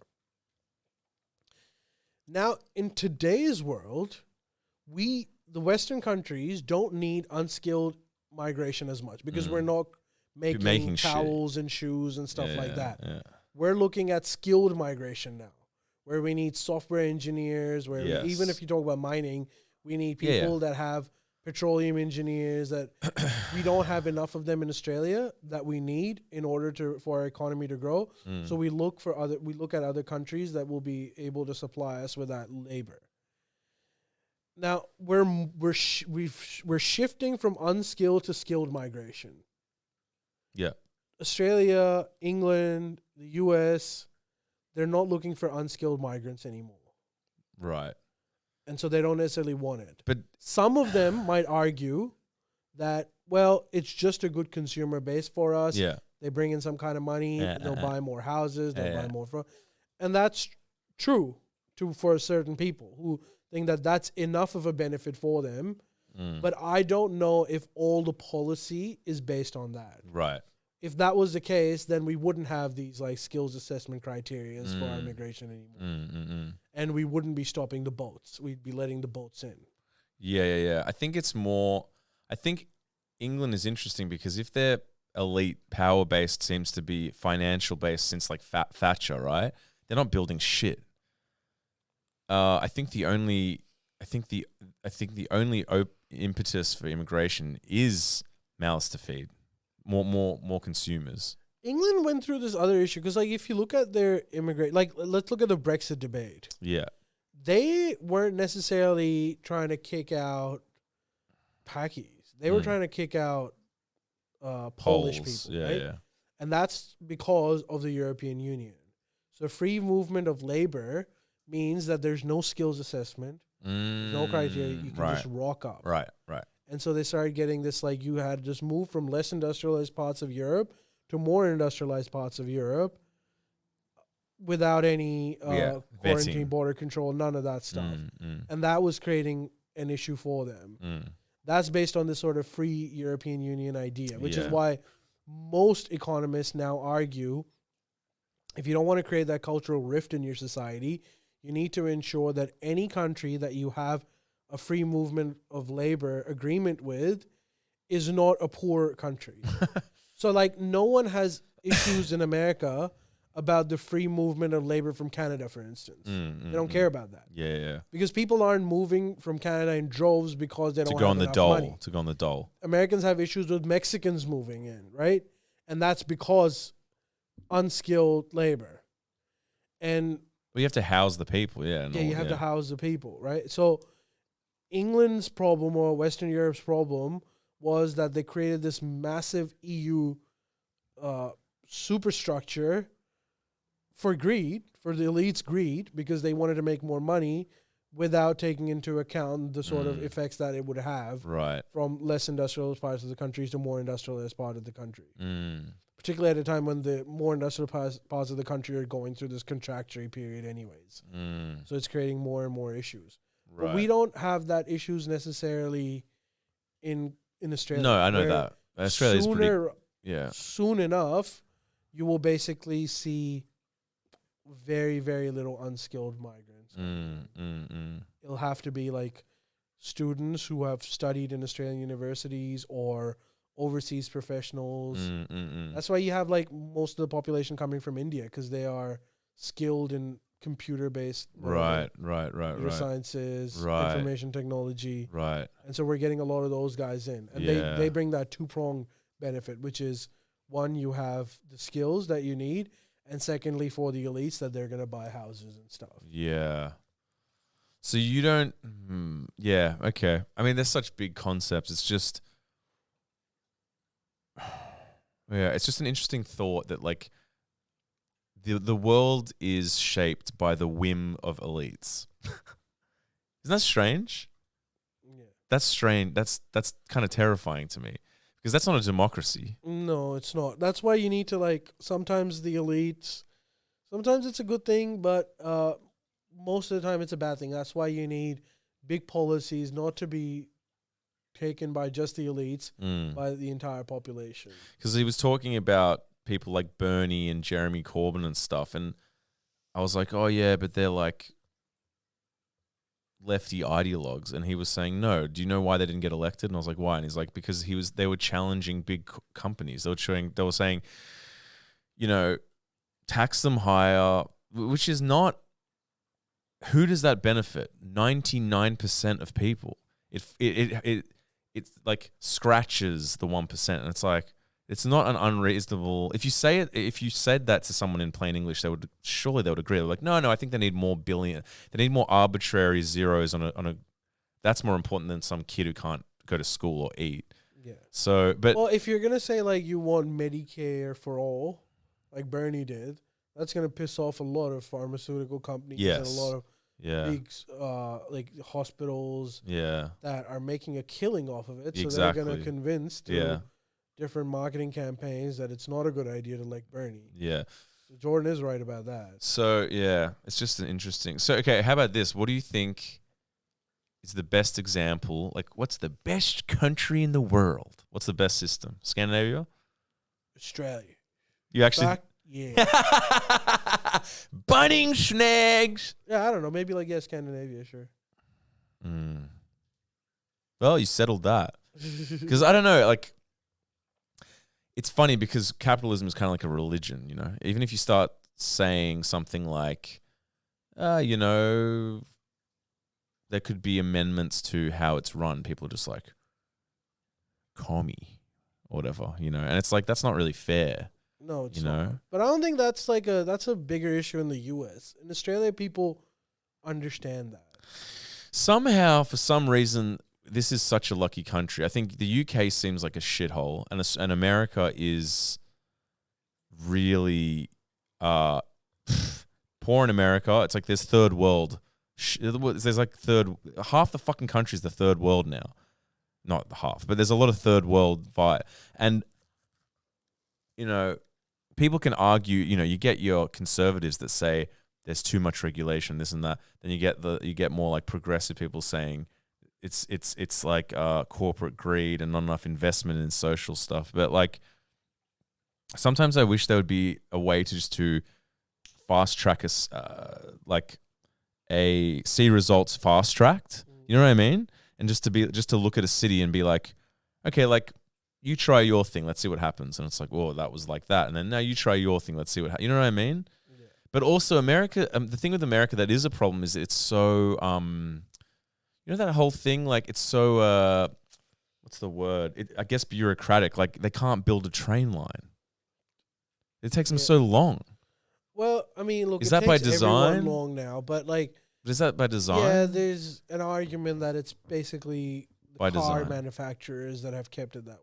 S1: Now, in today's world, we the Western countries don't need unskilled migration as much because we're not making,
S2: Mm. making shit.
S1: towels and shoes and stuff
S2: Yeah,
S1: like that
S2: Yeah.
S1: we're looking at skilled migration now, where we need software engineers, where we- even
S2: Yes.
S1: if you talk about mining, we need
S2: Yeah, yeah.
S1: people that have petroleum engineers that we don't have enough of them in Australia that we need in order to for our economy to grow.
S2: Mm.
S1: So we look for other we look at other countries that will be able to supply us with that labor. Now we're m- we're sh- we've sh- we're shifting from unskilled to skilled migration.
S2: Yeah.
S1: Australia, England, the US, they're not looking for unskilled migrants anymore.
S2: Right.
S1: And so they don't necessarily want it.
S2: But
S1: Some of them might argue that, well, it's just a good consumer base for us.
S2: yeah.
S1: They bring in some kind of money,
S2: Yeah,
S1: they'll
S2: uh-uh.
S1: buy more houses, they'll
S2: Yeah.
S1: buy more. Fr- and that's true to, for certain people who think that that's enough of a benefit for them.
S2: Mm.
S1: But I don't know if all the policy is based on that
S2: Right.
S1: if that was the case, then we wouldn't have these like skills assessment criteria for our
S2: Mm.
S1: immigration anymore,
S2: Mm, mm, mm.
S1: and we wouldn't be stopping the boats. We'd be letting the boats in.
S2: Yeah, yeah, yeah. I think it's more. I think England is interesting because if they're elite power based seems to be financial based since like Fa- Thatcher, right? They're not building shit. Uh, I think the only, I think the, I think the only op- impetus for immigration is mouths to feed, more, more, more consumers.
S1: England went through this other issue because, like, if you look at their immigrate, like, let's look at the Brexit debate.
S2: Yeah,
S1: They weren't necessarily trying to kick out Pakis. They were
S2: Mm.
S1: trying to kick out uh, Polish
S2: Poles.
S1: people,
S2: Yeah,
S1: right?
S2: yeah.
S1: and that's because of the European Union. So free movement of labor means that there's no skills assessment, there's no criteria. You
S2: Mm,
S1: can
S2: right,
S1: just rock up.
S2: right, right.
S1: And so they started getting this like you had just moved from less industrialized parts of Europe to more industrialized parts of Europe without any uh,
S2: Yeah,
S1: quarantine,
S2: vetting.
S1: border control, none of that stuff.
S2: Mm, mm,
S1: And that was creating an issue for them.
S2: mm.
S1: That's based on this sort of free European Union idea, which
S2: Yeah.
S1: is why most economists now argue if you don't want to create that cultural rift in your society, you need to ensure that any country that you have a free movement of labor agreement with is not a poor
S2: [laughs]
S1: country. so, like, no one has issues in America about the free movement of labor from Canada, for instance.
S2: Mm,
S1: They
S2: mm,
S1: don't
S2: mm.
S1: care about that
S2: Yeah, yeah.
S1: because people aren't moving from Canada in droves because they
S2: To
S1: don't
S2: go
S1: have
S2: on the
S1: enough
S2: dole.
S1: money.
S2: To go on the dole.
S1: Americans have issues with Mexicans moving in, right? And that's because unskilled labor. And
S2: Well, you have to house the people. Yeah. and
S1: yeah,
S2: all-
S1: you have to house the people, right? So England's problem or Western Europe's problem was that they created this massive EU uh, superstructure for greed, for the elite's greed, because they wanted to make more money without taking into account the sort of
S2: Mm.
S1: effects that it would have
S2: Right.
S1: from less industrialized parts of the country to more industrialized part of the country,
S2: Mm.
S1: particularly at a time when the more industrial pas- parts of the country are going through this contractory period, anyways.
S2: Mm.
S1: So it's creating more and more issues.
S2: Right.
S1: But we don't have that issues necessarily in in Australia.
S2: no, I know
S1: where
S2: that. Australia's pretty.
S1: sooner, [laughs]
S2: Yeah.
S1: soon enough, you will basically see very very little unskilled migrants.
S2: Mm, mm, mm.
S1: it'll have to be like students who have studied in Australian universities or overseas professionals.
S2: Mm, mm, mm.
S1: That's why you have like most of the population coming from India because they are skilled in computer based
S2: Right, right, right,
S1: computer
S2: right.
S1: sciences,
S2: Right.
S1: information technology.
S2: Right.
S1: And so we're getting a lot of those guys in. And
S2: Yeah.
S1: they, they bring that two prong benefit, which is one, you have the skills that you need. And secondly, for the elites, that they're going to buy houses and stuff.
S2: Yeah. So you don't. Hmm, yeah. Okay. I mean, there's such big concepts. It's just. [sighs] Yeah, it's just an interesting thought that like. The the world is shaped by the whim of elites. [laughs] Isn't that strange?
S1: Yeah.
S2: That's strange. That's that's kind of terrifying to me because that's not a democracy.
S1: No, it's not. That's why you need to like sometimes the elites sometimes it's a good thing, but uh most of the time it's a bad thing. That's why you need big policies not to be taken by just the elites,
S2: Mm.
S1: by the entire population.
S2: because he was talking about people like Bernie and Jeremy Corbyn and stuff, and I was like, oh yeah, but they're like lefty ideologues, and he was saying, no, do you know why they didn't get elected? And I was like, why? And he's like, because he was they were challenging big co- companies. They were showing they were saying, you know, tax them higher, wh- which is not. Who does that benefit? Ninety nine percent of people. It f- it it. it it's like scratches the one percent, and it's like it's not an unreasonable. If you say it, if you said that to someone in plain English, they would surely they would agree. They're like, no, no, I think they need more billion. They need more arbitrary zeros on a on a. That's more important than some kid who can't go to school or eat.
S1: Yeah.
S2: So, but
S1: Well, if you're gonna say like you want Medicare for all, like Bernie did, that's gonna piss off a lot of pharmaceutical companies and a
S2: Yes.
S1: lot of
S2: yeah,
S1: big uh like hospitals
S2: yeah,
S1: that are making a killing off of it. So they're going
S2: Exactly.
S1: to convince through
S2: Yeah.
S1: different marketing campaigns that it's not a good idea to like Bernie.
S2: yeah.
S1: So Jordan is right about that.
S2: So yeah, it's just an interesting. So okay, how about this? What do you think is the best example? Like, what's the best country in the world? What's the best system? Scandinavia?
S1: Australia.
S2: You actually
S1: Fuck yeah.
S2: [laughs] bunning snags.
S1: yeah, I don't know. Maybe like, yeah,
S2: [laughs]
S1: Scandinavia, sure.
S2: Mm. Well, you settled that because I don't know. Like, it's funny because capitalism is kind of like a religion, you know. Even if you start saying something like, uh, you know, there could be amendments to how it's run, people are just like, commie, or whatever, you know. And it's like, that's not really fair,
S1: No, it's
S2: you
S1: not.
S2: know.
S1: But I don't think that's like a that's a bigger issue in the U.S. In Australia, people understand that.
S2: Somehow, for some reason, this is such a lucky country. I think the UK seems like a shithole, and, Aus- and America is really uh, [sighs] poor in America. It's like there's third world. sh- There's like third half the fucking country is the third world now, not the half, but there's a lot of third world vibe, and you know, people can argue. You know, you get your conservatives that say there's too much regulation, this and that. Then you get the you get more like progressive people saying it's it's it's like uh, corporate greed and not enough investment in social stuff. But like sometimes I wish there would be a way to just to fast track us uh, like a see results fast tracked. You know what I mean? And just to be just to look at a city and be like, okay, like you try your thing, let's see what happens. And it's like, whoa, that was like that. And then now you try your thing, let's see what ha-. you know what I mean but also America. Um, the thing with America that is a problem is it's so um, you know that whole thing like it's so uh, what's the word? It, I guess bureaucratic. Like they can't build a train line. It takes them
S1: Yeah.
S2: so long.
S1: Well, I mean, look,
S2: Is
S1: it
S2: that by
S1: takes everyone
S2: design?
S1: Long now, but like,
S2: Is that by design?
S1: yeah, there's an argument that it's basically the
S2: By
S1: car
S2: design.
S1: manufacturers that have kept it that way.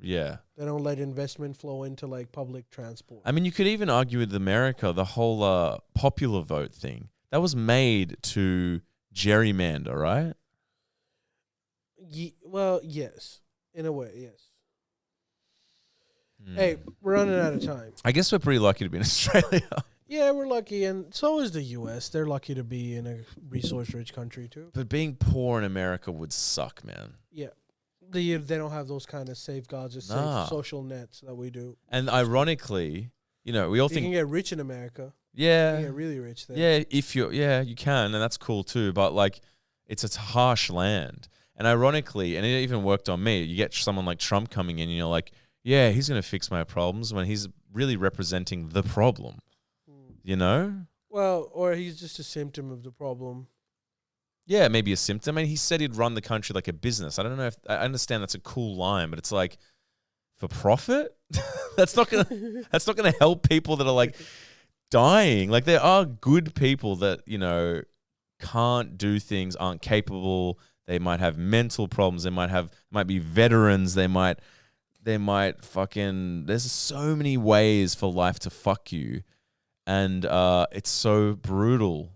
S2: yeah.
S1: They don't let investment flow into like public transport.
S2: I mean, you could even argue with America the whole uh, popular vote thing that was made to gerrymander, right?
S1: Ye- well, yes, in a way, yes.
S2: Hmm.
S1: Hey, we're running out of time.
S2: I guess we're pretty lucky to be in [laughs] Australia.
S1: Yeah, we're lucky, and so is the U.S. They're lucky to be in a resource-rich country too.
S2: But being poor in America would suck, man.
S1: The, they don't have those kind of safeguards or safe
S2: Nah.
S1: social nets that we do.
S2: And ironically, you know, we all
S1: You can
S2: think,
S1: get rich in America. You
S2: yeah,
S1: can get really rich there.
S2: yeah, if you, yeah, you can, and that's cool too. But like, it's a harsh land, and ironically, and it even worked on me. You get someone like Trump coming in, and you're like, yeah, he's gonna fix my problems when he's really representing the problem.
S1: Mm.
S2: You know,
S1: Well, or he's just a symptom of the
S2: [laughs]
S1: problem.
S2: yeah, maybe a symptom. And he said he'd run the country like a business. I don't know if I understand that's a cool line, but it's like for profit. [laughs] that's not gonna. [laughs] That's not going to help people that are like dying. Like there are good people that you know can't do things, aren't capable. They might have mental problems. They might have might be veterans. They might they might fucking. There's so many ways for life to fuck you, and uh, it's so brutal.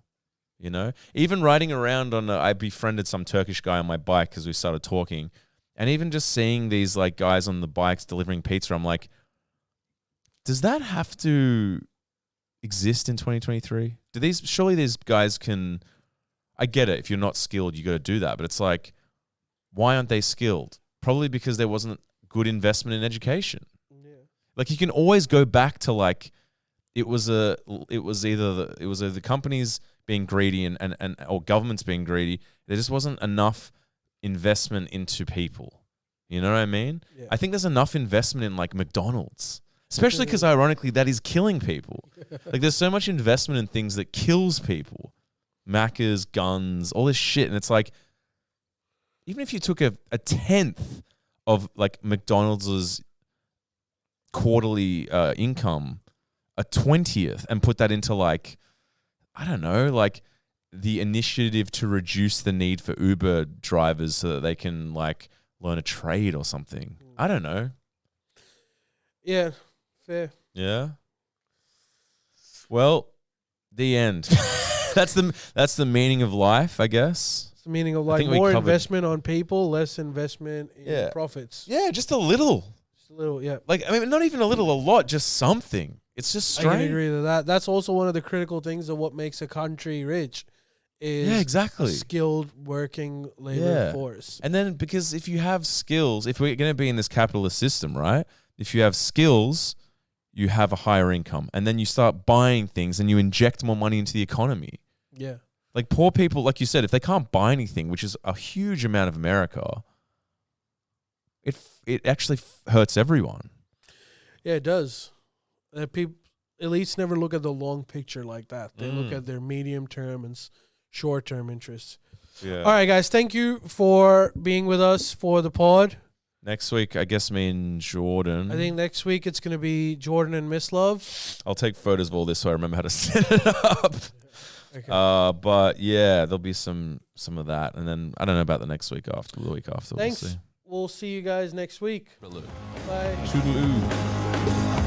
S2: You know, even riding around on, a, I befriended some Turkish guy on my bike because we started talking, and even just seeing these like guys on the bikes delivering pizza, I'm like, does that have to exist in 2023? Do these surely these guys can I get it if you're not skilled you got to do that, but it's like why aren't they skilled? Probably because there wasn't good investment in education.
S1: Yeah.
S2: Like you can always go back to like it was a it was either the, it was either the companies being greedy and, and and or governments being greedy. There just wasn't enough investment into people. You know what I mean?
S1: yeah.
S2: I think there's enough investment in like McDonald's, especially because ironically that is killing people. Like there's so much investment in things that kills people, Maccas, guns, all this shit, and it's like even if you took a, a tenth of like McDonald's quarterly uh, income, a twentieth, and put that into like I don't know, like the initiative to reduce the need for Uber drivers so that they can like learn a trade or something. I don't know.
S1: [laughs] yeah. Fair.
S2: Yeah. Well, the [laughs] end. that's the that's the meaning of life, I guess.
S1: It's the meaning of
S2: I
S1: like
S2: think we
S1: more
S2: covered-
S1: investment on people, less investment in
S2: Yeah.
S1: profits.
S2: Yeah, just a little.
S1: Just a little. Yeah.
S2: Like I mean, not even a little, a lot. Just something. It's just
S1: I can
S2: strange.
S1: agree with that. That's also one of the critical things of what makes a country rich is
S2: Yeah,
S1: a
S2: exactly.
S1: skilled working labor
S2: Yeah.
S1: force.
S2: And then because if you have skills, if we're going to be in this capitalist system, right? If you have skills, you have a higher income, and then you start buying things, and you inject more money into the economy.
S1: Yeah.
S2: Like poor people, like you said, if they can't buy anything, which is a huge amount of America, it f- it actually f- hurts everyone.
S1: Yeah, it does. Uh, people, elites never look at the long picture like that. They look
S2: Mm.
S1: at their medium term and s- short term interests.
S2: Yeah.
S1: All right, guys, thank you for being with us for the pod.
S2: Next week, I guess me and Jordan.
S1: I think next week it's going to be Jordan and Miss Love.
S2: I'll take photos of all this so I remember how to [laughs] set it up.
S1: Okay.
S2: Uh, but yeah, there'll be some some of that, and then I don't know about the next week after the week after.
S1: Thanks.
S2: We'll see.
S1: We'll see you guys next week. Bye.
S2: Toodaloo.